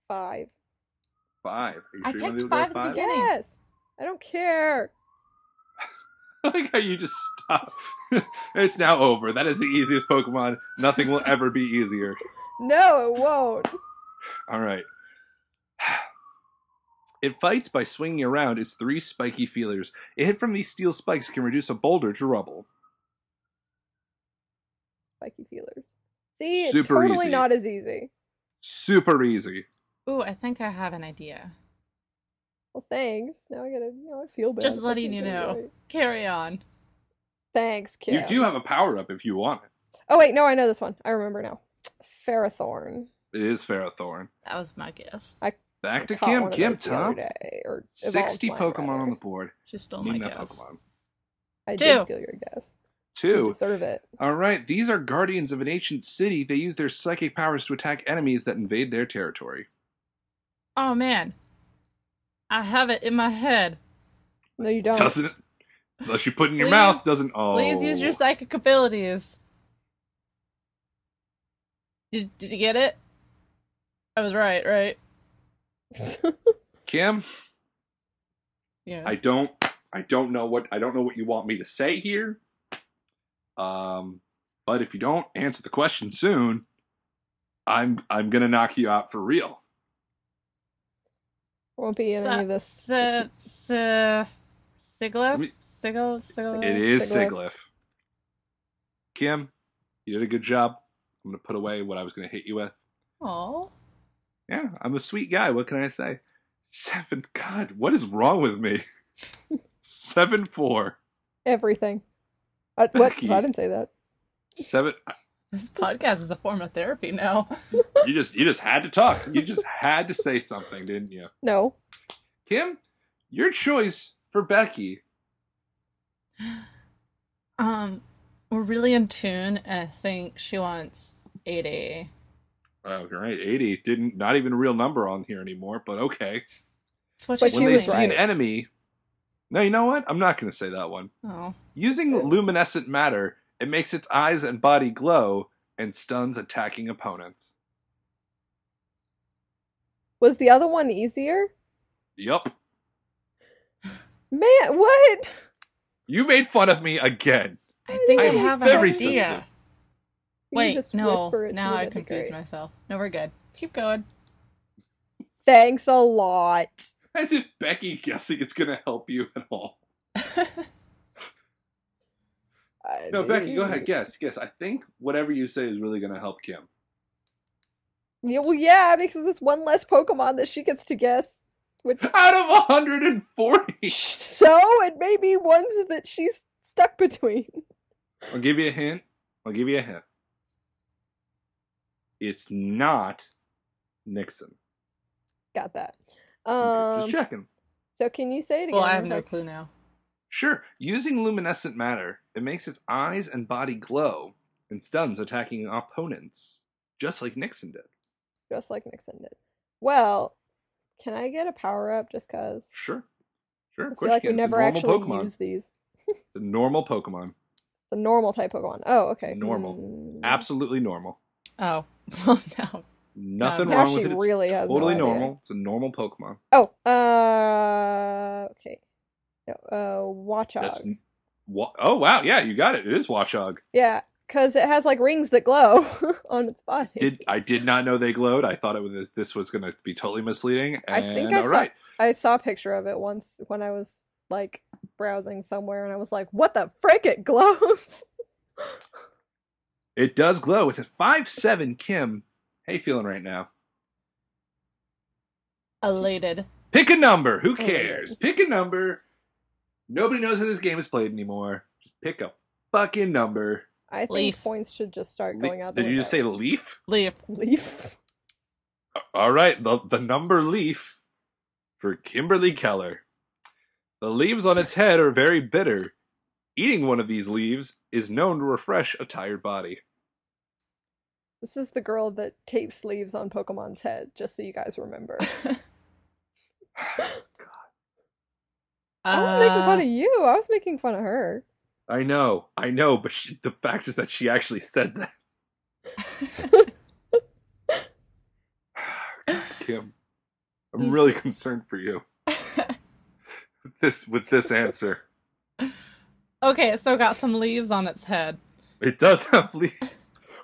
I: Five.
H: Five. Are you
J: I
H: sure you wanna
J: picked
H: do it with
J: five at the
H: five?
J: beginning.
I: Yes. I don't care.
H: I like how you just stop. it's now over. That is the easiest Pokemon. Nothing will ever be easier.
I: No, it won't.
H: All right. It fights by swinging around its three spiky feelers. A hit from these steel spikes can reduce a boulder to rubble.
I: Spiky feelers. See, it's
H: Super
I: totally
H: easy.
I: not as easy.
H: Super easy.
J: Ooh, I think I have an idea.
I: Well, thanks. Now I gotta, you know, I feel bad.
J: Just
I: I
J: letting
I: think
J: you
I: I'm
J: know.
I: right.
J: Carry on.
I: Thanks, Kim.
H: You do have a power up if you want it.
I: Oh wait, no, I know this one. I remember now. Ferrothorn.
H: It is Ferrothorn.
J: That was my guess.
H: Back to
I: Caught
H: Kim.
I: one of
H: Kim
I: those the other
H: top.
I: day, or evolved
H: 60
I: mine,
H: Pokemon on
I: rather.
H: the board.
J: She stole Oh my
H: Name that
J: guess.
H: Pokemon.
I: I
J: Two.
I: did steal your guess. You
H: Two.
I: deserve it.
H: All right, these are guardians of an ancient city. They use their psychic powers to attack enemies that invade their territory.
J: Oh man, I have it in my head.
I: No, you don't.
H: Doesn't unless you put it in your
J: Please-
H: mouth, doesn't oh
J: Please use your psychic abilities. Did Did you get it? I was right, right?
H: Kim,
J: Yeah.
H: I don't I don't know what I don't know what you want me to say here. Um but if you don't answer the question soon, I'm I'm gonna knock you out for real.
I: Won't be in any of this.
J: S- s-
H: Let
J: Siglyph?
H: me-
J: Sigil? Sigil?
H: It is
I: Siglyph.
H: Siglyph. Kim, you did a good job. I'm gonna put away what I was gonna hit you with.
J: Aw.
H: Yeah, I'm a sweet guy. What can I say? Seven. God, what is wrong with me? seven four
I: Everything. I, what?
H: Becky.
I: I didn't say that.
H: seven.
J: This podcast is a form of therapy now.
H: You just you just had to talk. You just had to say something, didn't you,
I: No.
H: Kim? Your choice for Becky.
J: Um, we're really in tune, and I think she wants eighty.
H: Oh, great, eighty. Didn't not even a real number on here anymore, but okay.
J: That's what
I: But
J: she
H: when they
I: was
H: see
J: doing.
I: right.
H: an enemy, no, you know what? I'm not going to say that one.
J: Oh,
H: Using luminescent matter, it makes its eyes and body glow and stuns attacking opponents.
I: Was the other one easier?
H: Yup.
I: Man, what?
H: You made fun of me again.
J: I think I
I: I'm
J: have an
H: very
J: idea.
H: sensitive.
I: You
J: Wait,
I: just
J: no.
I: whisper it to
J: Now I
I: me, that'd be
J: confused
I: great.
J: myself. No, we're good. Keep going.
I: Thanks a lot.
H: As if Becky guessing is going to help you at all.
I: I
H: No, Becky, go
I: mean-
H: ahead. Guess, guess. I think whatever you say is really going to help Kim.
I: Yeah, well, yeah, because it's one less Pokemon that she gets to guess. Which
H: Out of 140.
I: so it may be ones that she's stuck between.
H: I'll give you a hint. I'll give you a hint. It's not Nixon.
I: Got that.
H: Okay,
I: Um.
H: Just checking.
I: so can you say it again?
J: Well, I have
I: or
J: no
I: how-
J: clue now.
H: Sure. Using luminescent matter, it makes its eyes and body glow and stuns attacking opponents, just like Nixon did.
I: Just like Nixon did. Well, can I get a power up just cause?
H: Sure. Sure,
I: I
H: of
I: feel
H: course
I: like
H: you
I: we
H: can. It's a
I: never
H: normal
I: actually
H: Pokemon.
I: use these.
H: It's a normal Pokemon.
I: It's a normal type Pokemon. Oh, okay.
H: Normal.
I: Mm.
H: Absolutely normal.
J: Oh, well, now
H: Nothing
J: Now
H: wrong
I: she
H: with it. It's
I: really has no
H: totally
I: idea.
H: normal. It's a normal Pokemon.
I: Oh, uh, okay. No, uh,
H: That's
I: Watchog.
H: wa- oh wow, yeah, you got it. It is Watchog.
I: Yeah, because it has like rings that glow on its body.
H: Did I did not know they glowed. I thought it was this was going to be totally misleading.
I: I
H: And,
I: think I
H: all
I: saw-
H: right.
I: I saw a picture of it once when I was like browsing somewhere, and I was like, "What the frick? It glows."
H: It does glow. It's a five seven Kim. How you feeling right now?
J: elated.
H: Pick a number. Who
I: yeah.
H: cares? Pick a number. Nobody knows how this game is played anymore. Just pick a fucking number.
I: I think
J: Leaf.
I: points should just start
H: Le-
I: going out. The
H: Did you just say
I: window.
H: leaf?
J: Leaf.
I: leaf?
H: All right, the, the number leaf for Kimberly Keller. The leaves on its head are very bitter. Eating one of these leaves is known to refresh a tired body.
I: This is the girl that tapes leaves on Pokemon's head, just so you guys remember. I
J: Oh,
I: wasn't making
J: Uh,
I: fun of you. I was making fun of her.
H: I know, I know, but she, the fact is that she actually said that. God, Kim, I'm really concerned for you. With this with this answer,
J: okay, it's still got some leaves on its head.
H: it does have leaves,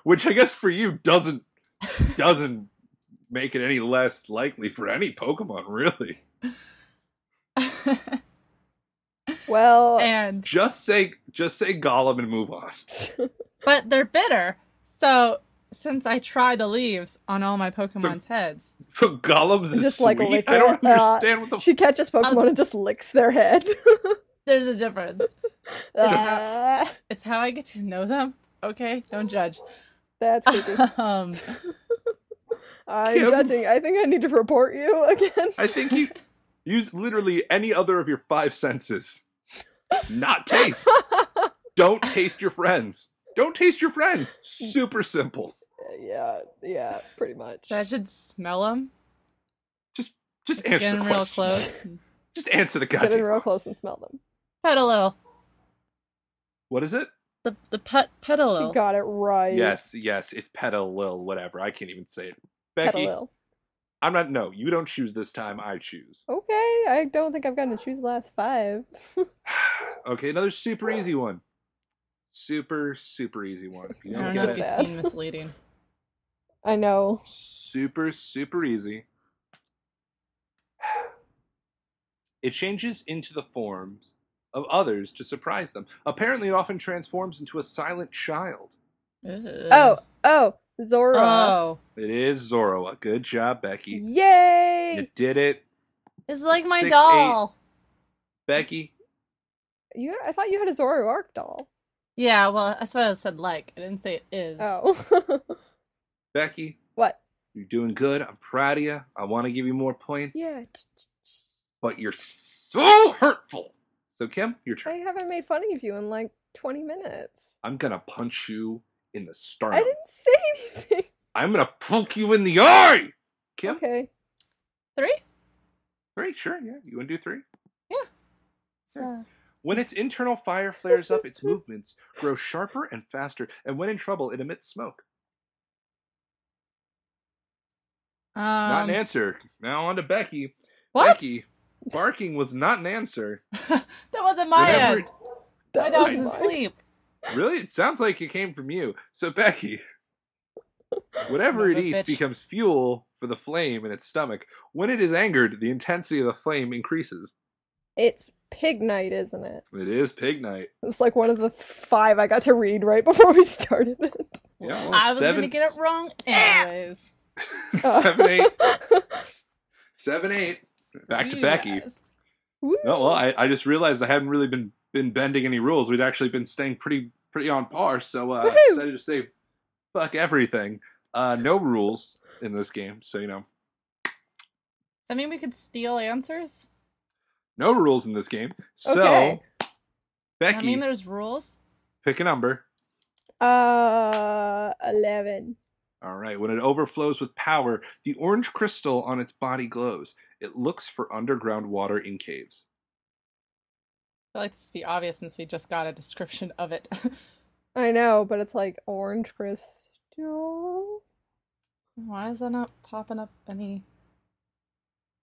H: which I guess for you doesn't doesn't make it any less likely for any Pokemon, really.
I: Well,
J: and
H: Just say just say Gollum and move on.
J: but they're bitter. So since I try the leaves on all my Pokemon's heads,
H: So Gollum's is
I: Just
H: sweet.
I: like a lick
H: I don't
I: it. Uh,
H: understand what the
I: she catches Pokemon
J: Um,
I: and just licks their head.
J: there's a difference.
I: Ah,
J: It's how I get to know them. Okay, don't judge.
I: that's creepy.
J: Um,
I: I'm
H: Kim.
I: judging. I think I need to report you again.
H: I think you use literally any other of your five senses. Not taste. Don't taste your friends. Don't taste your friends. Super simple.
I: yeah, yeah, pretty much.
J: so I should smell them.
H: Just just
J: Get
H: answer
J: in
H: the
J: real
H: question.
J: close.
H: Just answer the
I: Get in
H: goddamn.
I: real close and smell them.
J: Petalil.
H: What is it?
J: The the pet
I: She
J: petalil.
I: got it right.
H: Yes, yes, it's petalil, whatever. I can't even say it. Becky,
I: Petalil.
H: I'm not no, you don't choose this time, I choose.
I: Okay, I don't think I've gotten to choose the last five.
H: Okay, another super easy one. Super, super easy one. If you
J: I
H: don't
J: don't
I: Yeah.
J: know
H: get
J: if
H: it,
J: he's
I: Bad.
J: being misleading.
I: I know.
H: super super easy it changes into the forms of others to surprise them apparently it often transforms into a silent child
I: Oh, oh, Zora.
J: oh,
H: it is zoroa good job becky
I: Yay!
H: you did it
J: it's like my
H: Six,
J: doll.
H: becky
I: You, I thought you had a Zoroark doll.
J: Yeah, well, that's why I said like. I didn't say it is.
I: Oh,
H: Becky,
I: what?
H: you're doing good. I'm proud of you. I want to give you more points,
I: Yeah,
H: but you're so hurtful. So Kim, your
I: I
H: turn.
I: haven't made fun of you in like twenty minutes.
H: I'm gonna punch you in the sternum.
I: I didn't say anything.
H: I'm gonna poke you in the eye. Kim,
I: Okay.
J: Three?
H: three, sure, yeah. You wanna do three?
J: So,
H: When its internal fire flares up, its movements grow sharper and faster, and when in trouble, it emits smoke.
J: um,
H: not an answer. Now on to Becky.
J: What?
H: Becky, barking was not an answer.
J: That wasn't my
H: Whatever
J: end.
I: That
J: My dog
I: was
J: was
I: mine.
J: asleep.
H: Really? It sounds like it came from you. So, Becky, whatever
J: Son
H: it
J: of a
H: eats
J: bitch.
H: becomes fuel for the flame in its stomach. When it is angered, the intensity of the flame increases.
I: It's Pig Night, isn't it?
H: It is pig night.
I: It was like one of the five I got to read right before we started it.
H: Yeah, well,
J: I was
H: seven,
J: going to get it wrong
H: Ah!
J: anyways.
H: seven, eight. Seven, eight. Back to
J: You
H: Becky.
J: guys.
I: Woo.
H: No, well, I, I just realized I hadn't really been been bending any rules. We'd actually been staying pretty pretty on par, so uh, I
I: Woohoo!
H: decided to say fuck everything. Uh, no rules in this game, so you know,
J: Does that mean we could steal answers?
H: no rules in this game. So,
I: Okay.
H: Becky,
J: I mean, there's rules.
H: pick a number.
I: Uh, eleven.
H: All right. When it overflows with power, the orange crystal on its body glows. It looks for underground water in caves.
J: I feel like this would be obvious since we just got a description of it.
I: I know, but it's like orange crystal.
J: Why is that not popping up any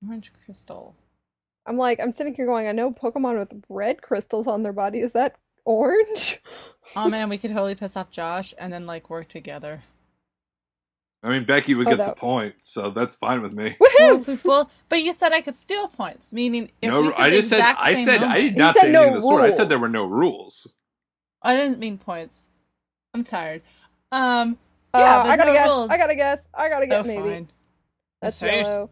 J: orange crystal?
I: I'm like, I'm sitting here going, I know Pokemon with red crystals on their body. Is that orange?
J: Oh man, we could totally piss off Josh and then like work together.
H: I mean, Becky would
I: Oh,
H: get
I: that-
H: the point, so that's fine with me.
J: Well,
I: Woohoo!
J: if we full- but you said I could steal points, meaning if we
H: no,
J: said
H: I
J: the
H: just said
J: exact
H: I
J: same
H: said I
J: number-
H: did not
I: said
H: say anything
I: no
H: of the sort. I said there
I: rules.
H: were no rules.
J: I didn't mean points. I'm tired. Um,
I: Uh,
J: yeah,
I: I gotta
J: no
I: guess.
J: rules.
I: I gotta guess. I gotta
J: Oh,
I: get maybe.
J: fine.
I: That's
J: Serious-
I: yellow.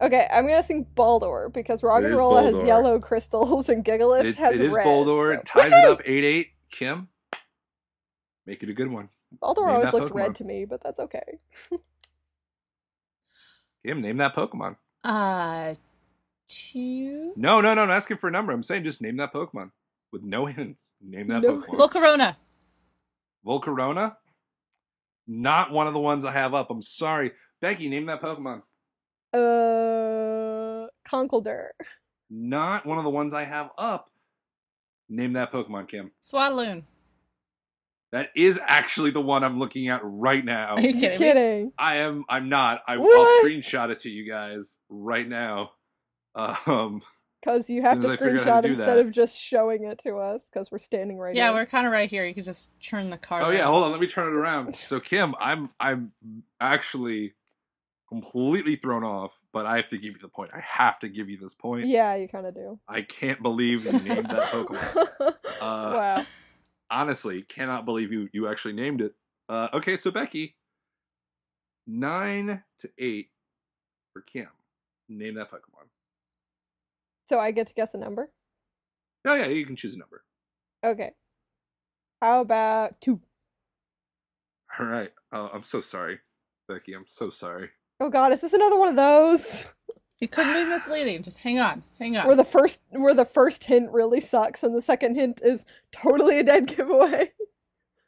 I: Okay, I'm gonna sing Baldur because Roggenrola has
H: Baldur.
I: yellow crystals and Gigalith
H: It,
I: has
H: it is
I: red.
H: Boldor.
I: so-
H: It ties it up 8 8. Kim, make it a good one.
I: Baldur
H: Name
I: always
H: that
I: looked
H: Pokemon.
I: red to me, but that's okay.
H: Kim, name that Pokemon.
J: Uh, two.
H: No, no, no. I'm asking for a number. I'm saying just name that Pokemon with no hints. Name that
I: No
H: Pokemon.
I: hints.
J: Volcarona.
H: Volcarona? Not one of the ones I have up. I'm sorry. Becky, name that Pokemon.
I: Uh, Conkeldurr.
H: Not one of the ones I have up. Name that Pokemon, Kim.
J: Swadloon.
H: That is actually the one I'm looking at right now.
J: Are you kidding me?
I: Kidding.
H: I am. I'm not. I, I'll
I: What?
H: screenshot it to you guys right now. Um,
I: Because you have
H: Soon
I: to
H: as I figure out how
I: screenshot
H: to do
I: instead
H: that.
I: of just showing it to us because we're standing right
J: Yeah,
I: here.
J: we're kind of right here. You could just turn the card.
H: oh yeah,
J: around.
H: hold on. Let me turn it around. So Kim, I'm I'm actually completely thrown off, but I have to give you the point. I have to give you this point.
I: Yeah, you kind of do.
H: I can't believe you named that Pokemon. Uh,
I: wow.
H: Honestly, cannot believe you you actually named it. Uh, okay, so Becky, nine to eight for Kim. Name that Pokemon.
I: So I get to guess a number?
H: Oh yeah, you can choose a number.
I: Okay. How about two?
H: All right. Uh, I'm so sorry, Becky. I'm so sorry.
I: Oh god, is this another one of those?
J: You couldn't be misleading. Just hang on. Hang on.
I: Where the first where the first hint really sucks and the second hint is totally a dead giveaway.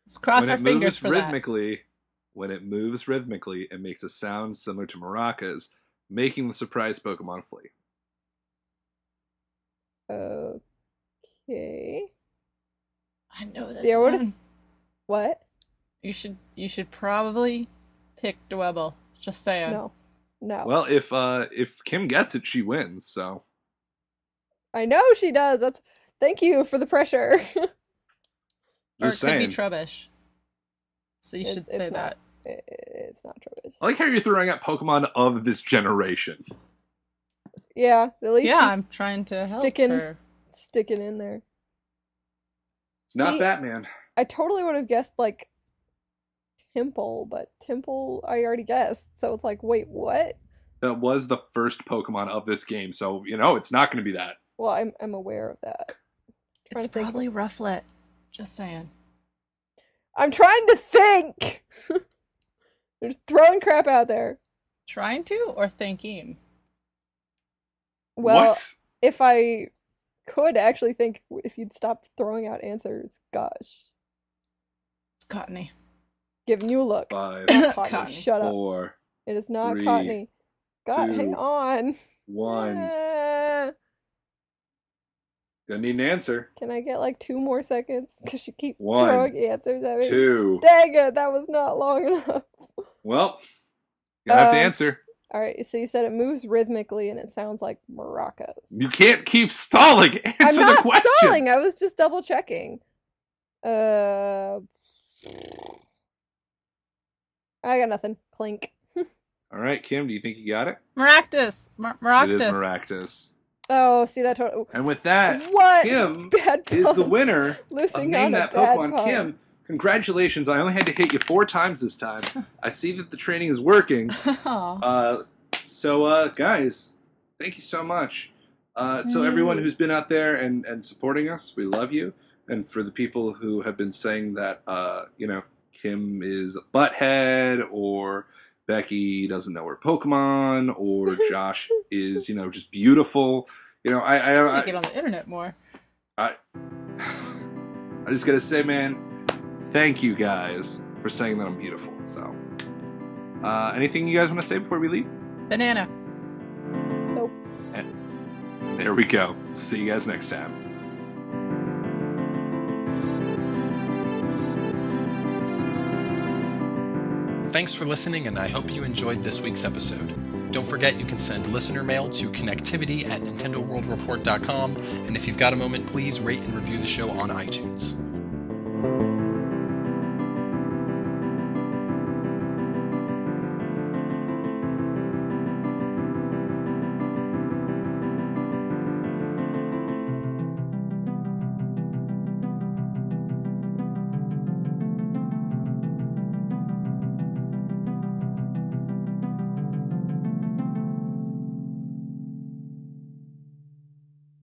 J: Let's cross
H: when
J: our
H: it
J: fingers
H: moves
J: for
H: rhythmically, when it moves rhythmically, it makes a sound similar to maracas, making the surprise Pokemon flee.
I: Okay.
J: that. I know this
I: See, I would've-
J: one.
I: What?
J: You should. You should probably pick Dwebble. Just saying.
I: No. No.
H: Well, if uh if Kim gets it, she wins. So
I: I know she does. That's thank you for the pressure.
J: or it
H: just
J: could
H: saying.
J: be Trubbish. So you
I: It's-
J: should
I: it's
J: say
I: not.
J: that.
I: I- it's not true.
H: I like how you're throwing out Pokemon of this generation.
I: Yeah, at least
J: Yeah,
I: she's
J: I'm trying to help
I: sticking-
J: her.
I: sticking in there.
H: Not
I: See,
H: Batman.
I: I totally would have guessed like Temple, but Temple I already guessed. So it's like, wait, what?
H: That was the first Pokemon of this game, so you know it's not going to be that.
I: Well, I'm I'm aware of that. trying
J: It's
I: to think.
J: probably Rufflet. Just saying.
I: I'm trying to think. You're just throwing crap out there.
J: Trying to or thinking?
I: Well,
H: what?
I: if I could actually think, if you'd stop throwing out answers, gosh,
J: It's cottony.
I: giving you a look.
H: Five,
I: It's not cottony.
J: Cotton.
I: Shut up.
H: four,
I: It is not
H: three,
I: cottony. God, hang
H: two,
I: on.
H: one.
I: Ah.
H: Gonna need an answer.
I: Can I get like two more seconds? Because you keep
H: One,
I: throwing answers at me.
H: Two.
I: Dang it, that was not long enough.
H: Well, gonna have to
J: Uh,
I: Um,
H: answer.
I: All right, so you said it moves rhythmically and it sounds like maracas.
H: You can't keep stalling. Answer
I: I'm
H: the
I: not
H: question.
I: stalling. I was just double checking. Uh, I got nothing. Clink.
H: All right, Kim, do you think you got it?
J: Maractus. Mar-
H: It is
J: Maractus.
H: Maractus.
I: Oh, see that total.
H: And with that,
I: What?
H: Kim
I: bad
H: is the
I: puns.
H: winner of
I: Losing
H: Name
I: on a
H: That
I: bad
H: Pokemon
I: pun.
H: Kim. Congratulations. I only had to hit you four times this time. I see that the training is working.
J: Aw.
H: Uh, so, uh, guys, thank you so much. Uh, so, everyone who's been out there and, and supporting us, we love you. And for the people who have been saying that, uh, you know, Kim is a butthead or Becky doesn't know her Pokemon or Josh is, you know, just beautiful. You know, I, I, I,
J: I get on the internet more.
H: I just gotta say, man, thank you guys for saying that I'm beautiful. So, uh, anything you guys want to say before we leave?
J: Banana.
H: There we go. See you guys next time.
A: Thanks for listening, and I hope you enjoyed this week's episode. Don't forget you can send listener mail to connectivity at nintendoworldreport.com, and if you've got a moment, please rate and review the show on iTunes.